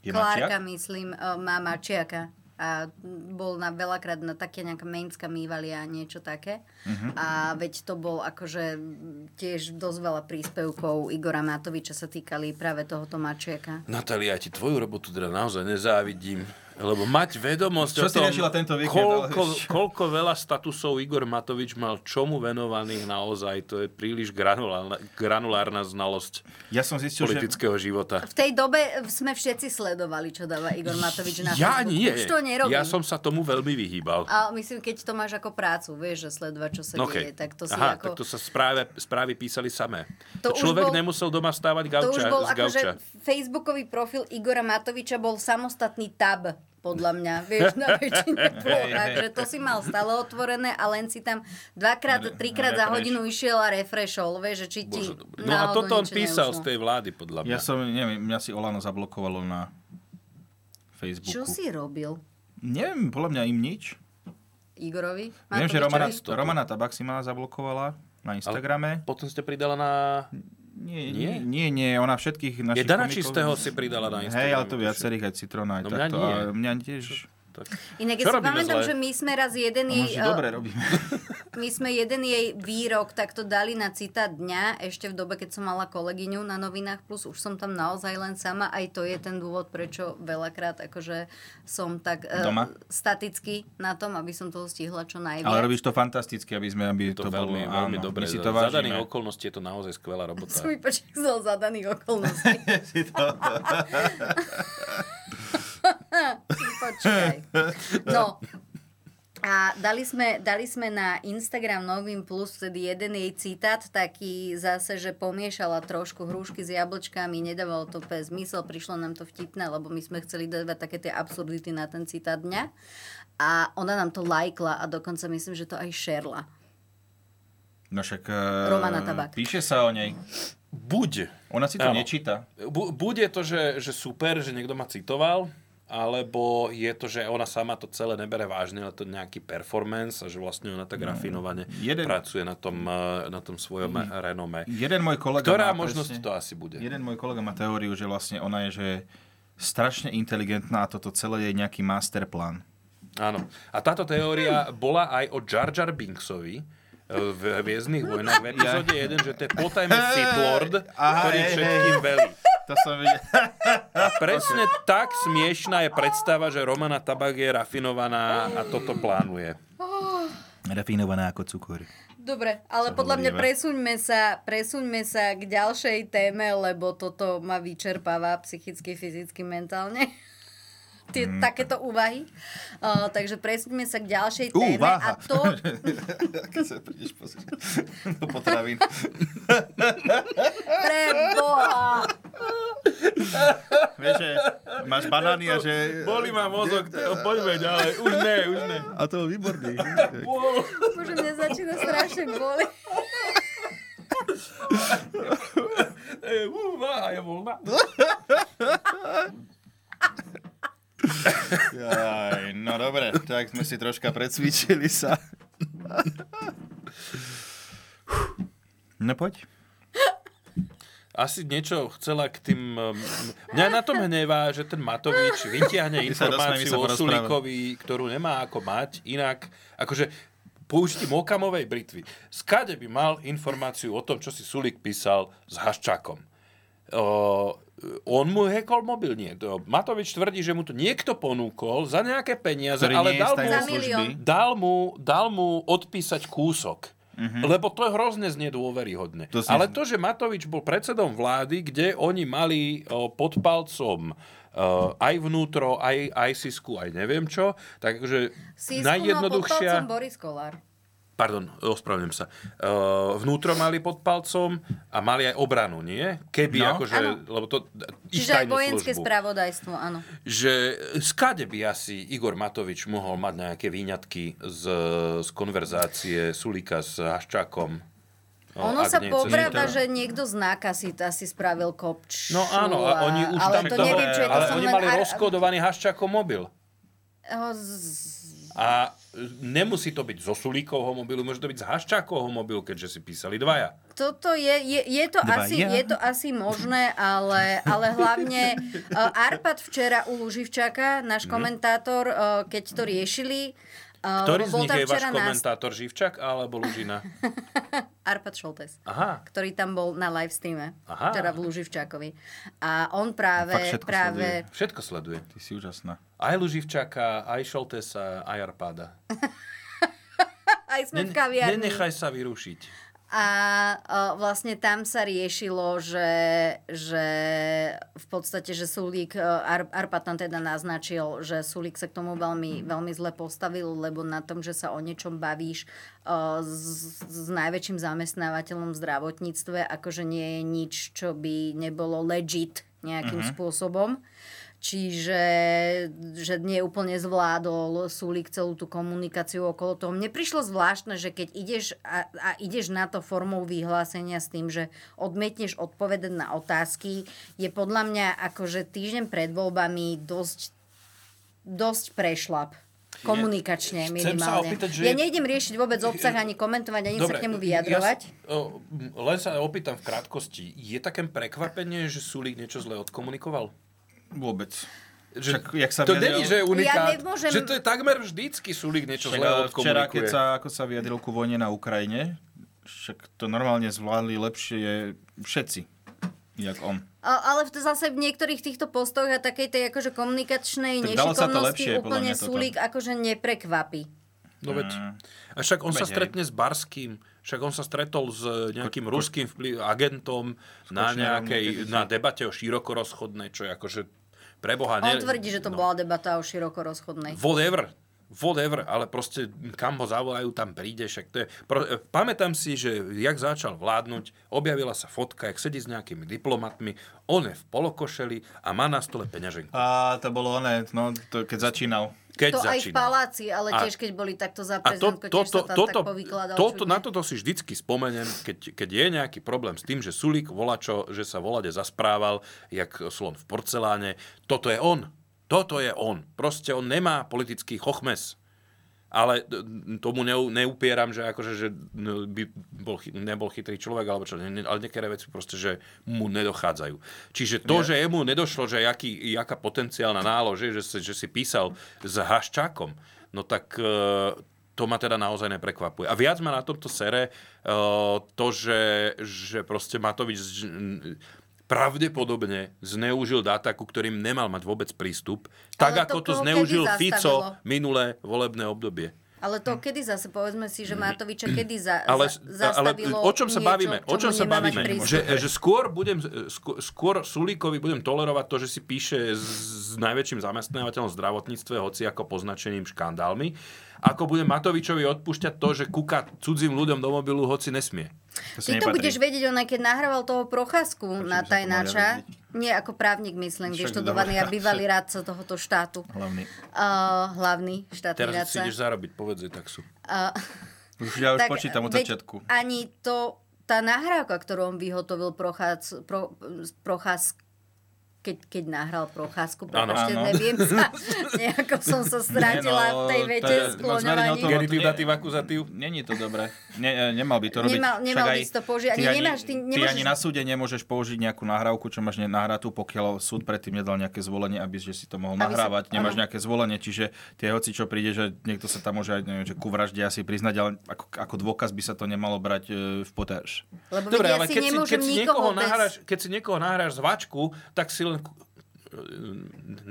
Speaker 5: Je
Speaker 3: Klárka,
Speaker 5: mačiak?
Speaker 3: myslím, e, má mačiaka. A bol na veľakrát na také nejaká mainská mývalia a niečo také.
Speaker 5: Mhm.
Speaker 3: A veď to bol akože mm, tiež dosť veľa príspevkov Igora Matoviča sa týkali práve tohoto mačiaka.
Speaker 4: Natália, ja ti tvoju robotu teda naozaj nezávidím, lebo mať vedomosť o
Speaker 5: Čo si
Speaker 4: tom,
Speaker 5: riešila tento víkend,
Speaker 4: koľko,
Speaker 5: ale vieš.
Speaker 4: koľko veľa statusov Igor Matovič mal čomu venovaných naozaj, to je príliš granulárna, granulárna znalosť
Speaker 5: Ja som zistil, že-
Speaker 4: politického života.
Speaker 3: V tej dobe sme všetci sledovali, čo dáva Igor Matovič na
Speaker 4: ja
Speaker 3: Facebooku.
Speaker 4: nie,
Speaker 3: Už to nerobím.
Speaker 4: ja som sa tomu veľmi vyhýbal. No
Speaker 3: A myslím, keď to máš ako prácu, vieš, že sledovať, čo sa
Speaker 4: Okej.
Speaker 3: deje, tak to si
Speaker 4: Aha,
Speaker 3: ako...
Speaker 4: tak to sa správe, správy písali samé.
Speaker 3: To
Speaker 4: To
Speaker 3: už
Speaker 4: Človek
Speaker 3: bol-
Speaker 4: nemusel doma stávať
Speaker 3: to už
Speaker 4: gauča,
Speaker 3: bol
Speaker 4: z
Speaker 3: akože
Speaker 4: gauča.
Speaker 3: Facebookový profil Igora Matoviča bol samostatný tab podľa mňa, vieš, na väčšine porad, že to si mal stále otvorené a len si tam dvakrát, trikrát za
Speaker 5: refresh.
Speaker 3: hodinu išiel a refreshol, vieš, že či ti
Speaker 4: No a
Speaker 3: náhodou
Speaker 4: toto on
Speaker 3: niečo
Speaker 4: písal
Speaker 3: neušlo.
Speaker 4: z tej vlády, podľa mňa.
Speaker 5: Ja som, neviem, mňa si Olano zablokovalo na Facebooku.
Speaker 3: Čo si robil
Speaker 5: Neviem, podľa mňa im nič.
Speaker 3: Igorovi?
Speaker 5: Viem, že Romana,
Speaker 3: Matovičovi?
Speaker 5: Romana Tabak si ma zablokovala na Instagrame.
Speaker 4: Potom ste pridala na... Nie?
Speaker 5: Nie, nie, nie, nie ona všetkých našich
Speaker 4: Dana
Speaker 5: komikov-
Speaker 4: Čistého si pridala na Instagrame,
Speaker 5: Hej, ale to
Speaker 4: tuším.
Speaker 5: viacerých, aj Citrona, aj
Speaker 4: No mňa
Speaker 5: takto.
Speaker 4: nie.
Speaker 5: A mňa tiež...
Speaker 3: Inak ja
Speaker 5: Čo
Speaker 3: si
Speaker 5: robíme
Speaker 3: pamätám,
Speaker 5: zle?
Speaker 3: že my sme raz jeden
Speaker 5: No,
Speaker 3: jej... eh,
Speaker 5: že dobre robíme.
Speaker 3: My sme jeden jej výrok takto dali na citát dňa, ešte v dobe, keď som mala kolegyňu na novinách, plus už som tam naozaj len sama, aj to je ten dôvod, prečo veľakrát akože som tak eh,
Speaker 5: Doma?
Speaker 3: staticky na tom, aby som toho stihla čo najviac.
Speaker 5: Ale robíš to fantasticky, aby sme... Aby
Speaker 4: To,
Speaker 5: to,
Speaker 4: veľmi,
Speaker 5: bolo,
Speaker 4: veľmi
Speaker 5: áno,
Speaker 4: dobre.
Speaker 5: My si
Speaker 4: to v
Speaker 5: to vážime.
Speaker 4: zadaných okolností je to naozaj skvelá robota.
Speaker 3: Som mi počítal za daných okolností. Počkaj. No. A dali sme, dali sme na Instagram Novým Plus vtedy jeden jej citát, taký zase, že pomiešala trošku hrušky s jablčkami, nedávalo to úplne zmysel, prišlo nám to vtipné, lebo my sme chceli dávať také tie absurdity na ten citát dňa. A ona nám to lajkla a dokonca myslím, že to aj šerla.
Speaker 5: No však... eh,
Speaker 3: Romana Tabak.
Speaker 5: Píše sa o nej.
Speaker 4: Buď.
Speaker 5: Ona si to
Speaker 4: Áno.
Speaker 5: nečíta.
Speaker 4: Bu- buď je to, že, že super, že niekto ma citoval, alebo je to, že ona sama to celé nebere vážne, ale to nejaký performance a že vlastne ona tak
Speaker 5: No,
Speaker 4: rafinovane
Speaker 5: jeden-
Speaker 4: pracuje na tom, eh, na tom svojom
Speaker 5: Mm.
Speaker 4: renome.
Speaker 5: Jeden môj kolega
Speaker 4: Ktorá
Speaker 5: má
Speaker 4: možnosť
Speaker 5: presne-
Speaker 4: to asi bude?
Speaker 5: Jeden môj kolega má teóriu, že vlastne ona je že strašne inteligentná a toto celé je nejaký masterplan.
Speaker 4: Áno. A táto teória bola aj o Jar Jar Binksovi e, v Hviezdnych vojnách v epizóde 1, že to je potajme Sith Lord,
Speaker 5: Aha,
Speaker 4: ktorý
Speaker 5: hej,
Speaker 4: všetkým
Speaker 5: hej.
Speaker 4: velí.
Speaker 5: To som videl.
Speaker 4: A presne tak smiešná je predstava, že Romana Tabak je rafinovaná a toto plánuje.
Speaker 3: Oh.
Speaker 5: Rafinovaná ako cukor.
Speaker 3: Dobre, ale
Speaker 5: Sa
Speaker 3: podľa mňa
Speaker 5: hovorí,
Speaker 3: presuňme sa, presuňme sa k ďalšej téme, lebo toto ma vyčerpáva psychicky, fyzicky, mentálne. Tie,
Speaker 5: Mm.
Speaker 3: Takéto úvahy. Uh, takže presuňme sa k ďalšej téme. A
Speaker 5: Úvaha.
Speaker 3: to,
Speaker 5: Keď sa prídeš pozrieť do potravín.
Speaker 3: Preboha!
Speaker 5: Vieš, že máš banány a že...
Speaker 4: Boli ma mozog, poďme ďalej, už ne, už ne.
Speaker 5: A to bol výborný.
Speaker 3: Bože, mňa začína strašne boli.
Speaker 4: je voľná Eh, uh, a je voľná.
Speaker 5: Jaj, no dobre, tak sme si troška precvičili sa. No poď.
Speaker 4: Asi niečo chcela k tým... um, Mňa na tom hnevá, že ten Matovič vytiahne
Speaker 5: My sa dostaneme, my sa
Speaker 4: informáciu o
Speaker 5: porozprávame.
Speaker 4: Sulíkovi, ktorú nemá ako mať, inak... Akože použitím okamovej britvy. Skade by mal informáciu o tom, čo si Sulík písal s Haščákom. O, on mu hekol mobil, nie. To Matovič tvrdí, že mu to niekto ponúkol za nejaké peniaze,
Speaker 5: Ktorý
Speaker 4: ale
Speaker 5: nie je
Speaker 4: dal
Speaker 5: z tajnej
Speaker 4: mu,
Speaker 5: Za milión. služby.
Speaker 4: dal, mu, dal mu odpísať kúsok. Lebo to hrozne znie dôveryhodne.
Speaker 5: Mhm. To si-
Speaker 4: Ale to, že Matovič bol predsedom vlády, kde oni mali o, pod palcom o, aj vnútro, aj, aj sisku, aj neviem čo, tak akože
Speaker 3: Sisku, No,
Speaker 4: najjednoduchšia...
Speaker 3: pod palcom Boris Kolár.
Speaker 4: Pardon, ospravedlňujem sa. Uh, vnútro mali pod palcom a mali aj obranu, nie? Keby
Speaker 5: No.
Speaker 4: akože...
Speaker 3: Áno.
Speaker 4: Lebo to, ich
Speaker 3: Čiže aj
Speaker 4: tajnú
Speaker 3: vojenské
Speaker 4: službu.
Speaker 3: spravodajstvo, áno.
Speaker 4: Že skade by asi Igor Matovič mohol mať nejaké výňatky z, z konverzácie Sulika s Haščákom? No,
Speaker 3: Ono
Speaker 4: ak
Speaker 3: sa
Speaker 4: nie cez
Speaker 3: povráva,
Speaker 4: internet.
Speaker 3: že niekto z NAKA si to asi spravil kopču.
Speaker 4: No áno, a oni už
Speaker 3: ale
Speaker 4: tam
Speaker 3: to neviem, čo je, to
Speaker 4: ale
Speaker 3: som
Speaker 4: oni
Speaker 3: len...
Speaker 4: mali
Speaker 3: ar-
Speaker 4: rozkodovaný Haščákov mobil.
Speaker 3: ho z-
Speaker 4: A nemusí to byť zo Sulíkovho mobilu, môže to byť z Haščákovho mobilu, keďže si písali dvaja.
Speaker 3: Toto je, je, je, to
Speaker 4: Dva
Speaker 3: asi,
Speaker 4: ja.
Speaker 3: je to asi možné, ale, ale hlavne uh, Arpad včera u Luživčaka, náš
Speaker 4: Mhm.
Speaker 3: komentátor, uh, keď to riešili, uh,
Speaker 4: Ktorý z
Speaker 3: bol
Speaker 4: nich
Speaker 3: tam
Speaker 4: je váš
Speaker 3: včera nás
Speaker 4: komentátor, Živčak alebo Lužina?
Speaker 3: Arpad Šoltes,
Speaker 4: Aha.
Speaker 3: ktorý tam bol na live streame,
Speaker 4: Aha.
Speaker 3: včera v Luživčakovi. A on práve,
Speaker 4: Fakt všetko
Speaker 3: práve
Speaker 4: sleduje. Všetko sleduje.
Speaker 5: Ty si úžasná.
Speaker 4: Aj Luživčaka, aj Šoltesa, aj Arpáda.
Speaker 3: aj sme v
Speaker 4: Nen-
Speaker 3: kaviarni.
Speaker 4: Nenechaj sa vyrušiť.
Speaker 3: A e, vlastne tam sa riešilo, že, že v podstate, že Sulík, e, Ar, Arpad tam teda naznačil, že Sulík sa k tomu veľmi, veľmi zle postavil, lebo na tom, že sa o niečom bavíš e, s, s najväčším zamestnávateľom v zdravotníctve, akože nie je nič, čo by nebolo legit nejakým
Speaker 10: Mhm.
Speaker 3: spôsobom. Čiže že neúplne zvládol Sulik celú tú komunikáciu okolo toho. Mne prišlo zvláštne, že keď ideš a, a ideš na to formou vyhlásenia s tým, že odmietneš odpovedať na otázky, je podľa mňa akože týždeň pred voľbami dosť, dosť prešlap. Komunikačne
Speaker 4: Chcem sa
Speaker 3: minimálne.
Speaker 4: opýtať, že
Speaker 3: Ja
Speaker 4: je-
Speaker 3: nejdem riešiť vôbec obsah, ani komentovať, ani sa k nemu
Speaker 4: Ja,
Speaker 3: vyjadrovať.
Speaker 4: s- o, m, len sa opýtam v krátkosti. Je také prekvapenie, že Sulík niečo zle odkomunikoval?
Speaker 5: Vôbec.
Speaker 4: Že,
Speaker 5: Však, jak sa
Speaker 4: to není,
Speaker 5: vyjadril-
Speaker 4: že je
Speaker 5: Ja
Speaker 4: unikát.
Speaker 3: nemôžem-
Speaker 4: Že to je takmer vždycky Sulík niečo
Speaker 5: Však,
Speaker 4: zle
Speaker 5: ale
Speaker 4: odkomunikuje.
Speaker 5: Včera, keď sa, ako sa vyjadril ku vojne na Ukrajine, však to normálne zvládli lepšie všetci, jak on.
Speaker 3: A- Ale v, zase v niektorých týchto postoch a takej tej akože komunikačnej
Speaker 5: Tak dalo sa to lepšie,
Speaker 3: nešikovnosti
Speaker 5: podľa
Speaker 3: úplne
Speaker 5: mňa toto.
Speaker 3: Sulík akože neprekvapí.
Speaker 4: No veď.
Speaker 5: Mm.
Speaker 4: A však on sa
Speaker 5: Veď hej.
Speaker 4: stretne s Barským, však on sa stretol s e, nejakým
Speaker 5: Ko- ko-
Speaker 4: ruským vplyv, agentom na
Speaker 5: Kočnerom niekedy
Speaker 4: nejakej,
Speaker 5: si-
Speaker 4: na debate o širokorozchodnej, čo je akože preboha,
Speaker 3: On
Speaker 4: ne,
Speaker 3: tvrdí, že to
Speaker 4: no.
Speaker 3: bola debata o široko rozchodnej.
Speaker 4: whatever, whatever, ale proste kam ho zavolajú, tam príde, však to je... Pro, e, pamätám si, že jak začal vládnuť, objavila sa fotka, jak sedí s nejakými diplomatmi, on je v polokošeli a má na stole peňaženku.
Speaker 5: A to bolo oné, no, to, keď začínal.
Speaker 4: Keď
Speaker 3: to aj v
Speaker 4: začínal.
Speaker 3: paláci, ale
Speaker 4: A-
Speaker 3: tiež keď boli takto za
Speaker 4: A to,
Speaker 3: prezidentko, tiež
Speaker 4: toto,
Speaker 3: sa tam
Speaker 4: toto,
Speaker 3: tak povykladalo.
Speaker 4: toto,
Speaker 3: čudne.
Speaker 4: na toto si vždycky spomeniem, keď, keď je nejaký problém s tým, že Sulík volá čo, že sa volade zasprával, jak slon v porceláne. Toto je on. Toto je on. Proste on nemá politický chochmes. Ale d- d- tomu neu- neupieram, že akože, že n- by bol, chy- nebol chytrý človek, alebo čo, ne- ne- ale niektoré veci proste, že mu nedochádzajú. Čiže to,
Speaker 5: Ja-
Speaker 4: že jemu nedošlo, že jaký, jaká potenciálna nálož je, že, si- že si písal s Haščákom, no tak e, to ma teda naozaj neprekvapuje. A viac ma na tomto sere e, to, že, že proste Matovič z- n- pravdepodobne zneužil dáta, ku ktorým nemal mať vôbec prístup, tak
Speaker 3: Ale to
Speaker 4: ako
Speaker 3: koho
Speaker 4: to
Speaker 3: kedy
Speaker 4: zneužil
Speaker 3: zastavilo?
Speaker 4: Fico minulé volebné obdobie.
Speaker 3: Ale to kedy zase, povedzme si, že Matoviča kedy za,
Speaker 4: Mm. Ale,
Speaker 3: za,
Speaker 4: ale
Speaker 3: zastavilo
Speaker 4: o čom sa
Speaker 3: niečo,
Speaker 4: bavíme? O čom
Speaker 3: čomu
Speaker 4: sa
Speaker 3: nemá mať
Speaker 4: bavíme?
Speaker 3: prístup?
Speaker 4: Že, že skôr, budem, skôr, skôr Sulíkovi budem tolerovať to, že si píše s s najväčším zamestnávateľom v zdravotníctve, hoci ako poznačeným škandálmi, ako budem Matovičovi odpúšťať to, že kúka cudzím ľuďom do mobilu, hoci nesmie.
Speaker 3: Ty to budeš vedieť, on aj keď nahrával toho Procházku na tajnáča. Nie, ako právnik myslím,
Speaker 4: Však
Speaker 3: vyštudovaný a
Speaker 4: dobre. No.
Speaker 3: bývalý rádca tohoto štátu.
Speaker 5: Hlavný.
Speaker 3: Uh, hlavný štátny
Speaker 4: Teraz
Speaker 3: rádca.
Speaker 4: si ideš zarobiť, povedz jej taksu.
Speaker 3: Uh,
Speaker 5: Už ja už
Speaker 3: tak
Speaker 5: počítam od
Speaker 3: veď
Speaker 5: začiatku.
Speaker 3: Ani to tá nahrávka, ktorú on vyhotovil Procház, pro, Procház keď, keď nahral Procházku, pretože
Speaker 4: Áno.
Speaker 3: neviem sa, nejako som sa
Speaker 5: no,
Speaker 3: strátila v tej vete skloňovaní.
Speaker 5: Genitív, akuzatív. Není to dobré. Ne, e, nemal by to robiť.
Speaker 3: Nemal- nemal by
Speaker 5: Však
Speaker 3: si to použiť. Ani
Speaker 5: ty
Speaker 3: nemáš- ty nemôžeš-
Speaker 5: ty ani na súde nemôžeš použiť nejakú nahrávku, čo máš ne- nahratú, pokiaľ súd predtým nedal nejaké zvolenie, aby že si to mohol
Speaker 3: Aby sa-
Speaker 5: nahrávať. Nemáš
Speaker 3: áno.
Speaker 5: nejaké zvolenie, čiže tie hoci čo príde, že niekto sa tam môže aj neviem, že ku vražde asi priznať, ale ako, ako dôkaz by sa to nemalo brať e, v potáž.
Speaker 3: Lebo
Speaker 4: Dobre,
Speaker 3: vedia,
Speaker 4: ale
Speaker 3: si
Speaker 4: keď si,
Speaker 3: nemôžem
Speaker 4: keď, si
Speaker 3: nikoho
Speaker 4: niekoho
Speaker 3: bez-
Speaker 4: nahráš, keď si niekoho nahráš zvačku, tak si len ku-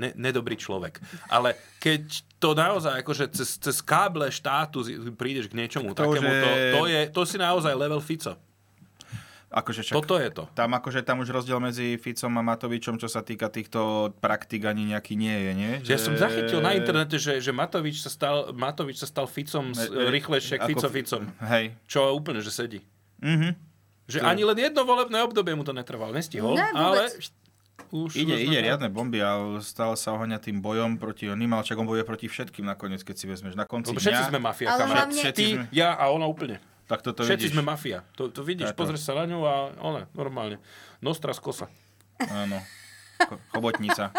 Speaker 4: ne, nedobrý človek. Ale keď to naozaj, akože cez, cez káble štátu z- prídeš k niečomu
Speaker 5: To už
Speaker 4: takému, to,
Speaker 5: je-
Speaker 4: to, je, to si naozaj level Fico.
Speaker 5: Akože však,
Speaker 4: Toto je to.
Speaker 5: Tam, akože, tam už rozdiel medzi Ficom a Matovičom, čo sa týka týchto praktik, ani nejaký nie je, nie?
Speaker 4: Ja som zachytil na internete, že, že Matovič, sa stal, Matovič sa stal Ficom s-
Speaker 5: E, e,
Speaker 4: rýchlejšie ako
Speaker 5: ako
Speaker 4: Fico
Speaker 5: Fi-
Speaker 4: Ficom.
Speaker 5: Hej.
Speaker 4: Čo úplne, že sedí.
Speaker 5: Mhm.
Speaker 4: Že
Speaker 5: To je-
Speaker 4: ani len jedno volebné obdobie mu to netrvalo. Nestihol,
Speaker 5: Ne,
Speaker 4: ale...
Speaker 5: vôbec.
Speaker 4: Už,
Speaker 5: Ide,
Speaker 4: už
Speaker 5: ide
Speaker 4: na-
Speaker 5: riadne bomby a stále sa oháňa tým bojom proti oným, ale však on bojuje proti všetkým nakoniec, keď si vezmeš na konci
Speaker 4: Lebo všetci
Speaker 5: dňa.
Speaker 4: sme mafia, Ale kamarát. hlavne-
Speaker 5: Všetci
Speaker 4: Ty,
Speaker 5: sme-
Speaker 4: ja a ona úplne.
Speaker 5: Tak toto
Speaker 4: Všetci
Speaker 5: vidíš.
Speaker 4: sme mafia. To, to vidíš,
Speaker 5: Tak to.
Speaker 4: pozrieš sa na ňu a ona, normálne. Nostra z kosa.
Speaker 5: Áno. Ko- Chobotnica.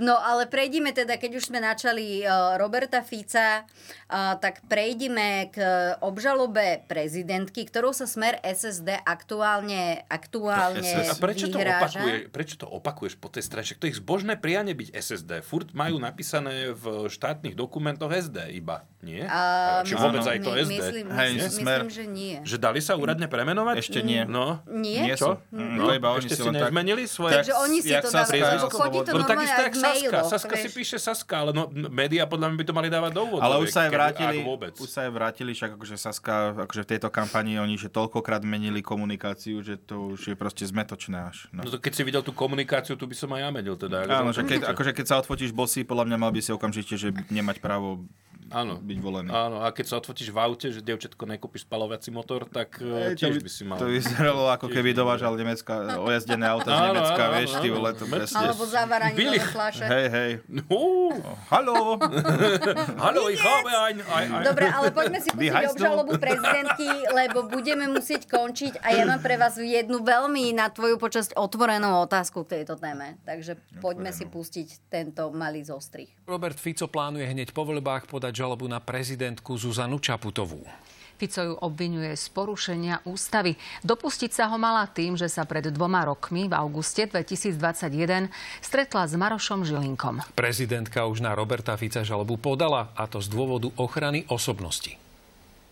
Speaker 3: No ale prejdime teda, keď už sme načali eh, Roberta Fica, eh, tak prejdime k eh, obžalobe prezidentky, ktorou sa smer SSD aktuálne, aktuálne
Speaker 4: a prečo to,
Speaker 3: vyhráža.
Speaker 4: opakuje, prečo to opakuješ po tej strane? Však to je ich zbožné prianie byť SSD. Furt majú napísané v štátnych dokumentoch SD iba, nie?
Speaker 3: A
Speaker 4: Či vôbec
Speaker 3: my-
Speaker 4: aj to
Speaker 3: No, my-
Speaker 4: SD?
Speaker 3: Myslím,
Speaker 4: Hej,
Speaker 3: myslím,
Speaker 4: smer.
Speaker 3: myslím, že nie.
Speaker 4: Že dali sa úradne premenovať?
Speaker 5: Ešte nie.
Speaker 4: No.
Speaker 3: Nie? Nie
Speaker 4: Čo? No,
Speaker 3: sú. Mm,
Speaker 5: to iba oni
Speaker 4: Ešte
Speaker 5: si
Speaker 4: si
Speaker 5: len tak-
Speaker 4: nezmenili svoje...
Speaker 3: Takže oni si
Speaker 5: jak
Speaker 3: to
Speaker 5: sa
Speaker 3: dávajú,
Speaker 5: spriezvisko
Speaker 3: lebo chodí to
Speaker 5: Slobodu.
Speaker 3: normálne
Speaker 4: Takisto
Speaker 3: aj
Speaker 4: jak
Speaker 3: v
Speaker 4: No, Saska.
Speaker 3: mailoch.
Speaker 4: Saska si
Speaker 3: vieš.
Speaker 4: píše Saska, ale no, médiá podľa mňa by to mali dávať do úvodu.
Speaker 5: Ale už sa aj
Speaker 4: keď- ak
Speaker 5: vrátili,
Speaker 4: vôbec.
Speaker 5: už sa aj vrátili, však akože Saska, akože v tejto kampani oni že toľkokrát menili komunikáciu, že to už je proste zmetočné až.
Speaker 4: No to keď si videl tú komunikáciu, tu by som aj ja menil teda.
Speaker 5: Áno,
Speaker 4: Akože-
Speaker 5: že keď, akože keď sa odfotíš bosy, podľa mňa mal by si okamžite, že nemať právo
Speaker 4: Áno.
Speaker 5: byť volený.
Speaker 4: Áno, a keď sa odfotíš v aute, že devčatko nekúpiš spalovací motor, tak e,
Speaker 5: Ej, to
Speaker 4: tiež
Speaker 5: by-
Speaker 4: by si mal.
Speaker 5: To vyzeralo
Speaker 4: Tiež
Speaker 5: ako
Speaker 4: by
Speaker 5: keby
Speaker 4: mal.
Speaker 5: dovážal Nemecka, ojazdené auta z
Speaker 4: Áno,
Speaker 5: Nemecka,
Speaker 4: áno,
Speaker 5: vieš,
Speaker 4: áno,
Speaker 5: ty
Speaker 4: áno.
Speaker 5: vole, to presne.
Speaker 3: Alebo zavaranie
Speaker 4: Byli-
Speaker 3: do fľaše.
Speaker 5: Hej, hej. No,
Speaker 4: Uú,
Speaker 5: Halo!
Speaker 4: Haló, ich habe ein... ein, ein.
Speaker 3: Dobre, ale poďme si
Speaker 5: Vy
Speaker 3: pustiť
Speaker 5: hajzdu.
Speaker 3: obžalobu prezidentky, lebo budeme musieť končiť a ja mám pre vás jednu veľmi na tvoju počasť otvorenú otázku k tejto téme. Takže poďme si pustiť tento malý zostrih.
Speaker 15: Robert Fico plánuje hneď po voľbách podať žalobu na prezidentku Zuzanu Čaputovú.
Speaker 16: Fico ju obvinuje z porušenia ústavy. Dopustiť sa ho mala tým, že sa pred dvoma rokmi v auguste 2021 stretla s Marošom Žilinkom.
Speaker 15: Prezidentka už na Roberta Fica žalobu podala, a to z dôvodu ochrany osobnosti.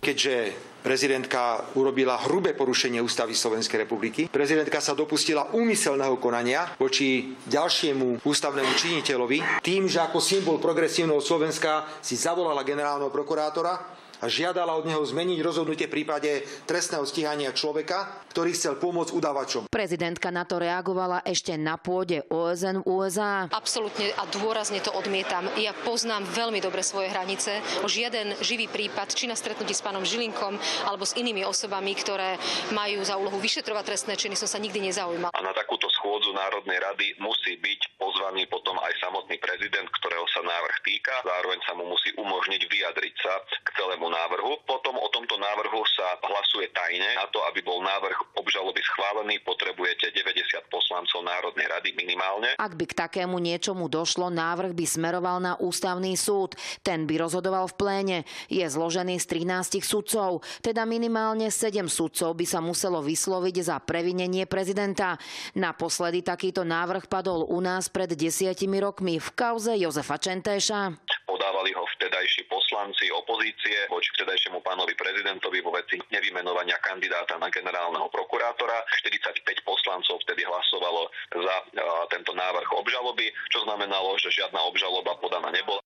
Speaker 17: Keďže prezidentka urobila hrubé porušenie ústavy Slovenskej republiky, prezidentka sa dopustila úmyselného konania voči ďalšiemu ústavnému činiteľovi tým, že ako symbol progresívneho Slovenska si zavolala generálneho prokurátora a žiadala od neho zmeniť rozhodnutie v prípade trestného stíhania človeka, ktorý chcel pomôcť udavačom.
Speaker 18: Prezidentka na to reagovala ešte na pôde OSN v USA.
Speaker 19: Absolútne a dôrazne to odmietam. Ja poznám veľmi dobre svoje hranice. Už jeden živý prípad, či na stretnutí s pánom Žilinkom alebo s inými osobami, ktoré majú za úlohu vyšetrovať trestné činy, som sa nikdy nezaujímal.
Speaker 20: A na takúto schôdzu Národnej rady musí byť pozvaný potom aj samotný prezident, ktorého sa návrh týka. Zároveň sa mu musí umožniť vyjadriť sa k celému návrhu. Potom o tomto návrhu sa hlasuje tajne. Na to, aby bol návrh obžaloby schválený, potrebujete 90 poslancov Národnej rady minimálne.
Speaker 18: Ak by k takému niečomu došlo, návrh by smeroval na ústavný súd. Ten by rozhodoval v pléne. Je zložený z 13 sudcov, teda minimálne 7 sudcov by sa muselo vysloviť za previnenie prezidenta. Naposledy takýto návrh padol u nás pred desiatimi rokmi v kauze Jozefa Čentéša.
Speaker 20: Podávali ho vtedajší poslanci opozície voči vtedajšiemu pánovi prezidentovi vo veci nevymenovania kandidáta na generálneho prokurátora. 45 poslancov vtedy hlasovalo za e, tento návrh obžaloby, čo znamenalo, že žiadna obžaloba podaná nebola.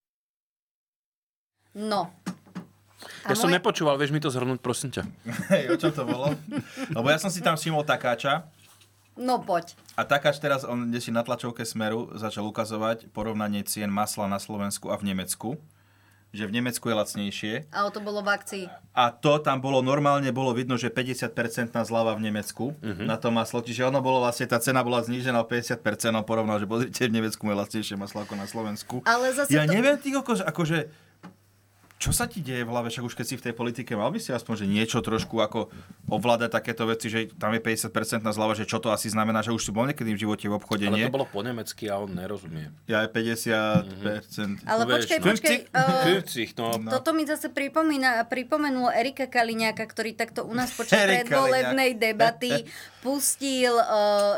Speaker 3: No.
Speaker 4: Ja som nepočúval, vieš mi to zhrnúť, prosím ťa.
Speaker 5: Hej, o čom to bolo? Lebo ja som si tam všimol takáča,
Speaker 3: No poď.
Speaker 5: A tak až teraz on kde si na tlačovke Smeru začal ukazovať porovnanie cien masla na Slovensku a v Nemecku. Že v Nemecku je lacnejšie.
Speaker 3: Ale to bolo v akcii.
Speaker 5: A to tam bolo normálne, bolo vidno, že 50% zľava v Nemecku uh-huh.
Speaker 4: Mhm.
Speaker 5: na to maslo. Čiže ono bolo vlastne, tá cena bola znížená o 50%, on porovnal, že pozrite, v Nemecku je lacnejšie maslo ako na Slovensku.
Speaker 3: Ale zase
Speaker 5: ja
Speaker 3: to-
Speaker 5: neviem, ty kokos, akože... Čo čo sa ti deje v hlave, však už keď si v tej politike, mal by si aspoň, že niečo trošku ako ovládať takéto veci, že tam je 50% zľava, že čo to asi znamená, že už si bol niekedy v živote v obchode,
Speaker 4: Ale
Speaker 5: nie?
Speaker 4: to bolo po nemecky a on nerozumie.
Speaker 5: Ja je 50%.
Speaker 3: Mhm. Ale
Speaker 4: no.
Speaker 3: počkej, počkej, eh,
Speaker 4: Fünfzig, no.
Speaker 3: Toto mi zase pripomína, pripomenulo Erika Kaliňáka, ktorý takto u nás počas
Speaker 4: Erik
Speaker 3: predvolebnej
Speaker 4: Kaliňák.
Speaker 3: debaty pustil eh,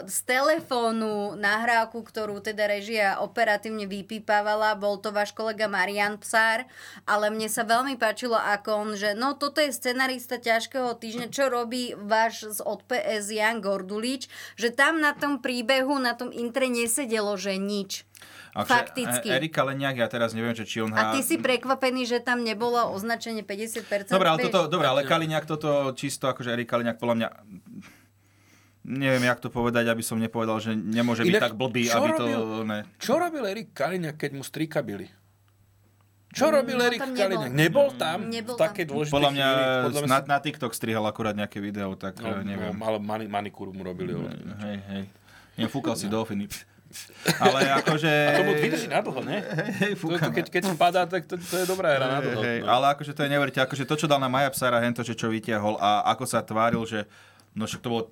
Speaker 3: z telefónu nahrávku, ktorú teda režia operatívne vypípávala. Bol to váš kolega Marian Psár, ale mne sa veľmi páčilo, ako on, že no toto je scenarista ťažkého týždňa, čo robí váš z od PS Jan Gordulič, že tam na tom príbehu, na tom intre nesedelo, že nič.
Speaker 5: Akože,
Speaker 3: Fakticky.
Speaker 5: e, Erika Leniak, ja teraz neviem, že či on
Speaker 3: A
Speaker 5: hrá...
Speaker 3: ty si prekvapený, že tam nebolo označenie 50%?
Speaker 5: Dobre, ale,
Speaker 3: vieš?
Speaker 5: toto, dobre, ale Kaliňák toto čisto, akože Erik Kaliňák podľa mňa neviem, jak to povedať, aby som nepovedal, že nemôže byť
Speaker 4: Inak,
Speaker 5: tak blbý,
Speaker 4: čo
Speaker 5: aby
Speaker 4: robil,
Speaker 5: to... Ne.
Speaker 4: Čo robil Erik Kaliňák, keď mu strika byli? Čo robil
Speaker 3: No,
Speaker 4: Erik
Speaker 3: tam nebol. Mm,
Speaker 4: Kaliňák? Nebol tam?
Speaker 3: Nebol
Speaker 4: v takej dôležitej
Speaker 5: Podľa mňa,
Speaker 4: chvíli? Podľa mňa
Speaker 5: na,
Speaker 4: si-
Speaker 5: na TikTok strihal akurát nejaké video, tak
Speaker 4: No,
Speaker 5: no, neviem.
Speaker 4: no, ale mani, manikúru mu robili.
Speaker 5: Hej, hej. Nefúkal si dolfiny. Ale akože...
Speaker 4: A to mu vydrží na dlho, ne?
Speaker 5: Hej,
Speaker 4: to, to, keď, keď padá, tak to, to je dobrá hra na
Speaker 5: Hej,
Speaker 4: dlho.
Speaker 5: hej,
Speaker 4: no.
Speaker 5: ale akože to je neveriteľné. Akože to, čo dal na Maja Psára, hento, že čo vytiahol a ako sa tváril, že no však to bolo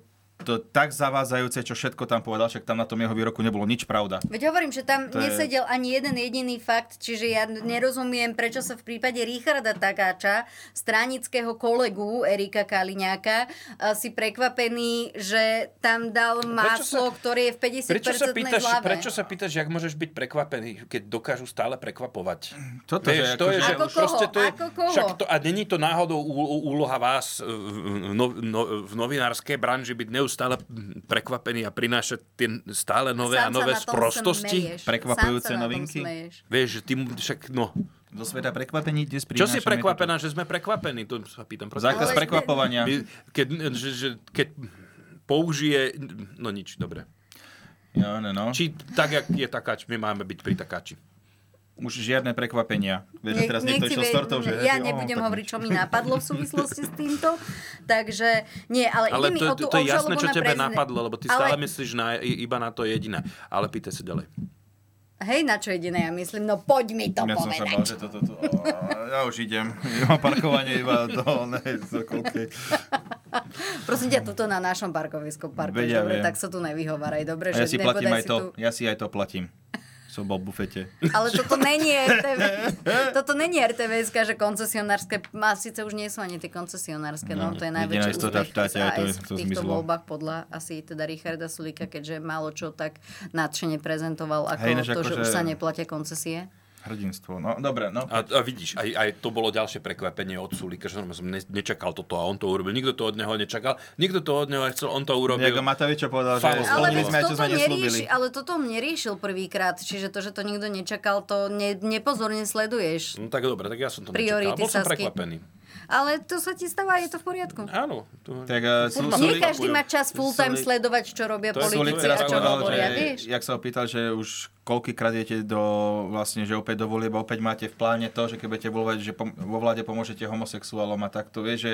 Speaker 5: to tak zavádzajúce, čo všetko tam povedal, však tam na tom jeho výroku nebolo nič pravda.
Speaker 3: Veď hovorím, že tam
Speaker 5: To je-
Speaker 3: nesedel ani jeden jediný fakt, čiže ja nerozumiem, prečo sa v prípade Richarda Takáča, stranického kolegu Erika Kaliňáka, eh, si prekvapený, že tam dal máslo, ktoré je v 50%
Speaker 4: Prečo sa, pýtaš,
Speaker 3: zlave.
Speaker 4: prečo sa pýtaš, jak môžeš byť prekvapený, keď dokážu stále prekvapovať?
Speaker 5: Toto
Speaker 4: Vieš,
Speaker 5: je
Speaker 4: to je,
Speaker 5: akože-
Speaker 4: že
Speaker 5: Ako
Speaker 3: koho?
Speaker 4: proste to je,
Speaker 3: Ako koho?
Speaker 4: však to, a není to náhodou ú- úloha vás e, v- no, no, v novinárskej branži byť neustále prekvapený a prinášať tie stále nové
Speaker 3: Sám
Speaker 4: a
Speaker 3: sa
Speaker 4: nové
Speaker 3: na tom smeješ.
Speaker 4: sprostosti?
Speaker 5: Prekvapujúce
Speaker 3: Sám sa na tom
Speaker 5: novinky?
Speaker 3: smeješ.
Speaker 4: Vieš, že ty mu- však, no.
Speaker 5: Do sveta prekvapení dnes
Speaker 4: Čo si
Speaker 5: prinášame
Speaker 4: prekvapená, že sme prekvapení? To sa pýtam. prečo?
Speaker 5: Zákaz Ale- prekvapovania.
Speaker 4: My- Keď, že, že, keď použije... No nič, dobre.
Speaker 5: Ja, ne, no.
Speaker 4: Či tak, jak je takáč, my máme byť pri takáči.
Speaker 5: Už žiadne prekvapenia. Vieš, že
Speaker 3: Nech-
Speaker 5: teraz
Speaker 3: nech
Speaker 5: niekto
Speaker 3: si
Speaker 5: išiel
Speaker 3: vie-
Speaker 5: s tortou, že...
Speaker 3: Ja
Speaker 5: hej, o,
Speaker 3: nebudem
Speaker 5: tak
Speaker 3: hovoriť, čo mi napadlo v súvislosti s týmto. Takže nie, ale,
Speaker 4: Ale
Speaker 3: ide mi o
Speaker 4: to,
Speaker 3: tú
Speaker 4: to je jasné,
Speaker 3: obžalobu
Speaker 4: čo
Speaker 3: na
Speaker 4: tebe
Speaker 3: prezident-
Speaker 4: napadlo, lebo ty
Speaker 3: ale,
Speaker 4: stále myslíš na, i- iba na to jediné. Ale pýtaj sa ďalej.
Speaker 3: Hej, na čo jediné ja myslím, no poď mi to
Speaker 5: Ja som sa
Speaker 3: povedať.
Speaker 5: bál, že toto... To, to, ja už idem. Ja mám parkovanie iba do... Ne, do koľkej.
Speaker 3: Prosím ťa, tuto na našom parkovisku parkuješ,
Speaker 5: Veď ja
Speaker 3: dobre,
Speaker 5: viem.
Speaker 3: tak sa tu nevyhováraj, dobre,
Speaker 5: A ja
Speaker 3: že
Speaker 5: si platím
Speaker 3: nebodaj
Speaker 5: aj
Speaker 3: si
Speaker 5: to.
Speaker 3: tu...
Speaker 5: Ja si aj to platím. Som bol v bufete.
Speaker 3: Ale toto není RTV, toto není RTVS, že koncesionárske, a síce už nie sú ani tie koncesionárske, no,
Speaker 5: No,
Speaker 3: to je
Speaker 5: jediná
Speaker 3: najväčší
Speaker 5: istota v
Speaker 3: úspech
Speaker 5: štáte, aj to je-
Speaker 3: SAS
Speaker 5: to
Speaker 3: v týchto
Speaker 5: zmizlo.
Speaker 3: voľbách podľa asi teda Richarda Sulika, keďže málo čo tak nadšene prezentoval ako
Speaker 5: Hej, ináč
Speaker 3: to, že
Speaker 5: akože-
Speaker 3: už sa neplatia koncesie.
Speaker 5: Hrdinstvo. No, dobre, no.
Speaker 4: A, a vidíš, aj, aj to bolo ďalšie prekvapenie od Sulika, že normálne som ne, nečakal toto a on to urobil. Nikto to od neho nečakal, nikto to od neho nechcel, on to urobil.
Speaker 5: Nejako Matovičo povedal, že
Speaker 4: Faust.
Speaker 3: Ale
Speaker 5: splnili
Speaker 3: veď
Speaker 5: sme, čo
Speaker 3: toto
Speaker 5: sme neslúbili.
Speaker 3: nerieši, ale toto neriešil prvýkrát, čiže to, že to nikto nečakal, to ne, nepozorne sleduješ.
Speaker 4: No tak dobre, tak ja som to
Speaker 3: Priority
Speaker 4: nečakal. Bol som
Speaker 3: Sasky.
Speaker 4: prekvapený.
Speaker 3: Ale to sa ti stáva, je to v poriadku.
Speaker 4: Áno. To...
Speaker 5: Tak, uh, sú, sú,
Speaker 3: Nie každý má čas full time
Speaker 5: Sulik-
Speaker 3: sledovať, čo robia
Speaker 5: To je Sulik
Speaker 3: politici
Speaker 5: teraz
Speaker 3: a čo
Speaker 5: povedal, že,
Speaker 3: hovoria, vieš?
Speaker 5: jak sa opýtal, že už koľkýkrát idete do, vlastne, že opäť do volieb a opäť máte v pláne to, že keď budete voľovať, že pom- vo vláde pomôžete homosexuálom a takto, vieš, že...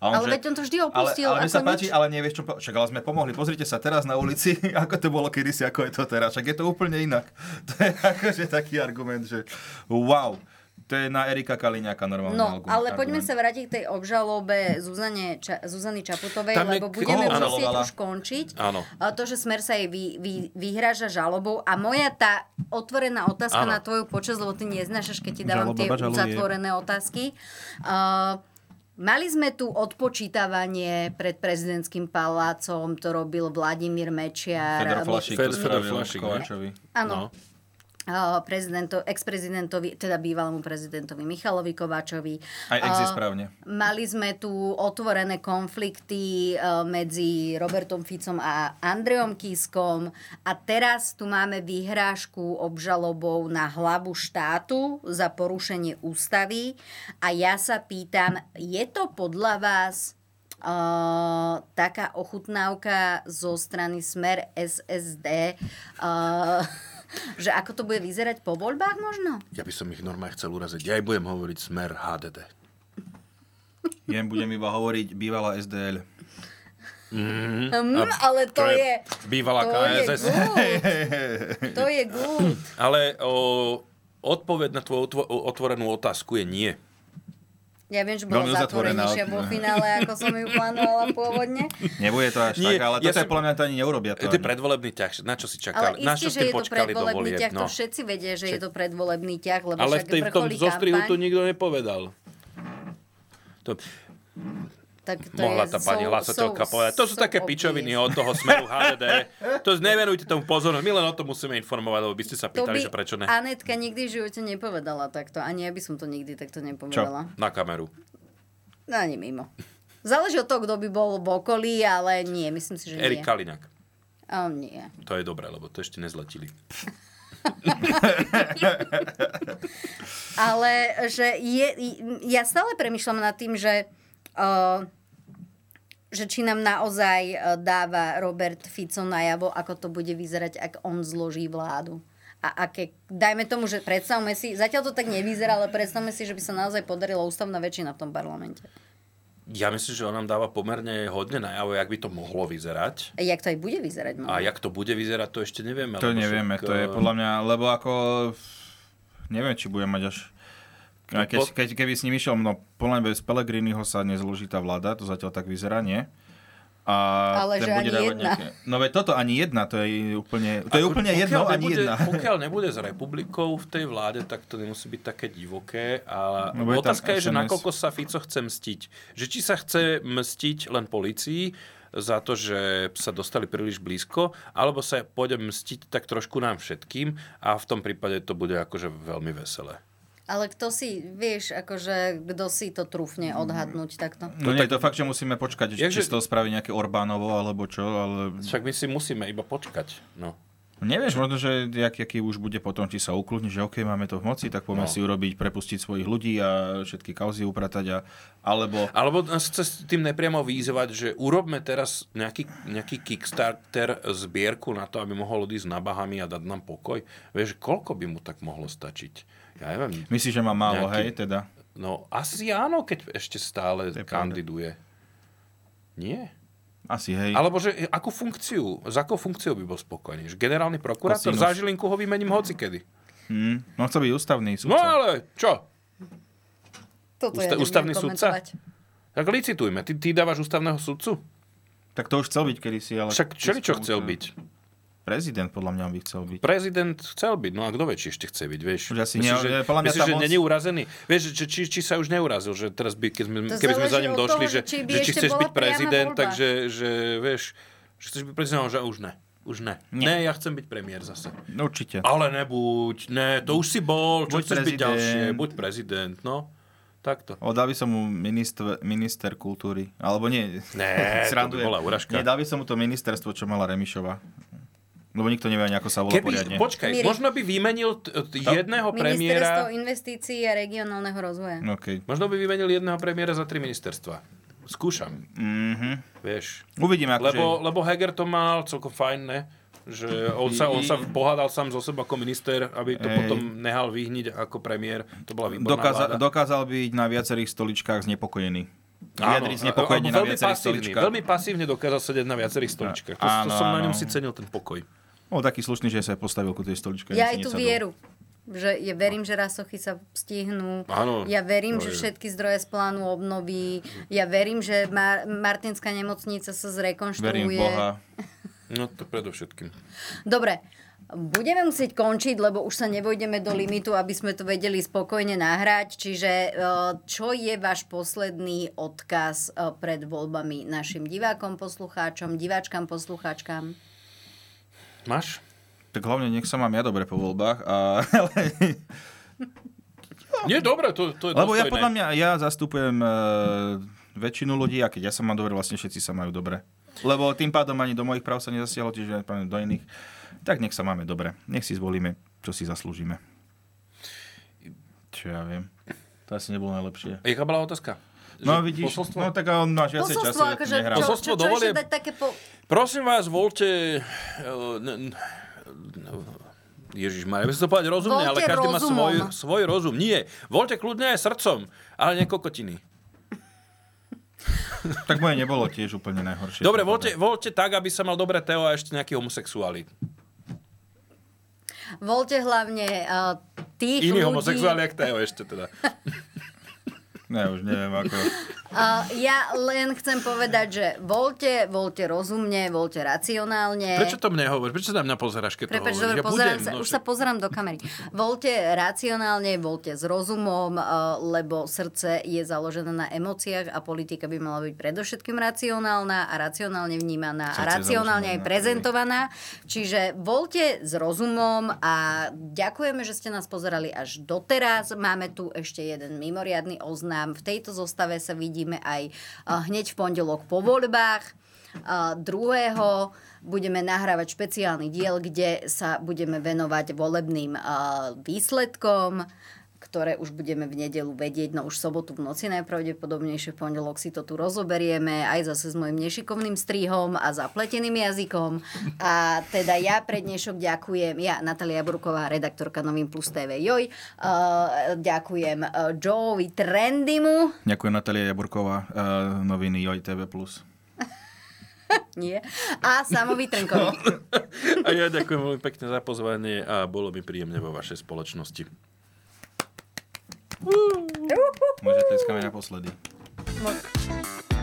Speaker 5: A
Speaker 3: Ale
Speaker 5: že,
Speaker 3: veď on to vždy opustil,
Speaker 5: Ale, ale mne
Speaker 3: ako
Speaker 5: sa páči,
Speaker 3: nič.
Speaker 5: ale nevieš, čo... po- Však ale sme pomohli, pozrite sa teraz na ulici, ako to bolo kedysi, ako je to teraz, však je to úplne inak. To je akože taký argument, že wow, to je na Erika Kaliňáka normálne
Speaker 3: No,
Speaker 5: argument.
Speaker 3: ale poďme
Speaker 5: argument.
Speaker 3: sa vrátiť k tej obžalobe Zuzane, Ča, Zuzany Čaputovej,
Speaker 5: Tam je
Speaker 3: lebo
Speaker 5: koho
Speaker 3: budeme musieť
Speaker 5: obžalovala?
Speaker 3: už končiť.
Speaker 5: Áno.
Speaker 3: A To, že Smer sa jej vy, vy, vyhráža žalobou a moja tá otvorená otázka
Speaker 5: Áno.
Speaker 3: na tvoju počas, lebo ty neznášaš, keď ti dávam
Speaker 5: Žaloba
Speaker 3: tie
Speaker 5: žaluje.
Speaker 3: uzatvorené otázky. Uh, Mali sme tu odpočítavanie pred prezidentským palácom, to robil Vladimír Mečiar.
Speaker 5: Fedor No.
Speaker 3: alebo-
Speaker 5: Flašík,
Speaker 4: Fedor- Fedor
Speaker 5: Fedor,
Speaker 4: Flašík, ne?
Speaker 5: Flašík, Kovačovi.
Speaker 3: Áno.
Speaker 4: No.
Speaker 3: Uh, prezidento, ex-prezidentovi, teda bývalému prezidentovi Michalovi Kováčovi.
Speaker 5: Aj ex je
Speaker 3: Uh,
Speaker 5: správne.
Speaker 3: Mali sme tu otvorené konflikty uh, medzi Robertom Ficom a Andreom Kiskom a teraz tu máme vyhrážku obžalobou na hlavu štátu za porušenie ústavy a ja sa pýtam, je to podľa vás Uh, taká ochutnávka zo strany Smer SSD, uh, že ako to bude vyzerať po voľbách možno?
Speaker 4: Ja by som ich normálne chcel uraziť. Ja aj budem hovoriť smer HDD.
Speaker 5: Jem budem iba hovoriť bývalá SDL.
Speaker 4: Mm,
Speaker 3: Mm, ale to, je...
Speaker 4: Bývalá
Speaker 3: to
Speaker 4: KSS.
Speaker 3: Je good, to je good.
Speaker 4: Ale o, odpoveď na tvoju otvo- otvorenú otázku je nie.
Speaker 3: Ja viem, že bola
Speaker 5: Veľmi uzatvorená.
Speaker 3: zatvorenejšia vo finále, ako som ju plánovala pôvodne.
Speaker 5: Nebude to až
Speaker 4: Nie,
Speaker 5: tak, ale
Speaker 4: ja
Speaker 5: toto je
Speaker 4: som-
Speaker 5: podľa mňa to ani neurobia. To
Speaker 4: To je predvolebný ťah, na čo si
Speaker 3: Ale
Speaker 4: čakali? na
Speaker 3: isté,
Speaker 4: čo
Speaker 3: že
Speaker 4: ste
Speaker 3: je to
Speaker 4: počkali do
Speaker 3: predvolebný
Speaker 4: volieb?
Speaker 3: ťah, to
Speaker 4: No.
Speaker 3: všetci vedia, že je
Speaker 4: Však-
Speaker 3: to predvolebný ťah, lebo
Speaker 4: Ale
Speaker 3: však
Speaker 4: v, tej, v tom
Speaker 3: vrcholí
Speaker 4: zostrihu
Speaker 3: kampaň.
Speaker 4: to nikto nepovedal. To,
Speaker 3: Tak to
Speaker 4: mohla
Speaker 3: je
Speaker 4: tá pani
Speaker 3: so-
Speaker 4: Lasotelka
Speaker 3: so-
Speaker 4: povedať. To sú
Speaker 3: so
Speaker 4: také
Speaker 3: obvious.
Speaker 4: pičoviny od toho smeru HDD. To nevenujte tomu pozornosť. My len o tom musíme informovať, lebo by ste
Speaker 3: To
Speaker 4: sa
Speaker 3: by
Speaker 4: pýtali, že prečo ne.
Speaker 3: Anetka nikdy v živote nepovedala takto. Ani ja by som to nikdy takto nepovedala.
Speaker 4: Na kameru.
Speaker 3: No ani mimo. Záleží od toho, kto by bol v okolí, ale nie, myslím si, že nie.
Speaker 4: Erik Kaliňák.
Speaker 3: A on nie.
Speaker 4: To je dobré, lebo to ešte nezletili.
Speaker 3: Ale že je, ja stále premyšľam nad tým, že, uh, že či nám naozaj eh, dáva Robert Fico najavo, ako to bude vyzerať, ak on zloží vládu. A aké, dajme tomu, že predstavme si, zatiaľ to tak nevyzerá, ale predstavme si, že by sa naozaj podarila ústavná väčšina v tom parlamente.
Speaker 4: Ja myslím, že on nám dáva pomerne hodne najavo, jak by to mohlo vyzerať.
Speaker 3: A jak to aj bude vyzerať. no. možno.
Speaker 4: A jak to bude vyzerať, to ešte nevieme.
Speaker 5: To
Speaker 4: lebo
Speaker 5: nevieme,
Speaker 4: však,
Speaker 5: to je
Speaker 4: eh,
Speaker 5: podľa mňa, lebo ako... Neviem, či budem mať až...
Speaker 4: No,
Speaker 5: A Keď,
Speaker 4: po-
Speaker 5: keď, keby s ním išiel, no podľa mňa bez Pellegriniho sa nezloží tá vláda, to zatiaľ tak vyzerá, nie? A
Speaker 3: Ale že
Speaker 5: ten
Speaker 3: ani
Speaker 5: dávať
Speaker 3: jedna.
Speaker 5: No veď toto ani jedna, to je úplne, to je
Speaker 4: Ako-
Speaker 5: úplne
Speaker 4: pokiaľ
Speaker 5: jedno, ani
Speaker 4: nebude,
Speaker 5: jedna.
Speaker 4: Pokiaľ nebude s republikou v tej vláde, tak to nemusí byť také divoké. A
Speaker 5: No bude tam
Speaker 4: otázka je, že
Speaker 5: SNS.
Speaker 4: nakoľko sa Fico chce mstiť. Že či sa chce mstiť len policii za to, že sa dostali príliš blízko, alebo sa pôjde mstiť tak trošku nám všetkým a v tom prípade to bude akože veľmi veselé.
Speaker 3: Ale kto si, vieš, akože kto si to trúfne odhadnúť takto?
Speaker 5: No nie, to fakt, že musíme počkať, či
Speaker 4: Jakže-
Speaker 5: z toho spraví nejaké Orbánovo, alebo čo, ale...
Speaker 4: Však my si musíme iba počkať. No.
Speaker 5: Nevieš, možno, že jak, aký už bude potom, či sa ukludne, že OK, máme to v moci, tak poďme
Speaker 4: No.
Speaker 5: si urobiť, prepustiť svojich ľudí a všetky kauzy upratať a... Alebo...
Speaker 4: Alebo nás chce s tým nepriamo výzvať, že urobme teraz nejaký, nejaký Kickstarter zbierku na to, aby mohol odísť na Bahami a dať nám pokoj. Vieš, koľko by mu tak mohlo stačiť? Ja neviem.
Speaker 5: Myslíš, že má málo, hej, teda?
Speaker 4: No, asi áno, keď ešte stále kandiduje. Nie.
Speaker 5: Asi, hej.
Speaker 4: Alebo že akú funkciu, s akou funkciou by bol spokojný? Že generálny prokurátor,
Speaker 5: Asi, no.
Speaker 4: za Žilinku ho vymením hocikedy.
Speaker 5: Hm, no chce byť ústavný
Speaker 4: No
Speaker 5: súdca.
Speaker 4: ale čo?
Speaker 3: Toto
Speaker 4: Ústa-
Speaker 3: ja nebudem
Speaker 4: ústavný sudca?
Speaker 3: komentovať.
Speaker 4: Tak licitujme. Ty, ty dávaš ústavného sudcu?
Speaker 5: Tak to už chcel byť kedysi, ale...
Speaker 4: Však čo chcel byť?
Speaker 5: Prezident podľa mňa by chcel byť.
Speaker 4: Prezident chcel byť, no a kto vie, či ešte chce byť, vieš.
Speaker 5: Už asi
Speaker 4: myslíš,
Speaker 5: nie,
Speaker 4: že,
Speaker 5: ale podľa mňa
Speaker 4: myslíš,
Speaker 5: tá
Speaker 4: že
Speaker 5: moc-
Speaker 4: není urazený? Vieš, že, či, či, sa už neurazil, že teraz by, keď sme,
Speaker 3: To
Speaker 4: keby sme za
Speaker 3: záleží
Speaker 4: ním
Speaker 3: od
Speaker 4: došli,
Speaker 3: toho,
Speaker 4: že,
Speaker 3: že či by
Speaker 4: že či
Speaker 3: ešte
Speaker 4: chceš
Speaker 3: bola
Speaker 4: byť
Speaker 3: priama
Speaker 4: prezident,
Speaker 3: voľba.
Speaker 4: takže že, vieš, že chceš byť prezident, že už ne. Už ne.
Speaker 5: Nie.
Speaker 4: Nie. Ne, ja chcem byť premiér zase.
Speaker 5: Určite.
Speaker 4: Ale nebuď, ne, to už si bol, čo
Speaker 5: Buď
Speaker 4: chceš byť
Speaker 5: prezident.
Speaker 4: ďalšie, buď prezident, no. Takto.
Speaker 5: O, dal by som mu minister, minister kultúry. Alebo nie.
Speaker 4: Né, to by
Speaker 5: srandujem.
Speaker 4: bola urážka.
Speaker 5: Nie, dal by som mu to ministerstvo, čo mala Remišova. Lebo nikto nevie ani, ako sa volá poriadne.
Speaker 4: Keby, počkaj,
Speaker 3: Miri.
Speaker 4: možno by vymenil t- t- jedného
Speaker 3: Ministerstvo
Speaker 4: premiéra,
Speaker 3: investícií a regionálneho rozvoja.
Speaker 5: Okay.
Speaker 4: možno by vymenil jedného premiéra za tri ministerstva. Skúšam.
Speaker 5: Mm-hmm.
Speaker 4: Vieš.
Speaker 5: Uvidíme, akože...
Speaker 4: Lebo, lebo Heger to mal celkom fajn, ne? Že on sa, on sa pohádal sám zo seba ako minister, aby to
Speaker 5: Hej.
Speaker 4: potom nehal vyhniť ako premiér. To bola výborná
Speaker 5: Dokáza,
Speaker 4: vláda.
Speaker 5: dokázal byť na viacerých stoličkách znepokojený.
Speaker 4: Áno,
Speaker 5: Vyjadriť
Speaker 4: a-
Speaker 5: znepokojenie
Speaker 4: a-
Speaker 5: na
Speaker 4: veľmi
Speaker 5: viacerých
Speaker 4: pasívny,
Speaker 5: stoličkách. No,
Speaker 4: Veľmi pasívne dokázal sedieť na viacerých stoličkách. To,
Speaker 5: Áno,
Speaker 4: to som na ňom
Speaker 5: áno.
Speaker 4: si cenil ten pokoj.
Speaker 5: Bol taký slušný, že sa aj postavil ku tej stoličke.
Speaker 3: Ja aj
Speaker 5: ani si
Speaker 3: tú
Speaker 5: nesadol.
Speaker 3: vieru. Že ja verím, že rasochy sa stihnú.
Speaker 5: Áno,
Speaker 3: ja verím, že
Speaker 5: to je-
Speaker 3: všetky zdroje z plánu obnoví. Ja verím, že Mar- Martinská nemocnica sa zrekonštruuje.
Speaker 5: Verím v Boha.
Speaker 4: No to predovšetkým.
Speaker 3: Dobre, budeme musieť končiť, lebo už sa nevojdeme do limitu, aby sme to vedeli spokojne nahrať. Čiže e, čo je váš posledný odkaz e, pred voľbami našim divákom, poslucháčom, diváčkam, poslucháčkam?
Speaker 4: Máš?
Speaker 5: Tak hlavne nech sa mám ja dobre po voľbách. A, ale,
Speaker 4: Nie, dobre, to, to je
Speaker 5: No. lebo ja
Speaker 4: dôstojné.
Speaker 5: podľa mňa, ja zastupujem e, väčšinu ľudí a keď ja sa mám dobre, vlastne všetci sa majú dobre. Lebo tým pádom ani do mojich práv sa nezasiahlo, čiže ani do iných. Tak nech sa máme dobre. Nech si zvolíme, čo si zaslúžime. Čo ja viem. To asi nebolo najlepšie.
Speaker 4: Jaká bola otázka?
Speaker 5: No
Speaker 4: Že
Speaker 5: vidíš,
Speaker 4: posolstvo?
Speaker 5: no tak on máš viacej času, ja tu nehrám.
Speaker 4: Posolstvo
Speaker 3: akože, čo, čo, čo
Speaker 4: dovolie-
Speaker 3: ešte dať také po...
Speaker 4: Prosím vás, voľte... eh, n- n- Ježiš Maria, by som to povedať rozumne,
Speaker 3: Voľte
Speaker 4: ale každý má
Speaker 3: rozumom.
Speaker 4: svoj, svoj rozum. Nie, voľte kľudne aj srdcom, ale nie kokotiny.
Speaker 5: Tak moje nebolo tiež úplne najhoršie.
Speaker 4: Dobre, voľte, voľte tak, aby sa mal dobre Teo a ešte nejaký homosexuáli.
Speaker 3: Voľte hlavne uh, tých
Speaker 4: Iný
Speaker 3: ľudí,
Speaker 4: homosexuáli, jak Teo ešte teda.
Speaker 5: Ne, už neviem ako.
Speaker 3: Uh, ja len chcem povedať, že voľte, voľte rozumne, voľte racionálne.
Speaker 4: Prečo to mne hovoríš? Prečo sa na mňa pozeráš, keď
Speaker 3: Prepač,
Speaker 4: to hovoríš?
Speaker 3: dobre, pozerám sa,
Speaker 4: no,
Speaker 3: už sa pozerám do kamery. Voľte racionálne, voľte s rozumom, eh, lebo srdce je založené na emóciách a politika by mala byť predovšetkým racionálna a racionálne vnímaná
Speaker 13: Srdce
Speaker 3: a
Speaker 13: je
Speaker 3: racionálne
Speaker 13: založené
Speaker 3: aj
Speaker 13: na-
Speaker 3: prezentovaná. Čiže voľte s rozumom a ďakujeme, že ste nás pozerali až doteraz. Máme tu ešte jeden mimoriadny oznám. V tejto zostave sa vidíme aj eh, hneď v pondelok po voľbách. A druhého budeme nahrávať špeciálny diel, kde sa budeme venovať volebným a, výsledkom ktoré už budeme v nedelu vedieť, no už v sobotu v noci najpravdepodobnejšie v pondelok si to tu rozoberieme, aj zase s mojim nešikovným strihom a zapleteným jazykom. A teda ja pre dnešok ďakujem, ja Natalia Burková, redaktorka Novým Plus TV Joj, a, ďakujem a, Joevi Trendymu,
Speaker 5: Ďakujem Natália Jaburková, eh, noviny Joj TV+.
Speaker 3: nie, a Samovi Trnkovi.
Speaker 4: A ja ďakujem veľmi pekne za pozvanie a bolo mi príjemne vo vašej spoločnosti.
Speaker 5: Môžete ísť naposledy.
Speaker 3: Mo-